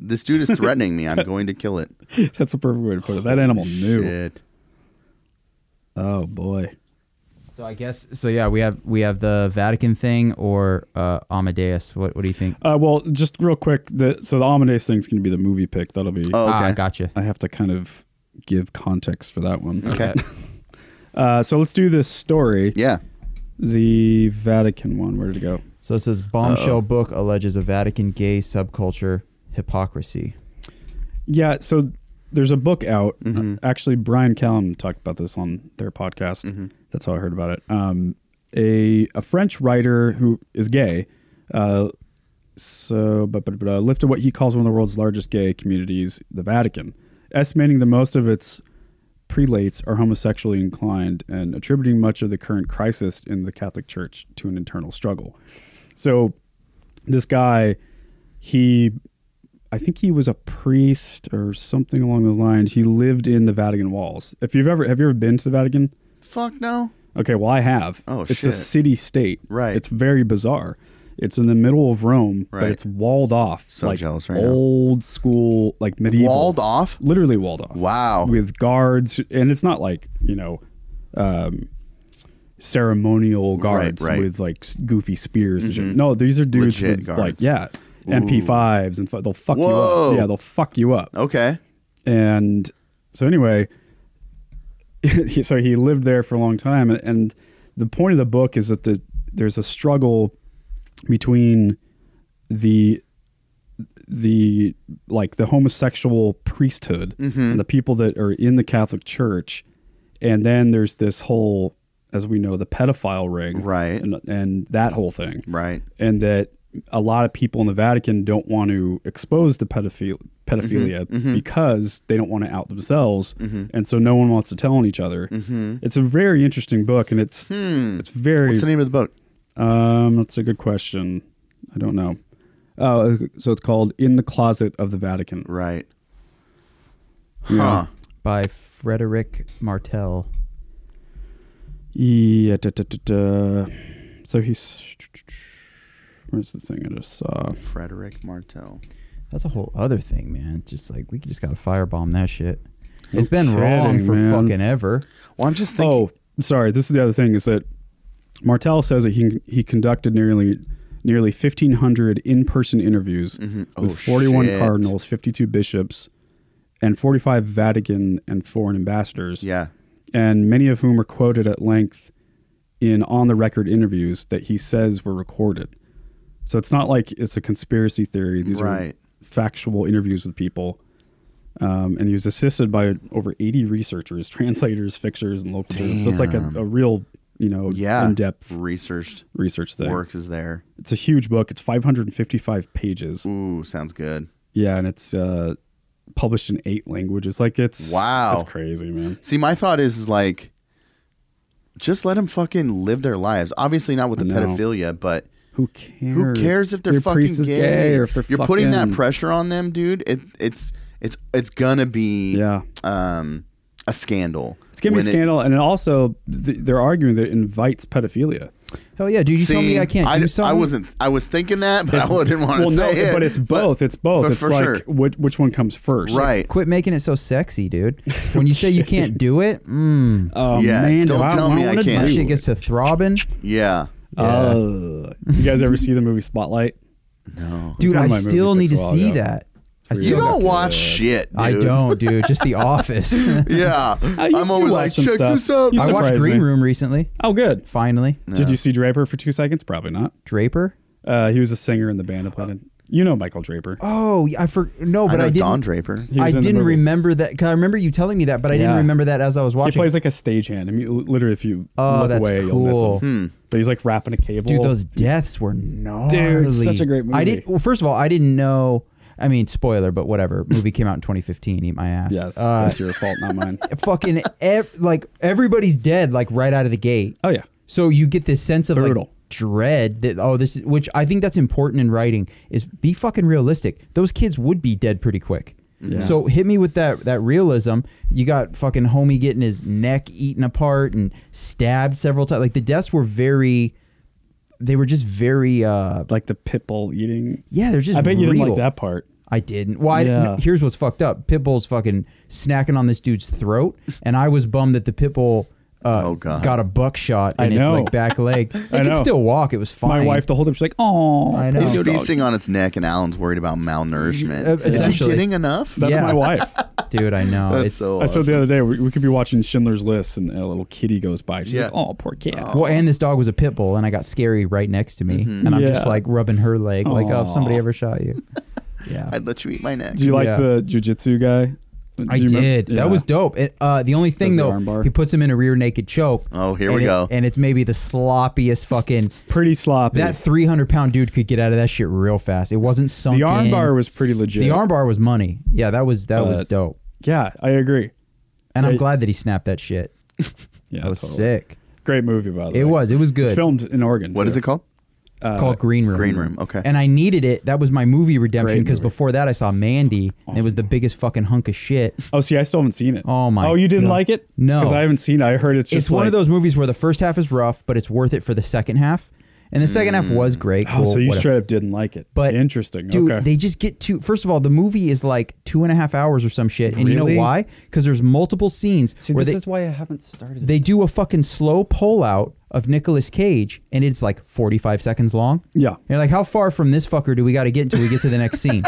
This dude is threatening me. I'm going to kill it. (laughs) that's a perfect way to put it. That animal knew. Shit. Oh boy. So I guess so. Yeah, we have we have the Vatican thing or uh, Amadeus. What what do you think? Uh, well, just real quick, the so the Amadeus thing's gonna be the movie pick. That'll be. Oh, okay. Ah, gotcha. I have to kind of give context for that one. okay. Uh, so let's do this story. yeah. The Vatican one. Where did it go? So it says bombshell book alleges a Vatican gay subculture hypocrisy. Yeah, so there's a book out. Uh, actually, Brian Callum talked about this on their podcast. That's how I heard about it. Um, a a French writer who is gay, uh, so but, but, but uh, lifted what he calls one of the world's largest gay communities, the Vatican, estimating that most of its prelates are homosexually inclined and attributing much of the current crisis in the Catholic Church to an internal struggle. So this guy, he I think he was a priest or something along those lines. He lived in the Vatican walls. If you've ever have you ever been to the Vatican? Fuck no. Okay, well I have. Oh, it's a shit. city state. Right. It's very bizarre. It's in the middle of Rome, but Right. it's walled off. So like jealous right now. old school, like medieval. Walled off. Literally walled off. Wow. With guards, and it's not like you know, um, ceremonial guards right. Mm-hmm. with like s- goofy spears. And shit. No, these are dudes Legit with guards. like yeah, MP5s and fu- they'll fuck Whoa. you up. Yeah, they'll fuck you up. Okay. And so anyway, (laughs) he- so he lived there for a long time, and, and the point of the book is that the, there's a struggle between the the like the homosexual priesthood and the people that are in the Catholic Church, and then there's this whole, as we know, the pedophile ring, Right. and, and that whole thing, Right. and that a lot of people in the Vatican don't want to expose the pedophil- pedophilia Mm-hmm. because they don't want to out themselves, and so no one wants to tell on each other. It's a very interesting book, and it's it's very Mm-hmm. Hmm. What's the name of the book? um, that's a good question. I don't know. Oh, so it's called "In the Closet of the Vatican." Right. Yeah. Huh. by Frederick Martel. Yeah. da, da, da, da. So he's where's the thing I just saw? Frederick Martel. That's a whole other thing, man. Just like we just got to firebomb that shit. it's been kidding, wrong for man. fucking ever. Well, I'm just thinking. Oh, sorry. This is the other thing is that Martel says that he he conducted nearly nearly 1500 in-person interviews with Oh, 41 shit. cardinals, 52 bishops, and 45 Vatican and foreign ambassadors. Yeah. and many of whom are quoted at length in on the record interviews that he says were recorded. So it's not like it's a conspiracy theory. These Right. are factual interviews with people. Um, and he was assisted by over 80 researchers, (laughs) translators, fixers, and local journalists. So it's like a, a real, you know, Yeah. in-depth researched research thing. work is there. It's a huge book. It's 555 pages. Ooh, sounds good. Yeah, and it's uh, published in eight languages. Like it's Wow. it's crazy, man. See, my thought is, is like, just let them fucking live their lives. Obviously, not with the I know. pedophilia, but Who cares? who cares if they're Your fucking priest gay? is or if they're You're putting that fucking- pressure on them, dude. It, it's it's it's gonna be Yeah. um a scandal. It's gonna be a when it- scandal, and it also th- they're arguing that it invites pedophilia. Hell yeah, dude! You told me See, I can't I, do something. I wasn't. I was thinking that, but I (laughs) didn't want to well, say no, it. but it's both. it's both. but it's for like sure. which, which one comes first, right. Quit making it so sexy, (laughs) dude. When you say you can't do it, mm, Oh Yeah, man, do don't I tell me I wanna can't. that do shit it. gets to throbbing. Yeah. Ugh. Uh, you guys ever see the movie Spotlight? Dude, one I of my still movie need to picks a while see ago. that. I weird. still You Yeah. don't Yeah. watch shit. Dude. (laughs) I don't, dude. (laughs) Just The Office. Yeah. (laughs) you- I'm you watch always like, some check stuff. this out. You I watched surprised Green me. Room recently. Oh, good. Finally, Did you see Draper for two seconds? Probably not. Draper. Uh, he was a singer in the band of Planet. You know Michael Draper. Oh, yeah, I for no, I but know I, Don didn't. Draper. He I was in the didn't movie. remember that. Cause I remember you telling me that, but I Yeah. didn't remember that as I was He watching. plays like a stagehand. I mean, li- literally, if you Oh, look that's away, you'll miss cool. Hmm. him. But he's like wrapping a cable. Dude, those deaths were gnarly. such a great I movie. didn't. Well, first of all, I didn't know. I mean, spoiler, but whatever. Movie came out in 2015. Eat my ass. Yes, Uh, that's your fault, not mine. fucking ev- like everybody's dead like right out of the gate. (laughs) Oh yeah. So you get this sense of Brutal. like dread that oh this is which I think that's important in writing is be fucking realistic. Those kids would be dead pretty quick. Yeah. So hit me with that that realism. You got fucking homie getting his neck eaten apart and stabbed several times. Like the deaths were very they were just very uh like the pit bull eating. yeah, they're just I bet you didn't like real. that part. I didn't. Why? Yeah. Here's what's fucked up. Pitbull's fucking snacking on this dude's throat, and I was bummed that the pitbull uh, Oh, God. got a buckshot I in its know. like (laughs) back leg. It could know. still walk. It was fine. My wife, the whole time, she's like, "Oh, I know. He's Yo, feasting on its neck, and Alan's worried about malnourishment. Uh, Is he essentially. getting enough? That's Yeah. my wife. (laughs) dude. I know. That's it's so- I said the other day we, we could be watching Schindler's List and a little kitty goes by. She's like, Yeah. "Oh, poor cat." well, and this dog was a pit bull, and I got scary right next to me, Mm-hmm. and I'm just Yeah. like rubbing her leg, like, oh, if Aw. somebody ever shot (laughs) you. Yeah, I'd let you eat my neck. Do you like Yeah. the jujitsu guy? Do I you remember- did. Yeah. That was dope. It, uh, the only thing Does the though, arm bar. he puts him in a rear naked choke. Oh, here and we it- go. And it's maybe the (laughs) sloppiest fucking. pretty sloppy. That 300 pound dude could get out of that shit real fast. It wasn't sunk. the arm in. bar was pretty legit. The armbar was money. Yeah, that was that was But- dope. Yeah, I agree. And I'm yeah. glad that he snapped that shit. Yeah, That was totally. sick. Great movie, by the way. It was. It was good. It's filmed in Oregon. What too. is it called? It's Uh, called Green Room. Green Room, okay. And I needed it. That was my movie redemption Great because movie. before that I saw Mandy and it was the biggest fucking hunk of shit. Oh, see, I still haven't seen it. Oh, my Oh, you didn't God. like it? No. because I haven't seen. it. I heard it's just it's one of like- those movies where the first half is rough, but it's worth it for the second half. And the second half was great. Oh, cool, so you whatever. straight up didn't like it? But interesting. dude. okay. They just get too. First of all, the movie is like two and a half hours or some shit, and you Really? know why? Because there's multiple scenes where they, why I haven't started. they do a fucking slow pull out of Nicolas Cage, and it's like 45 seconds long. Yeah. And you're like, how far from this fucker do we got to get until we get to the (laughs) next scene?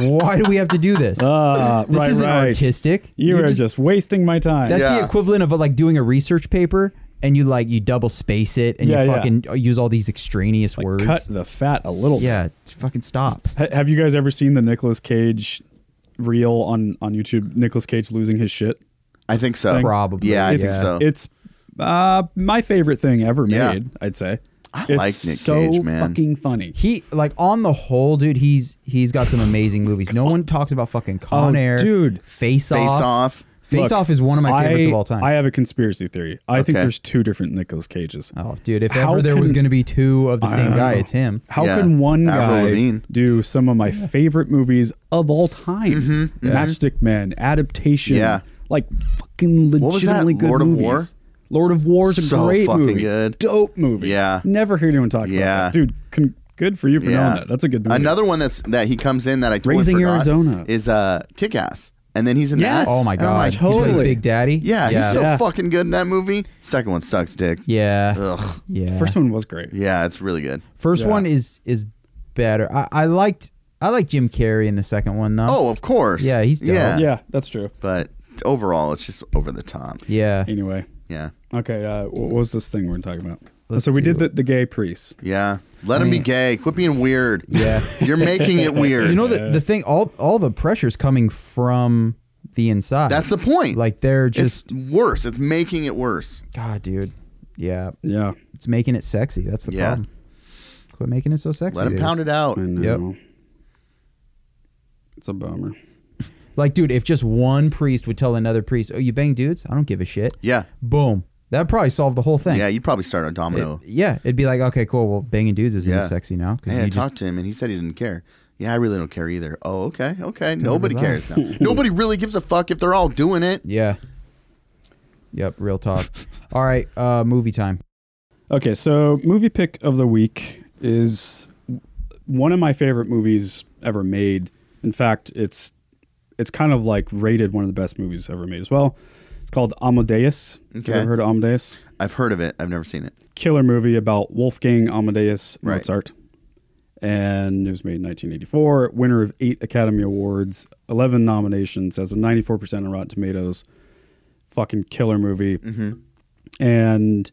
why do we have to do this? Ah, this right, isn't right. artistic. You You're are just, wasting my time. That's the Yeah. equivalent of like doing a research paper and you like you double space it and Yeah, you yeah. fucking use all these extraneous words. Cut the fat a little. Yeah, it's fucking stop. H- have you guys ever seen the Nicolas Cage reel on on YouTube? Nicolas Cage losing his shit. I think so. Probably, Yeah, I it's, think yeah. so. It's uh, my favorite thing ever made. Yeah. I'd say. I like Nick so Cage, man. Fucking funny. He like on the whole, dude. He's he's got some amazing movies. No one talks about fucking Con Oh, Air, dude. Face Off. Face off. Face Look, Off is one of my favorites I- of all time. I have a conspiracy theory. I think Okay. there's two different Nicolas Cages. oh, dude, if How ever there was can- going to be two of the same guy, it's him. How Yeah. can one Avril guy Lavigne. do some of my favorite movies of all time? Matchstick Men, Adaptation, Mm-hmm, Yeah. like fucking was that, legitimately good Lord of movies. War? Lord of War is a So great fucking movie, good. dope movie. Yeah. never heard anyone talk Yeah. about that, dude. Con- good for you for knowing that. That's a good movie. Another one that's that he comes in that I totally Raising forgot Arizona. is uh Kick Ass. And then he's in Yes. that. Oh my And I'm god, like, He plays totally. Big Daddy. yeah, yeah, he's so Yeah. fucking good in that movie. Second one sucks dick. yeah. Ugh. yeah. First one was great. Yeah, it's really good. First Yeah. one is is better. I, I liked I like Jim Carrey in the second one though. Oh, of course. Yeah, he's dope. yeah. Yeah, that's true. But overall, it's just over the top. yeah. Anyway, Yeah. okay. Uh, wh- what was this thing we're talking about? Oh, Let's so we did do the, the gay priests. Yeah. Let him be gay. Quit being weird. Yeah. You're making (laughs) it weird. You know the the thing all all the pressure's coming from the inside. that's the point. Like they're just it's worse. It's making it worse. God, dude. Yeah, Yeah, it's making it sexy. That's the Yeah. problem. Quit making it so sexy. Let him dude. pound it out. I Yep. know. It's a bummer. Like, dude, if just one priest would tell another priest, "Oh, you bang dudes? I don't give a shit." Yeah. Boom. That would probably solve the whole thing. Yeah, you'd probably start on It- Domino. yeah. It'd be like, okay, cool. Well, banging dudes isn't Yeah. as sexy now because Hey, I you just talked to him and he said he didn't care. Yeah, I really don't care either. Oh, okay, okay. Nobody relax. cares now. Nobody really gives a fuck if they're all doing it. Yeah. Yep, (laughs) real talk. All right, uh movie time. Okay, so movie pick of the week is one of my favorite movies ever made. In fact, it's it's kind of like rated one of the best movies ever made as well. It's called Amadeus. Have you Okay. ever heard of Amadeus? I've heard of it. I've never seen it. Killer movie about Wolfgang Amadeus Right. Mozart. And it was made in 1984. Winner of eight Academy Awards, 11 nominations, has a 94% on Rotten Tomatoes. Fucking killer movie. Mm-hmm. And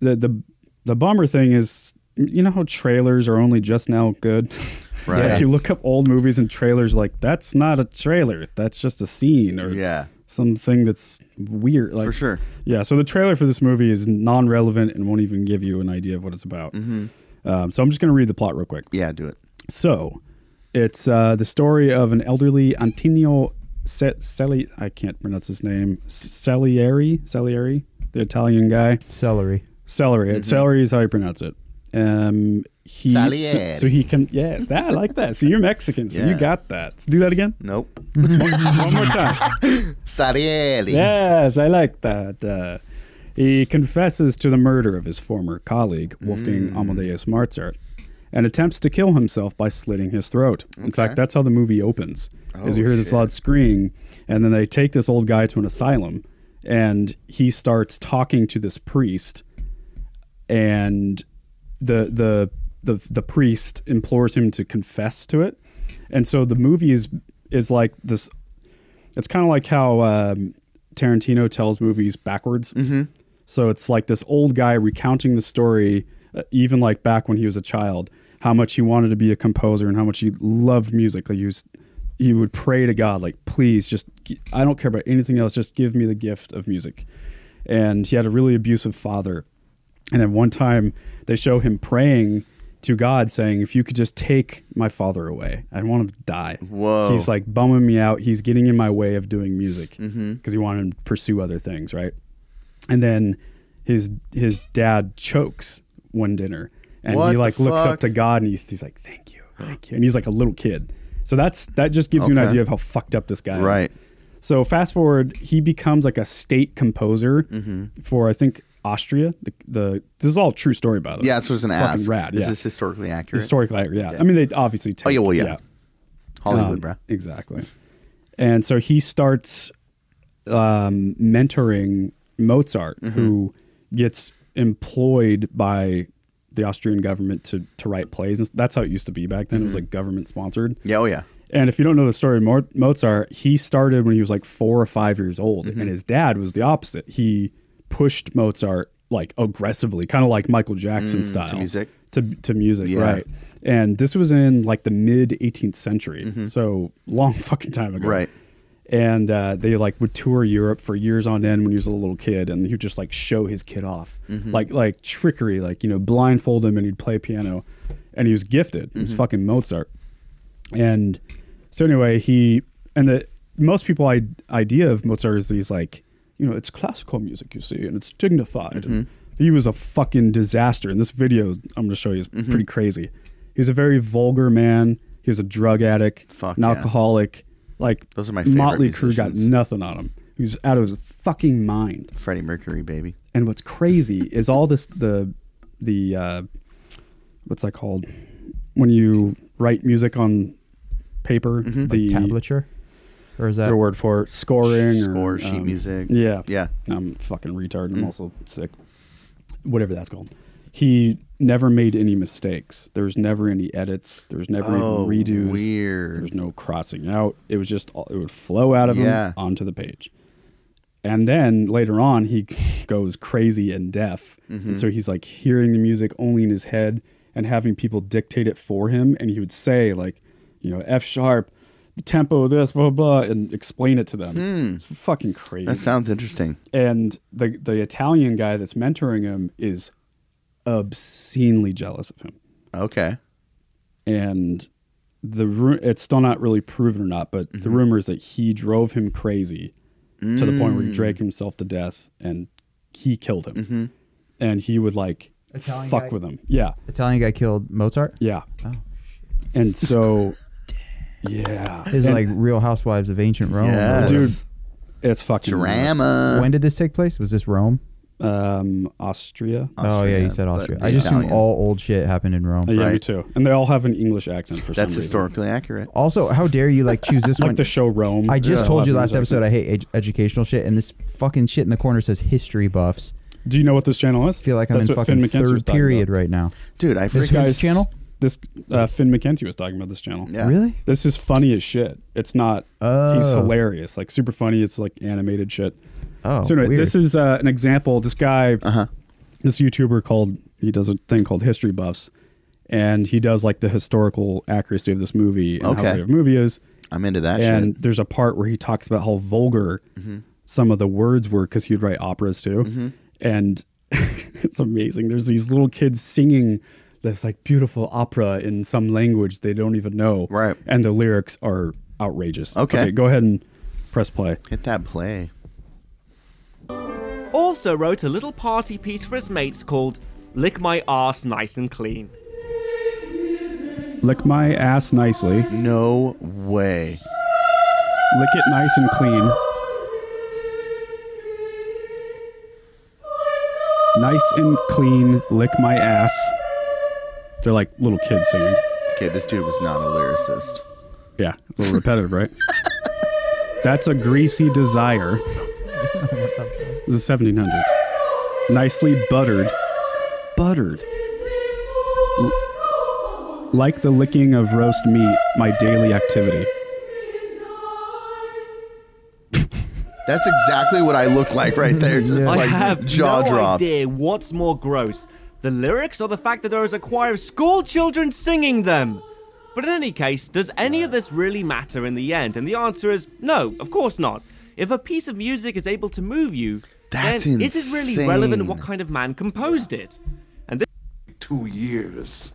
the the the bummer thing is you know how trailers are only just now good (laughs) Right. like you look up old movies and trailers like that's not a trailer that's just a scene or Yeah, something that's weird like for sure. yeah so the trailer for this movie is non-relevant and won't even give you an idea of what it's about Mm-hmm. um, so i'm just going to read the plot real quick Yeah, do it. so it's uh, the story of an elderly Antonio Se- Celi- I can't pronounce his name Salieri Salieri the Italian guy Celery. Celery. Celery is how you pronounce it. Um, he, so- Celery. So, he can. Yes, that I like that. So you're Mexican. So you Yeah. got that. Do that again. Nope. (laughs) One, one more (laughs) time. Sarieli. Yes, I like that. Uh, he confesses to the murder of his former colleague Wolfgang Amadeus Mozart, and attempts to kill himself by slitting his throat. In fact, that's how the movie opens. As you hear this loud scream, and then they take this old guy to an asylum. and he starts talking to this priest and the the the the priest implores him to confess to it and so the movie is is like this it's kind of like how um, Tarantino tells movies backwards so it's like this old guy recounting the story, uh, even like back when he was a child, how much he wanted to be a composer and how much he loved music. Like he was, he would pray to God, like, please, just gi- I don't care about anything else, just give me the gift of music. And he had a really abusive father. And then one time they show him praying to God, saying, "If you could just take my father away, I want him to die." Whoa. He's like bumming me out. He's getting in my way of doing music because he wanted to pursue other things, right? and then his his dad chokes one dinner and What he the like looks fuck? up to god and he's, he's like thank you thank you and he's like a little kid so that's that just gives you an Okay. idea of how fucked up this guy Right. is so fast forward he becomes like a state composer Mm-hmm. for i think austria the, the this is all true story by the way Yeah, that's what I was gonna Fucking ask. rad Is yeah this historically accurate? historically yeah. i mean they obviously take, Oh, yeah, well, yeah. Hollywood, um, bruh. Exactly. And so he starts um, mentoring Mozart, Mm-hmm. who gets employed by the Austrian government to to write plays. And That's how it used to be back then. It was Mm-hmm. like government sponsored. Yeah, oh yeah. And if you don't know the story of Mo- Mozart, he started when he was like four or five years old, Mm-hmm. and his dad was the opposite. He pushed Mozart like aggressively, kind of like Michael Jackson style Mm, music. to to music, Yeah. right? And this was in like the mid 18th century, so long (laughs) fucking time ago, Mm-hmm. Right. And uh, they like would tour Europe for years on end when he was a little kid, and he would just like show his kid off, Mm-hmm. like like trickery, like you know blindfold him and he'd play piano, and he was gifted. He Mm-hmm. was fucking Mozart. And so anyway, he and the most people I, idea of Mozart is that he's like, you know, it's classical music, you see, and it's dignified. Mm-hmm. And he was a fucking disaster. And this video I'm going to show you is Mm-hmm. pretty crazy. He was a very vulgar man. He was a drug addict, Fuck, an yeah. alcoholic. Like Those are my favorite Motley Crue got musicians. nothing on him. He was out of his fucking mind. Freddie Mercury, baby. And what's crazy is all this the the uh, what's that called when you write music on paper Mm-hmm. the tablature, or is that a word for it, scoring Score, or sheet um, music. Yeah, Yeah. Mm. I'm a fucking retard. and I'm also sick. Whatever that's called. He never made any mistakes. There was never any edits. There was never Oh, even redos. weird. There was no crossing out. It was just all, it would flow out of Yeah. him onto the page. And then later on, he goes crazy and deaf. And Mm-hmm. so he's like hearing the music only in his head and having people dictate it for him. And he would say, like, you know, F sharp, the tempo, of this, blah, blah, blah, and explain it to them. It's fucking crazy. Hmm. That sounds interesting. and the, the Italian guy that's mentoring him is obscenely jealous of him Okay. and the ru- it's still not really proven or not, but Mm-hmm. the rumor is that he drove him crazy to the point where he Mm. dragged himself to death and he killed him. Mm-hmm. And he would like Italian fuck guy? with him. Yeah. Italian guy killed Mozart? Yeah. Oh, And (laughs) so, yeah. This is And, like Real Housewives of Ancient Rome. or Yes. whatever. dude, it's fucking nuts. Drama. when did this take place? Was this Rome? Um, Austria. oh yeah, Austria, you said but Austria. the I just assume Italian. all old shit happened in Rome. Uh, yeah, me Right. too. And they all have an English accent for That's some reason. historically accurate. Also, how dare you like choose this (laughs) one? Like the show Rome. I just Yeah. told you Have last an English episode accent. I hate ed- educational shit, and this fucking shit in the corner says history buffs. Do you know what this channel is? I feel like I'm That's in what Finn fucking McKenzie was third talking period about. right now. Dude, I This freaking guy's- channel? This uh, Finn McKenty was talking about this channel. Yeah. Really? This is funny as shit. It's not. He's Oh. hilarious. Like super funny. It's like animated shit. Oh, so anyway, weird. Uh-huh. this is uh, an example. This guy, this YouTuber called he does a thing called History Buffs, and he does like the historical accuracy of this movie and Okay. how great a movie is. I'm into that and shit. there's a part where he talks about how vulgar Mm-hmm. some of the words were because he'd write operas too and (laughs) it's amazing there's these little kids singing this like beautiful opera in some language they don't even know Right. and the lyrics are outrageous Okay. go ahead and press play Hit that play. also wrote a little party piece for his mates called Lick My Ass Nice and Clean. lick my ass nicely No way. lick it nice and clean nice and clean lick my ass they're like little kids singing Okay, this dude was not a lyricist. Yeah, it's a little repetitive, right? That's a greasy desire. This is 1700s. Nicely buttered. Buttered. L- like the licking of roast meat, my daily activity. That's exactly what I look like right there. Just I like have jaw no dropped. idea what's more gross, the lyrics or the fact that there is a choir of school children singing them. But in any case, does any of this really matter in the end? And the answer is no, of course not. If a piece of music is able to move you, That's then is it really insane. relevant what kind of man composed it? two years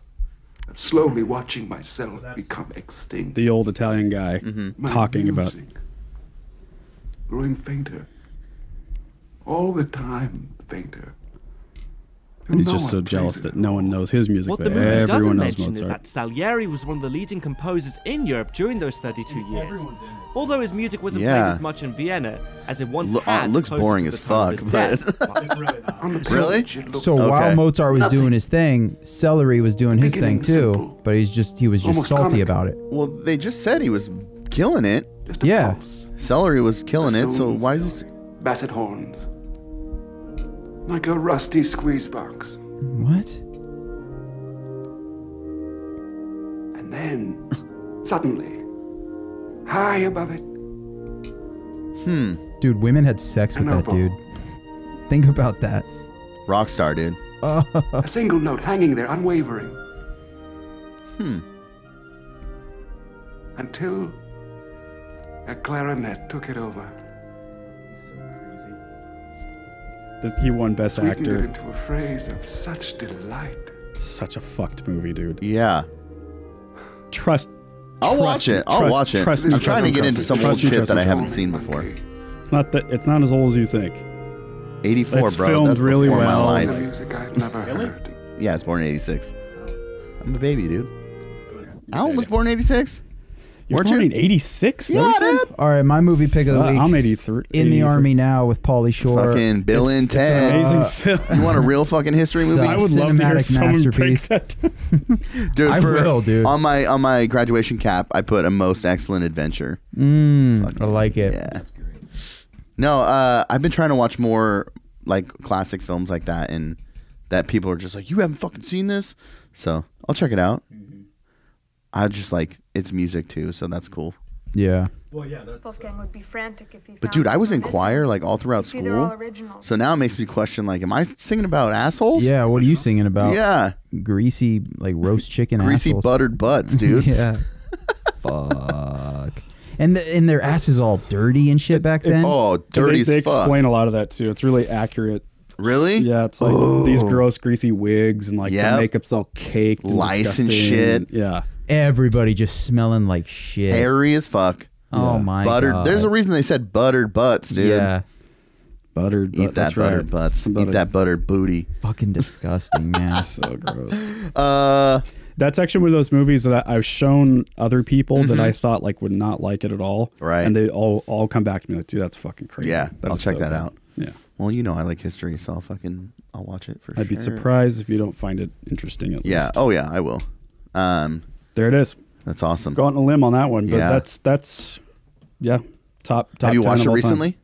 of slowly watching myself become extinct. The old Italian guy Mm-hmm. My talking about. music growing fainter, all the time fainter. You He's know just so I'm jealous fainter. that no one knows his music, What but the movie doesn't everyone knows mention is Mozart. that Salieri was one of the leading composers in Europe during those 32 years. Although his music wasn't Yeah. played as much in Vienna as it once Lo- uh, had looks closer boring to as the time of fuck, his death. (laughs) On the Really? bridge, it looked So Okay. while Mozart was doing his thing, Celery was doing his Beginning thing too, simple. but he's just he was just Almost salty comic. about it. Well, they just said he was killing it. just a yeah. pulse. Celery was killing it, so why is this? Basset horns, like a rusty squeeze box, What? and then suddenly, high above it, Dude, women had sex with I know, that Paul. dude. Think about that. Rockstar, dude. a single note hanging there, unwavering. Hmm. Until a clarinet took it over, This- He won Best sweetened it Actor. into a phrase of such delight. Such a fucked movie, dude. Yeah. Trust. I'll Trust watch me, it. I'll trust- watch it. trust me, I'm trust trying me, to get trust into me, some trust old me, shit trust that me, I haven't Only seen monkey. before. It's not that. It's not as old as you think. 84, It's bro. filmed That's really before well. my It's a life. music I'd never heard. Yeah, it's born in 86. I'm a baby, dude. Alan was born in 86? You're Weren't born you? in '86. Yeah, dude. All right, my movie pick of the Uh, week. I'm is 83 In the 83. army now with Pauly Shore. Fucking Bill and Ted. Amazing Uh, film. you want a real fucking history (laughs) movie? I would love to hear cinematic someone break masterpiece. that. down. dude, I will, dude. On my on my graduation cap, I put a most excellent adventure. Mm, I like it. Yeah. That's great. No, uh, I've been trying to watch more like classic films like that and that people are just like, You haven't fucking seen this? So I'll check it out. I just like it's music too, so that's cool. Yeah. Wolfgang would be frantic if he But found dude, I us was were in missing. choir like all throughout See, they're all school. original. So now it makes me question like, am I singing about assholes? Yeah, what are you singing about? Yeah. Greasy, like roast chicken Greasy assholes. buttered butts, (laughs) dude. (laughs) (laughs) yeah. Fuck. And the, and their ass is all dirty and shit back then. Oh, dirty they, they as fuck. explain a lot of that too. It's really accurate. really? Yeah, it's like these gross, greasy wigs and like Yep. the makeup's all caked, and Lice and disgusting. shit. Yeah, Everybody just smelling like shit. Hairy as fuck. oh my buttered. god. There's a reason they said buttered butts, dude. Yeah. buttered. Eat but- that that's right. buttered butts. Eat Buttered- that buttered booty. Fucking (laughs) disgusting, (laughs) man. So gross. Uh, That's actually one of those movies that I, I've shown other people that I thought like would not like it at all. Mm-hmm. Right. and they all all come back to me like, dude, that's fucking crazy. Yeah, That I'll is check so that bad." out. Yeah, well, you know I like history, so I'll fucking I'll watch it for sure. I'd be surprised if you don't find it interesting. At Yeah. least. Oh yeah, I will. Um, there it is. that's awesome. Go out on a limb on that one, but Yeah. that's that's yeah, top top. Have you 10 watched of it all time. recently?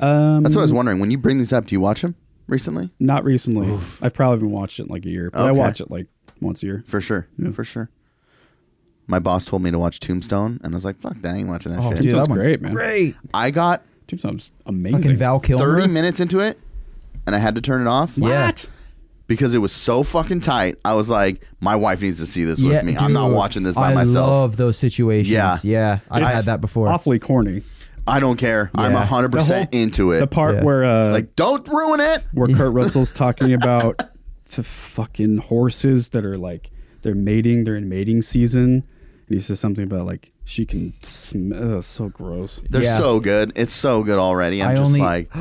Um, That's what I was wondering. When you bring these up, do you watch them recently? Not recently. I've probably been watching it in like a year, but I Okay. watch it like once a year. For sure. Yeah. For sure. My boss told me to watch Tombstone, and I was like, "Fuck that! I ain't watching that shit." dude, Tombstone's that one's great, man. Great. I got Tombstone's Fucking amazing. Val Kilmer. 30 minutes into it, and I had to turn it off Yeah. because it was so fucking tight. I was like, "My wife needs to see this with me. I'm not dude, watching this by I myself. love those situations. Yeah. Yeah. Yeah. I've It's had that before. Awfully corny. I don't care. I'm Yeah. 100 percent The whole- into it. The part Yeah. where uh, like, don't ruin it. where (laughs) Kurt Russell's talking about the fucking horses that are like they're mating, they're in mating season, and he says something about like she can smell. so gross. They're Yeah. so good. It's so good already. I'm I just only- (gasps) like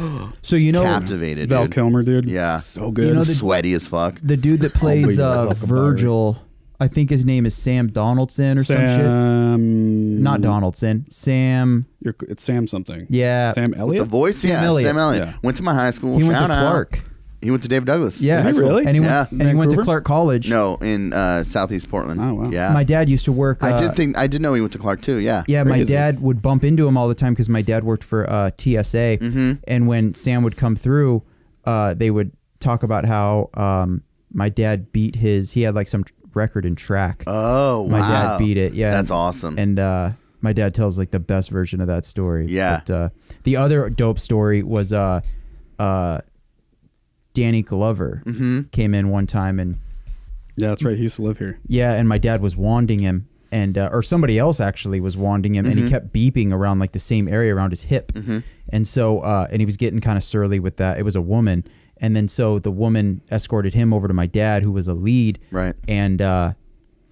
So you know captivated. Val dude. Kilmer, dude. Yeah. so good. You know the- Sweaty as fuck. the dude that plays you uh, talk about it. Virgil, I think his name is Sam Donaldson or some shit. Sam, Not Donaldson. Sam. You're, it's Sam something. Yeah. Sam The Elliott. voice, yeah, Elliott. Sam Elliott Yeah. went to my high school. He Shout went to out. Clark. He went to David Douglas. Yeah. high Did he school. really? And he went- yeah. and he went to Vancouver? Clark College. No, in uh, Southeast Portland. Oh wow. Yeah. My dad used to work. I uh, did think I did know he went to Clark too. Yeah. Yeah, my dad would bump into him all the time because my dad worked for uh, TSA, Mm-hmm. and when Sam would come through, uh, they would talk about how um, my dad beat his. He had like some tr- record in track. Oh, my wow. dad beat it. Yeah, That's and- awesome. And uh, my dad tells like the best version of that story. Yeah. But, uh, the other dope story was uh, uh, Danny Glover Mm-hmm. came in one time and. Yeah, that's right. He used to live here. Yeah, and my dad was wanding him, and uh, or somebody else actually was wanding him, and he Mhm. kept beeping around like the same area around his hip, and so uh, and he was getting kind of surly with that. It was a woman, and then so the woman escorted him over to my dad, who was a lead, right? And uh,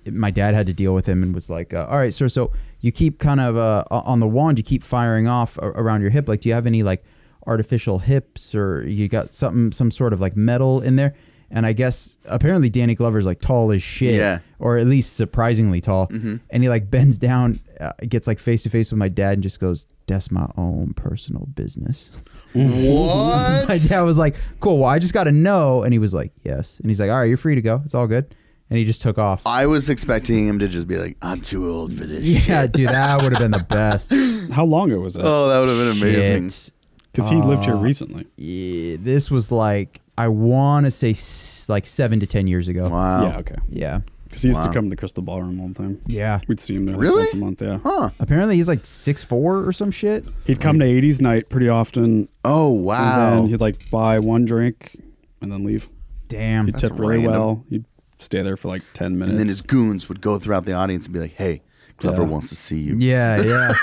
my dad had to deal with him and was like, uh, "All right, sir, so you keep kind of uh, o- on the wand, you keep firing off a- around your hip. Like, do you have any like artificial hips or you got something, some sort of like metal in there?" And I guess apparently Danny Glover's like tall as shit, Yeah. or at least surprisingly tall. Mhm. And he like bends down, uh, gets like face to face with my dad, and just goes, "That's my own personal business." (laughs) What? my dad was like, "Cool, well, I just got to know." And he was like, "Yes," and he's like, "All right, you're free to go. It's all good." And he just took off. I was expecting him to just be like, "I'm too old for this." (laughs) Yeah, dude, that would have been the (laughs) best. How long ago was that? Oh, that would have been amazing. 'Cause he lived Uh, here recently. Yeah, this was like I want to say s- like seven to ten years ago. Wow. Yeah, okay. Yeah. Because he used to come to the Crystal Ballroom all the time. Yeah. We'd see him there like, Really? once a month. Yeah. Huh. Apparently he's like six four or some shit. He'd come to 80s night pretty often. Oh, And wow. then he'd like buy one drink and then leave. Damn. He'd That's tip really random. well. He'd stay there for like 10 minutes. And then his goons would go throughout the audience and be like, "Hey, Glover Yeah. wants to see you." (laughs) Yeah, yeah.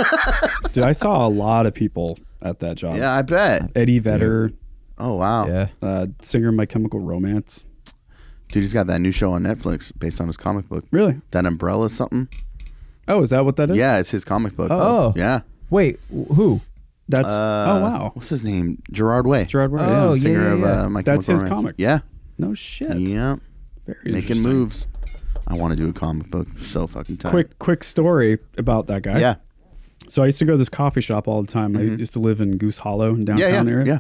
Dude, I saw a lot of people at that job. Yeah, I bet. Eddie Vedder. Oh wow. Yeah. Uh, singer of My Chemical Romance. Dude, he's got that new show on Netflix based on his comic book. Really? That umbrella something. Oh, is that what that is? Yeah, it's his comic book. Oh. yeah. Uh, Wait, wh- who? That's oh wow. What's his name? Gerard Way. Gerard Way. Oh, yeah, singer yeah, of yeah. uh, My That's Chemical his Romance. comic. Yeah. No shit. Yeah. Very Making interesting. moves. I want to do a comic book so fucking tight. Quick, quick story about that guy. Yeah. Mm-hmm. So I used to go to this coffee shop all the time. I used to live in Goose Hollow in downtown yeah, area. yeah.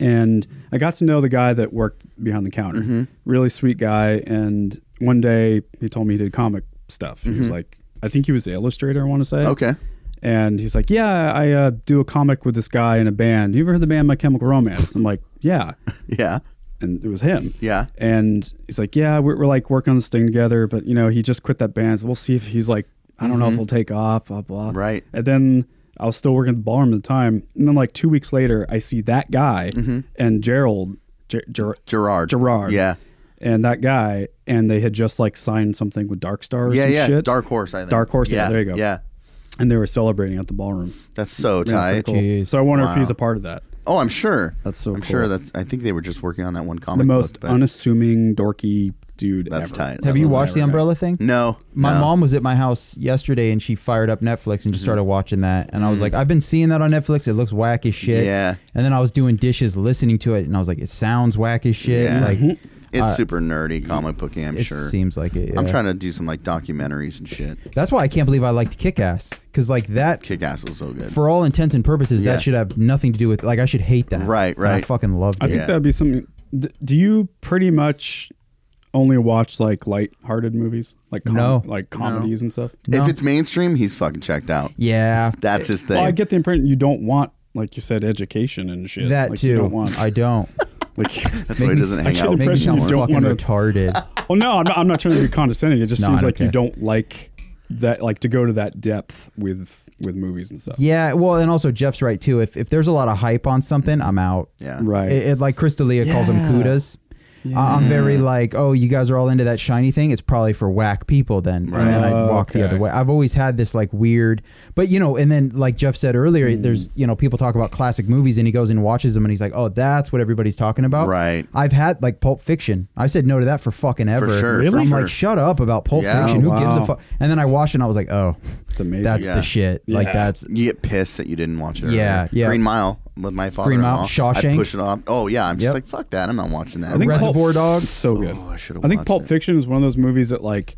And I got to know the guy that worked behind the counter. Mm-hmm. Really sweet guy. And one day he told me he did comic stuff. He was Mhm. like, I think he was the illustrator. I want to (laughs) say. Okay. And he's like, Yeah, I uh, do a comic with this guy in a band. You ever heard the band My Chemical Romance? I'm like, Yeah. yeah. And it was him. Yeah. And he's like, Yeah, we're, we're like working on this thing together, but you know, he just quit that band. So we'll see if he's like, I don't know if Mhm. he'll take off, blah, blah. Right. And then I was still working at the ballroom at the time. And then like two weeks later, I see that guy and Gerald, Ger- Ger- Gerard. Gerard. Mm-hmm. Yeah. And that guy, and they had just like signed something with Dark Star or Yeah, some yeah. shit. Dark Horse, I think. Dark Horse, yeah, Yeah, there you go. yeah. And they were celebrating at the ballroom. That's so Yeah, pretty tight. cool. Jeez. So I wonder if he's a part of that. Oh, I'm sure. That's so I'm cool. sure that's I think they were just working on that one comic the most book, but unassuming, dorky dude that's ever. tight. Have I you love watched that. the Umbrella thing? No. My no. mom was at my house yesterday and she fired up Netflix Mm-hmm. and just started watching that. And I was Mhm. like, I've been seeing that on Netflix. It looks whack as shit. Yeah. And then I was doing dishes listening to it and I was like, it sounds whack as shit. Yeah. Like, Mm-hmm. it's uh, super nerdy comic booking, I'm it sure. seems like it, I'm yeah. trying to do some like documentaries and shit. That's why I can't believe I liked Kick Ass. Because, like, that, Kick ass was so good. for all intents and purposes, Yeah. that should have nothing to do with, like, I should hate that. Right, And I right. fucking loved it. I think that'd be something. D- do you pretty much only watch like light-hearted movies, like com- No. like comedies and stuff? If it's mainstream, he's fucking checked out. Yeah. That's his thing. well, I get the impression you don't want, like you said, education and shit. That like, You too. don't want. I don't. (laughs) like Make That's why he me- doesn't I hang get out the with impression people. you Sounds don't fucking wanna- (laughs) retarded. well, no, I'm not, I'm not trying to be condescending. It just No, I seems don't like you care. don't like that, like to go to that depth with with movies and stuff. Yeah, well, and also Jeff's right too. If if there's a lot of hype on something, I'm out. Yeah, Right. It, it- like Chris D'Elia calls them Yeah. kudas. I- I'm very like, oh, you guys are all into that shiny thing. It's probably for whack people then, and then I'd Right. walk the other Okay. way. I've always had this like weird, but you know, and then like Jeff said earlier, Hmm. there's you know people talk about classic movies, and he goes and watches them, and he's like, oh, that's what everybody's talking about. Right. I've had like Pulp Fiction. I said no to that for fucking ever. sure, for I'm sure. like, shut up about Pulp Yeah. Fiction. Who Oh, gives a wow. fuck? And then I watched, it and I was like, oh, It's amazing. that's Yeah. the shit. Like Yeah. that's You get pissed that you didn't watch it. earlier. Yeah, yeah. Green Mile with my father. Mile, Shawshank. I push it off. Oh yeah, I'm just Yep. like fuck that. I'm not watching that. I think Pulp- Reservoir Dogs. so good. oh, I should have. I think Pulp Fiction is one of those movies that like,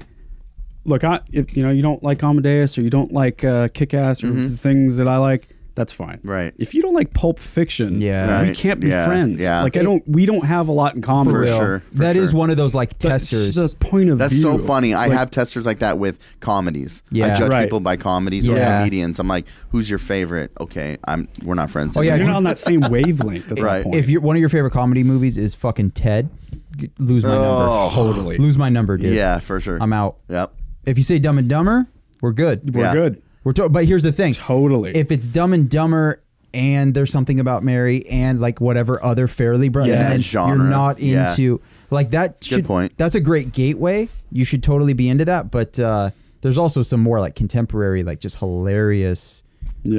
look, I if you know you don't like Amadeus or you don't like uh, Kick Ass or the things that I like, that's fine. Mm-hmm. Right. If you don't like Pulp Fiction, Yeah. we Right. can't be Yeah, friends. yeah. Like I don't. We don't have a lot in common. For real. That is one of those like That's testers. the point of That's so view. funny. I Like, have testers like that with comedies. I Yeah. judge Right. people by comedies or Yeah. comedians. I'm like, who's your favorite? Okay, I'm. We're not friends. Oh, yeah, anymore. You're not on that same wavelength. If- If you're, one of your favorite comedy movies is fucking Ted, g- lose my Oh. number. Totally. Lose my number, dude. Yeah, for sure. I'm out. Yep. If you say Dumb and Dumber, we're good. We're Yeah. good. We're to- but here's the thing. Totally. If it's Dumb and Dumber and there's something about Mary and like whatever other Fairly Brothers, Yeah, and genre. you're not Yeah. into like that. Good should- point. That's a great gateway. You should totally be into that. But uh, there's also some more like contemporary, like just hilarious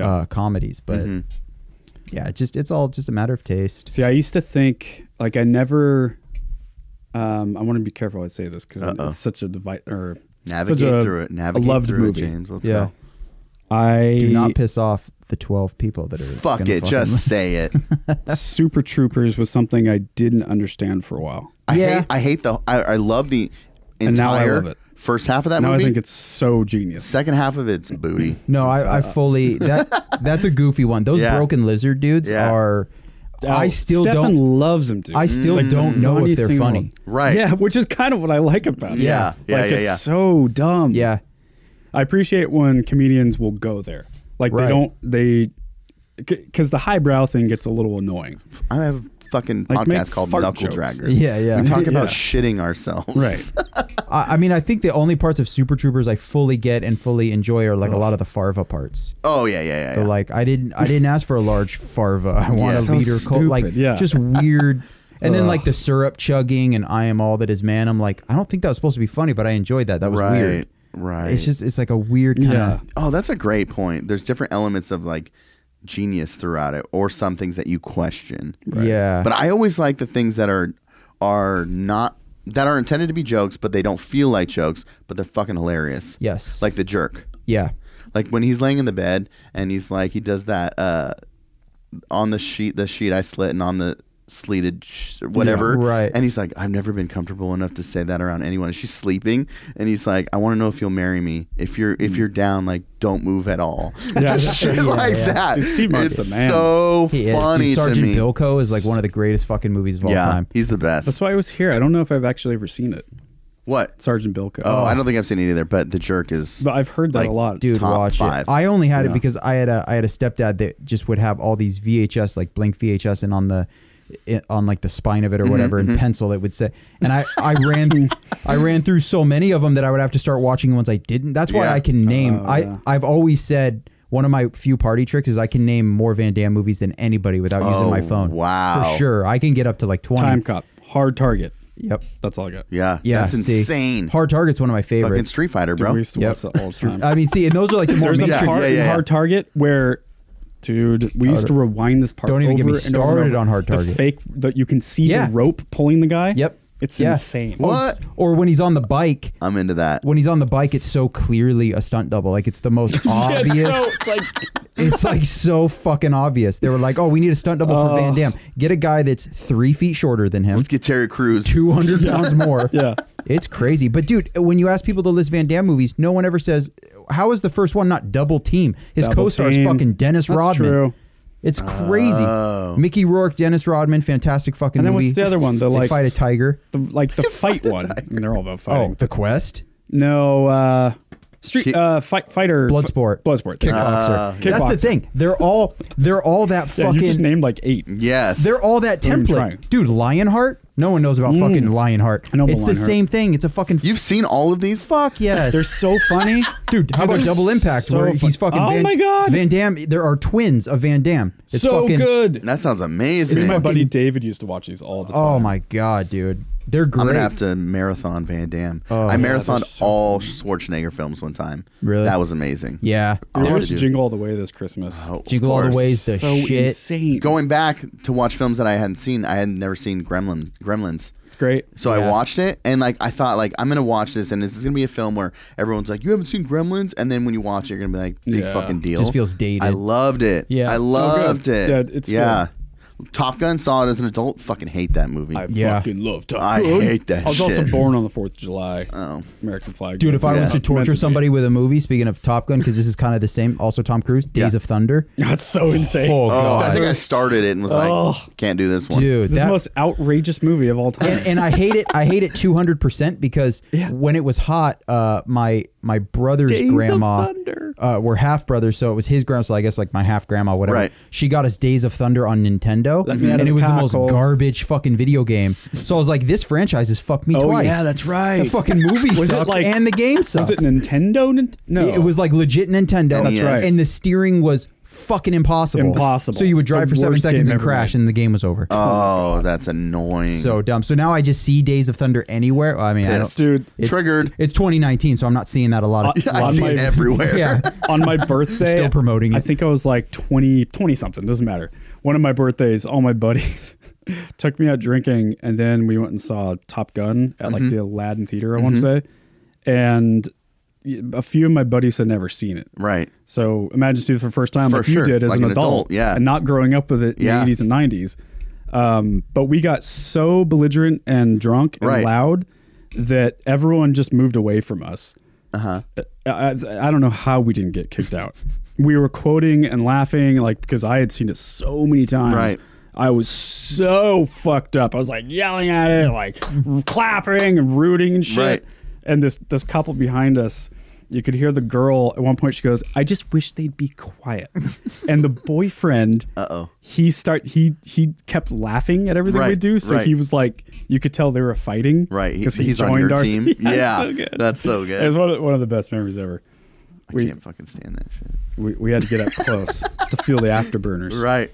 uh, comedies. But Mm-hmm. yeah, it's just it's all just a matter of taste. See, I used to think like I never. Um, I want to be careful I say this because Uh-oh. it's such a device or Navigate such a, through it. Navigate a loved through it, movie. James. Let's Yeah. go. I Do not piss off the 12 people that are. Fuck gonna it, fucking (laughs) just listen. say it. Super Troopers was something I didn't understand for a while. I hate. I hate the. I, I love the And now I entire love it. first half of that now movie. I think it's so genius. Second half of it's booty. No, (laughs) I, I fully. that That's a goofy one. Those Yeah. broken lizard dudes Yeah. are. Oh, I still Stefan don't. loves them, dude. I It's still like the don't know if funniest they're thing in the funny. world. Yeah, which is kind of what I like about it. Yeah. Yeah, like yeah, it's yeah. so dumb. Yeah. I appreciate when comedians will go there. Like Right. they don't they because the highbrow thing gets a little annoying. I have a fucking Like, make podcast called fart Knuckle jokes. Dragger. Yeah, (laughs) yeah. We talk (laughs) about Yeah. shitting ourselves. Right. I, I mean, I think the only parts of Super Troopers I fully get and fully enjoy are like a lot of the Farva parts. (laughs) Oh yeah, yeah, yeah. They're yeah. like I didn't, I didn't ask for (laughs) a large Farva. I want Yeah. a leader, So cult, like stupid, yeah. just weird. And then like the syrup chugging and I am all that is man. I'm like, I don't think that was supposed to be funny, but I enjoyed that. That was right, weird. right. It's just, it's like a weird kind Yeah. of. Oh, that's a great point. There's different elements of like genius throughout it, or some things that you question. Yeah. But I always like the things that are are not that are intended to be jokes, but they don't feel like jokes, but they're fucking hilarious. yes. Like the jerk. yeah. Like when he's laying in the bed and he's like he does that uh on the sheet the sheet I slit and on the sleeted sh- whatever Yeah, right. and he's like I've never been comfortable enough to say that around anyone and she's sleeping and he's like I want to know if you'll marry me if you're if you're down like don't move at all (laughs) just shit like yeah. that Dude, Steve Martin's it's the man. so He is. funny Dude, to Sergeant me Bilko is like one of the greatest fucking movies of all yeah time. he's the best That's why I was here. I don't know if I've actually ever seen it. what Sergeant Bilko. oh I don't think I've seen it either but the jerk is But I've heard that like, a lot. Dude, top watch five. it. I only had Yeah. it because I had a I had a stepdad that just would have all these VHS like blank VHS and on the i- on like the spine of it Mm-hmm, or whatever in pencil it would say and I I ran I ran through so many of them that I would have to start watching ones I didn't. That's why Yeah. I can name. Oh, I yeah. I've always said. One of my few party tricks is I can name more Van Damme movies than anybody without using Oh, my phone. wow. For sure. I can get up to like 20. Time Cop. Hard Target. Yep. That's all I got. yeah Yeah. that's see. insane Hard Target's one of my fucking favorites. Street Fighter Dude, bro we used to Yep. watch that all the (laughs) time. I mean, see, and those are like the more There's a Yeah, mainstream. part yeah, in yeah. Hard Target where, dude, we used to rewind this part. Don't even get over me and over and started over. on Hard The Target. fake that you can see Yeah. the rope pulling the guy. Yep. it's Yeah. insane. what Or when he's on the bike, I'm into that when he's on the bike, it's so clearly a stunt double. Like it's the most Yeah, (laughs) it's obvious. so- it's like it's like so fucking obvious. They were like, "Oh, we need a stunt double for Van Damme. Get a guy that's three feet shorter than him, let's get Terry Crews two hundred pounds more." (laughs) Yeah. it's crazy. But dude, when you ask people to list Van Damme movies, no one ever says, "How is the first one not double team?" His Double co-star is Team. fucking Dennis That's Rodman. true. It's crazy. Mickey Rourke, Dennis Rodman, fantastic fucking And then movie. what's the other one? The They like fight a tiger. the (laughs) like the fight one. I mean, they're all about Oh, fighting. The Quest. No, uh, street Kick- uh, fight fighter. Bloodsport. Bloodsport. there you go. Ah, Kickboxer. Uh, That's the Kickboxer. thing. They're all they're all that Yeah, you just fucking named like eight. yes they're all that Don't even try. template. Dude, Lionheart? No one knows about fucking Lionheart. Mm. I know about it's the Lionheart. same thing. It's a fucking You've seen all of these? fuck yes. They're so funny, (laughs) Dude, how about they're Double Impact so where fu- he's fucking Oh Van, my God. Van Damme, there are twins of Van Damme. It's so fucking, good. That sounds amazing. My I'm buddy David used to watch these all the time. Oh my god, dude. They're great. gonna have to marathon Van Damme. Oh, I marathoned all Schwarzenegger films one time. Really? That was amazing. yeah. I wanna There's do- Jingle All the Way this Christmas. Oh, of Jingle all the course. ways the so shit. insane. Going back to watch films that I hadn't seen, I had never seen Gremlin, Gremlins. It's great. So I Yeah. watched it and like I thought like I'm gonna watch this and this is gonna be a film where everyone's like you haven't seen Gremlins and then when you watch it you're gonna be like big Yeah. fucking deal. Just feels dated. I loved it. Yeah. I Oh, loved good. it. Yeah, it's yeah. Top Gun saw it as an adult. Fucking hate that movie. I fucking love Top I Gun. hate that. I was also shit. born on the Fourth of July. Oh, American flag. Dude, if I Yeah. was to It's meant torture be. somebody with a movie, speaking of Top Gun, because this is kind of the same, also Tom Cruise, Days of Thunder. (laughs) that's so insane. Oh, God. I think I started it and was like, Oh. can't do this one. Dude, This is that the most outrageous movie of all time. and, and I hate it. I hate it two hundred (laughs) percent because when it was hot, uh, my my brother's Days of grandma, Thunder. uh, we're half brothers, so it was his grandma. So I guess like my half grandma, whatever. Right. She got us Days of Thunder on Nintendo, Let me out of and it the was the most cockle. garbage fucking video game. So I was like, this franchise has fucked me Oh, twice. yeah, that's right. The fucking (laughs) movie Was it sucks like- and the game was sucks. it Nintendo? Nin- No, It was like legit Nintendo. That's right. And the steering was fucking impossible. Impossible. So you would The drive for seven worst seconds game and ever crash, made. and the game was over. Oh, that's annoying. so dumb. So now I just see Days of Thunder anywhere. I mean, I Mm. Yes, don't, dude. It's, Triggered. It's 2019, so I'm not seeing that a lot. Of, Uh, (laughs) I on see my- (laughs) it everywhere. yeah, on my birthday Still promoting i it. think i was like 20 20 something doesn't matter one of my birthdays all my buddies (laughs) took me out drinking and then we went and saw top gun at Mm-hmm. like the aladdin theater i want to say and y- a few of my buddies had never seen it Right. so imagine seeing it for the first time For like sure, you did as like an, an adult, adult, yeah. and not growing up with it in Yeah. the 80s and 90s um, but we got so belligerent and drunk and Right. loud that everyone just moved away from us Uh-huh. I, I I don't know how we didn't get kicked out. We were quoting and laughing, like because I had seen it so many times. Right. I was so fucked up. I was like yelling at it, like clapping and rooting and shit. Right. And this this couple behind us, you could hear the girl at one point. She goes, "I just wish they'd be (laughs) quiet." and the boyfriend, Uh-oh. he start he he kept laughing at everything we Right, do. So right. he was like, you could tell they were fighting, Right. He- Because he he's on joined your our (laughs) team. Yeah, that's so good. It was one of, one of the best memories ever. I we- can't fucking stand that shit. We, we had to get up (laughs) close to feel the afterburners. Right.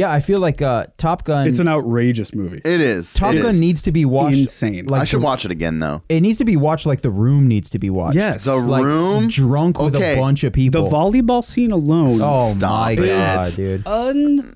yeah. I feel like uh, Top Gun. It's an outrageous movie. It is. Top It Gun is. needs to be watched. Insane. Like I should the- watch it again though. It needs to be watched like the room needs to be watched. Yes. The like, Room? drunk with a Okay. bunch of people. the volleyball scene alone oh Stop my it. god, dude.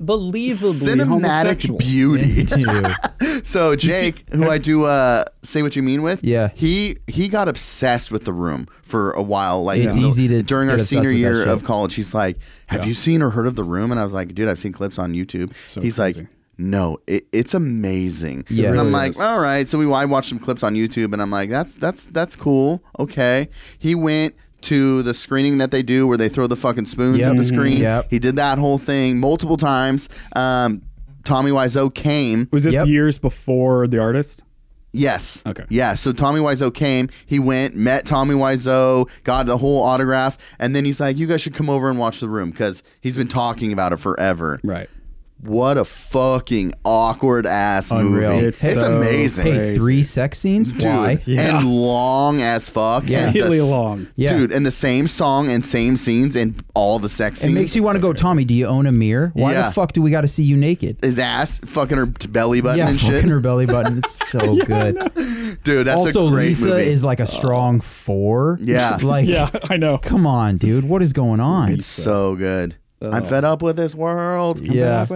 unbelievably homosexual. Cinematic beauty. (laughs) Dude. so Jake, who I do uh, say what you mean with, Yeah. he he got obsessed with the room for a while. Like It's you know, easy to during get our obsessed senior with that year shit. of college. He's like, "Have you seen or heard of the room?" And I was like, "Dude, I've seen clips on YouTube." so he's crazy. like. No, it, it's amazing. Yeah. It and I'm really like, is. all right. So we I watched some clips on YouTube, and I'm like, that's that's that's cool. Okay. He went to the screening that they do where they throw the fucking spoons Yep. at the Mhm. screen. Yep. He did that whole thing multiple times. Um, Tommy Wiseau came. Was this Yep. years before the artist? Yes. Okay. Yeah. So Tommy Wiseau came. He went, met Tommy Wiseau, got the whole autograph, and then he's like, "You guys should come over and watch the room because he's been talking about it forever." Right. What a fucking awkward ass Unreal. movie! It's It's, so amazing, Hey, Crazy. three sex scenes. dude, Why? Yeah. and long as fuck. Yeah. Really long. Yeah. Dude, and the same song and same scenes and all the sex It scenes. makes you want to go, Tommy. Do you own a mirror? Why Yeah. the fuck do we got to see you naked? his ass, fucking her t- belly button yeah, and fucking shit. her (laughs) belly button. It's so good. Dude, that's also, a great Lisa movie. is like a strong four. Yeah. (laughs) like, Yeah, (laughs) I know. come on, dude. What is going on? It's so good. I'm fed up with this world. Oh. yeah.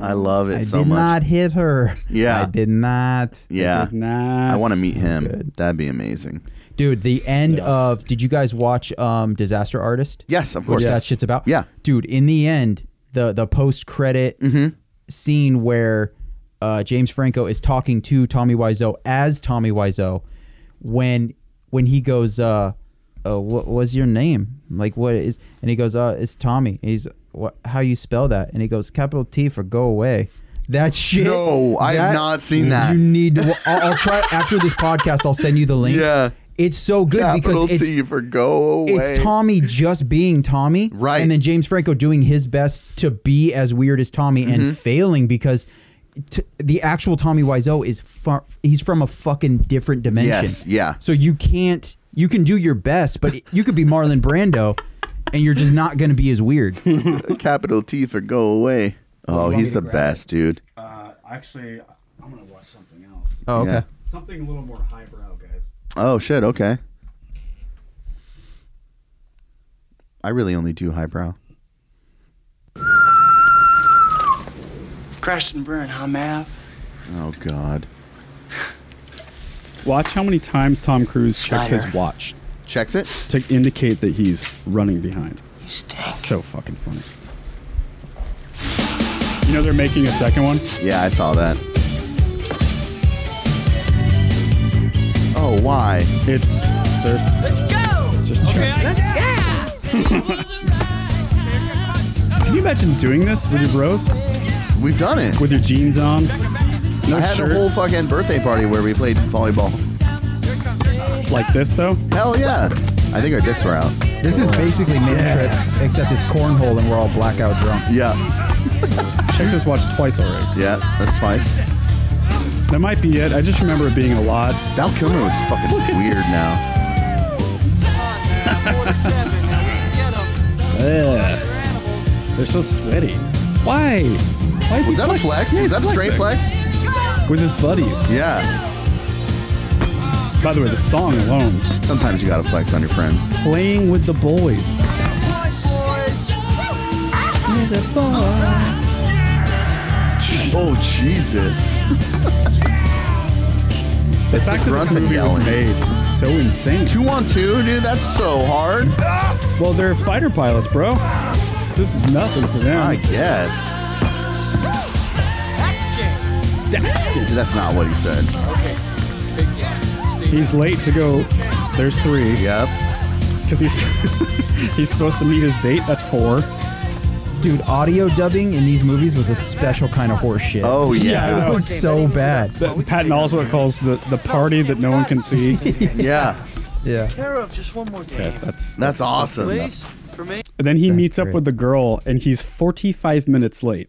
I love it I so did much. not hit her. Yeah. I did not. yeah. Nah. Uh, I want to meet him. That'd be amazing. Dude, the end of did you guys watch um Disaster Artist? Yes, of course. Which that Yes. shit's about. Yeah. dude. In the end, the the post credit Mm-hmm. scene where uh, James Franco is talking to Tommy Wiseau as Tommy Wiseau, when when he goes, uh, uh what was your name? Like what is? And he goes, uh, it's Tommy. He's what? How you spell that? And he goes, capital T for go away. That shit. No, I have that- not seen that. You need to. I'll, I'll try after this podcast. I'll send you the link. Yeah. It's so good Capital because it's T for go away. it's Tommy just being Tommy, Right. And then James Franco doing his best to be as weird as Tommy Mm-hmm. and failing because t- the actual Tommy Wiseau is far- he's from a fucking different dimension. Yes, yeah. So you can't you can do your best, but you could be Marlon Brando, and you're just not going to be as weird. Capital T for go away. Oh, he's the best, dude. Uh, actually, I'm gonna watch something else. Oh, okay. Yeah. Something a little more highbrow, guys. Oh shit. Okay. I really only do highbrow. Crash and burn, huh, Mav? Oh god. Watch how many times Tom Cruise checks his Slider. watch Checks it. to indicate that he's running behind. You stink. So fucking funny. You know they're making a second one? Yeah, I saw that. Oh, why? It's there's Let's go. Just check. Can you imagine doing this with your bros? We've done it. With your jeans on. No I had shirt. a whole fucking birthday party where we played volleyball. Like this though? Hell yeah. I think our dicks were out. This is basically mid trip, except it's cornhole and we're all blackout drunk. Yeah. Check just watched twice already. Yeah, that's twice. That might be it. I just remember it being a lot. Val Kilmer looks fucking weird now. Ugh. They're so sweaty. Why? Why is he Was that flexing? a flex? Yeah, he's Was that a straight flexing. flex? With his buddies. Yeah. By the way, the song alone. Sometimes you gotta flex on your friends. Playing with the boys. Oh, Jesus. The fact that grunts this and movie was yelling. made is so insane. Two on two, dude, that's so hard. Well, they're fighter pilots, bro. This is nothing for them. I guess. That's good. That's not what he said. He's late to go. There's three. Yep. Because (laughs) he's he's supposed to meet his date. That's four. Dude, audio dubbing in these movies was a special kind of horse shit. Oh, It yeah. was so bad. That Patton also calls the, the party that no one can (laughs) see. Okay, Yeah. Yeah. that's That's awesome. And then he That's meets up great. with the girl, and he's 45 minutes late.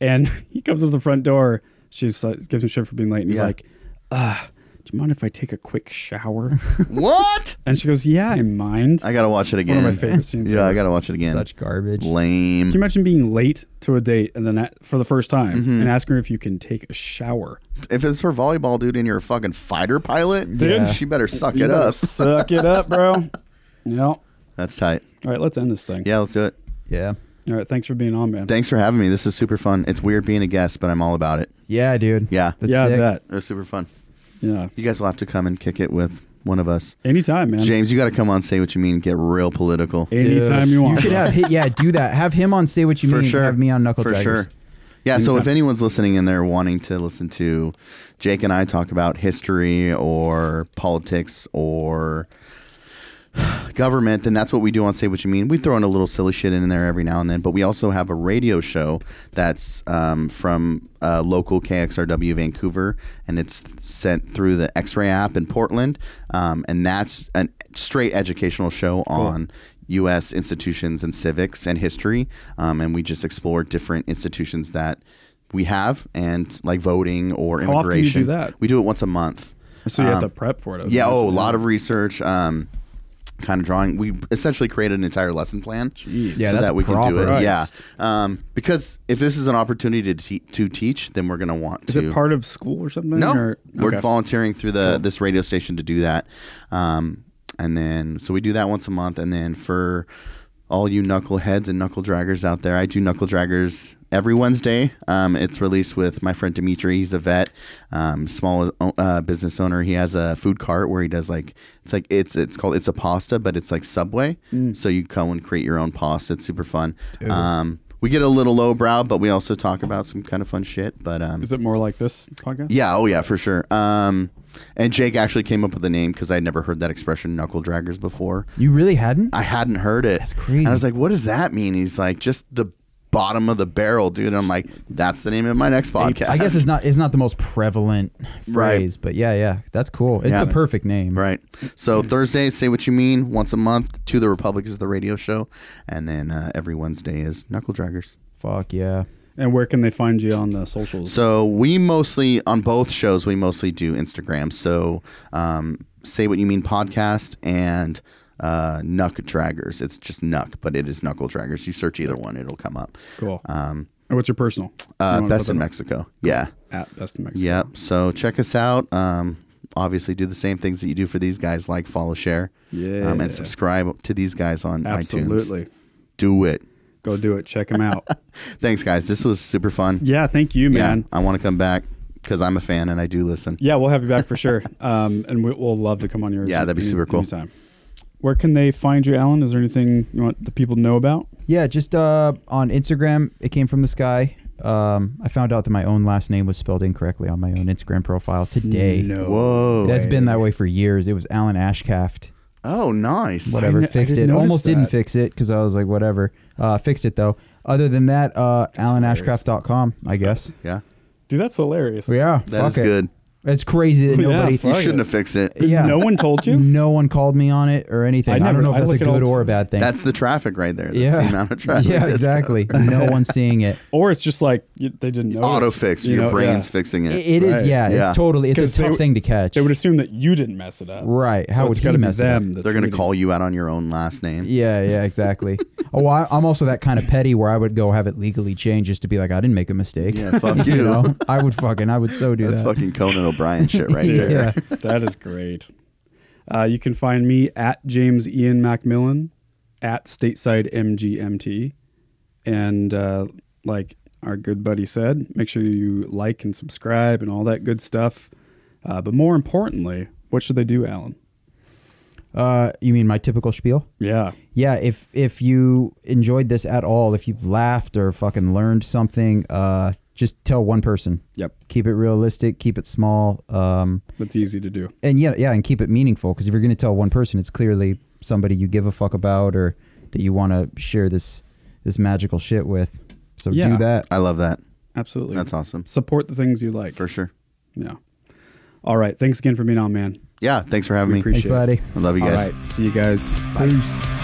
And (laughs) he comes to the front door. She gives him shit for being late, and he's Yeah. like, "Uh, do you mind if I take a quick shower?" (laughs) What? and she goes, "Yeah, I mind." I gotta watch it again. One of my favorite scenes Yeah, ever. I gotta watch it again. Such garbage. Lame. Can you imagine being late to a date and then a for the first time Mm-hmm. and asking her if you can take a shower? if it's for volleyball, dude, and you're a fucking fighter pilot, Dude. she better suck You it better up. Suck it up, (laughs) bro. Yeah. All That's tight. right, let's end this thing. Yeah, let's do it. Yeah. All right, thanks for being on, man. Thanks for having me. This is super fun. It's weird being a guest, but I'm all about it. Yeah, dude. Yeah. That's yeah, sick. that. It was super fun. Yeah. You guys will have to come and kick it with one of us. Anytime, man. James, you got to come on, say what you mean, get real political. Anytime you want. You (laughs) should have hit. Yeah, do that. Have him on. Say what you for mean. sure. Have me on Knuckle for Draggers. sure. Yeah, so if Anytime. anyone's listening and they're wanting to listen to Jake and I talk about history or politics or government, then that's what we do on Say What You Mean. We throw in a little silly shit in there every now and then, but we also have a radio show that's um, from uh, local KXRW Vancouver, and it's sent through the X Ray app in Portland, um, and that's a straight educational show on. U.S. institutions and civics and history, um, and we just explore different institutions that we have, and like voting or How often do you do immigration. that? We do it once a month. So you have to Um, prep for it. I would yeah. Oh, a imagine. lot of research. Um, kind of drawing. We essentially created an entire lesson plan. Yeah, so that's that we can do proper. it. Christ. Yeah. Um, because if this is an opportunity to, te- to teach, then we're gonna want Is to. it part of school or something? no, Or, we're okay. volunteering through the this radio station to do that. Um, and then so we do that once a month, and then for all you knuckleheads and knuckle draggers out there, I do knuckle draggers every Wednesday. Um, it's released with my friend Dimitri. He's a vet, um, small uh, business owner. He has a food cart where he does like it's like it's it's called it's a pasta, but it's like Subway. Mm. So you go and create your own pasta. It's super fun. Um, we get a little lowbrow, but we also talk about some kind of fun shit. But um, Is it more like this podcast? yeah, oh yeah, for sure. Um, and Jake actually came up with the name because I never heard that expression "knuckle draggers" before. You really hadn't? I hadn't heard it. That's crazy. And I was like, "What does that mean?" He's like, "Just the bottom of the barrel, dude." And I'm like, "That's the name of my next podcast." I guess it's not. It's not the most prevalent Right. phrase, but yeah, yeah, that's cool. It's Yeah. the perfect (laughs) name. right. So Hmm. Thursdays, say what you mean. Once a month, to the Republic is the radio show, and then uh, every Wednesday is knuckle draggers. Fuck yeah. And where can they find you on the socials? So we mostly on both shows we mostly do Instagram. So um, say what you mean podcast and uh, Nuck Draggers. It's just Nuck, but it is Knuckle Draggers. You search either one, it'll come up. cool. Um, and what's your personal? uh, You wanna Best put in that Mexico. Yeah. At Best in Mexico. Yep. So check us out. Um, obviously, do the same things that you do for these guys: like, follow, share, um, Yeah. and subscribe to these guys on iTunes. Absolutely. Do it. Go do it. Check them (laughs) out. Thanks, guys. This was super fun. yeah, thank you, man. I want to come back because I'm a fan and I do listen. Yeah, we'll have you back for sure. Um, and we, we'll love to come on your Yeah, that'd be super cool. Anytime. Where can they find you, Alan? Is there anything you want the people to know about? Yeah, just uh, on Instagram, it came from the sky. um, I found out that my own last name was spelled incorrectly on my own Instagram profile today. No Whoa. That's been that way for years. It was Alan Ashcraft. Oh, nice. Whatever, I kn- I fixed didn't it. notice Almost didn't that. fix it because I was like, whatever. Uh, fixed it though. Other than that, uh, AlanAshcraft.com, I guess. Yeah. Dude, that's hilarious. Yeah, that is fuck it. good. It's crazy that Yeah, nobody. fuck You shouldn't have fixed it. (laughs) Yeah. No one told (laughs) you? No one called me on it or anything. I I, never- don't know if I that's a look at all good the or a bad thing. That's the traffic right there. That's yeah. the amount of traffic. (laughs) yeah, that's exactly. no one's (laughs) seeing it. Or it's just like you, they didn't know. Auto fix. Your brain's fixing it. It it is. Right. Yeah, Yeah. it's totally. It's 'Cause a they tough w- thing to catch. They would assume that you didn't mess it up. Right. How so would it's he got to be mess it up? them? that's They're going to reading. call you out on your own last name. Yeah, yeah, exactly. (laughs) oh, I, I'm also that kind of petty where I would go have it legally changed just to be like, I didn't make a mistake. Yeah, (laughs) fuck you. I would fucking, I would so do That's that. fucking Conan O'Brien shit right (laughs) Yeah. there. (laughs) Yeah. (laughs) that is great. Uh, you can find me at James Ian Macmillan at Stateside MGMT. And uh, like our good buddy said, make sure you like and subscribe and all that good stuff. Uh, but more importantly, what should they do, Alan? Uh, you mean my typical spiel? Yeah. yeah if if you enjoyed this at all if you laughed or fucking learned something uh just tell one person Yep. keep it realistic keep it small um That's easy to do. and yeah yeah and keep it meaningful because if you're gonna tell one person it's clearly somebody you give a fuck about or that you want to share this this magical shit with so Yeah. do that I love that. Absolutely. That's awesome. Support the things you like. For sure. Yeah. All right. Thanks again for being on, man. Yeah. Thanks for having We me. appreciate thanks buddy I love you it. guys. All right. See you guys. Bye. Peace.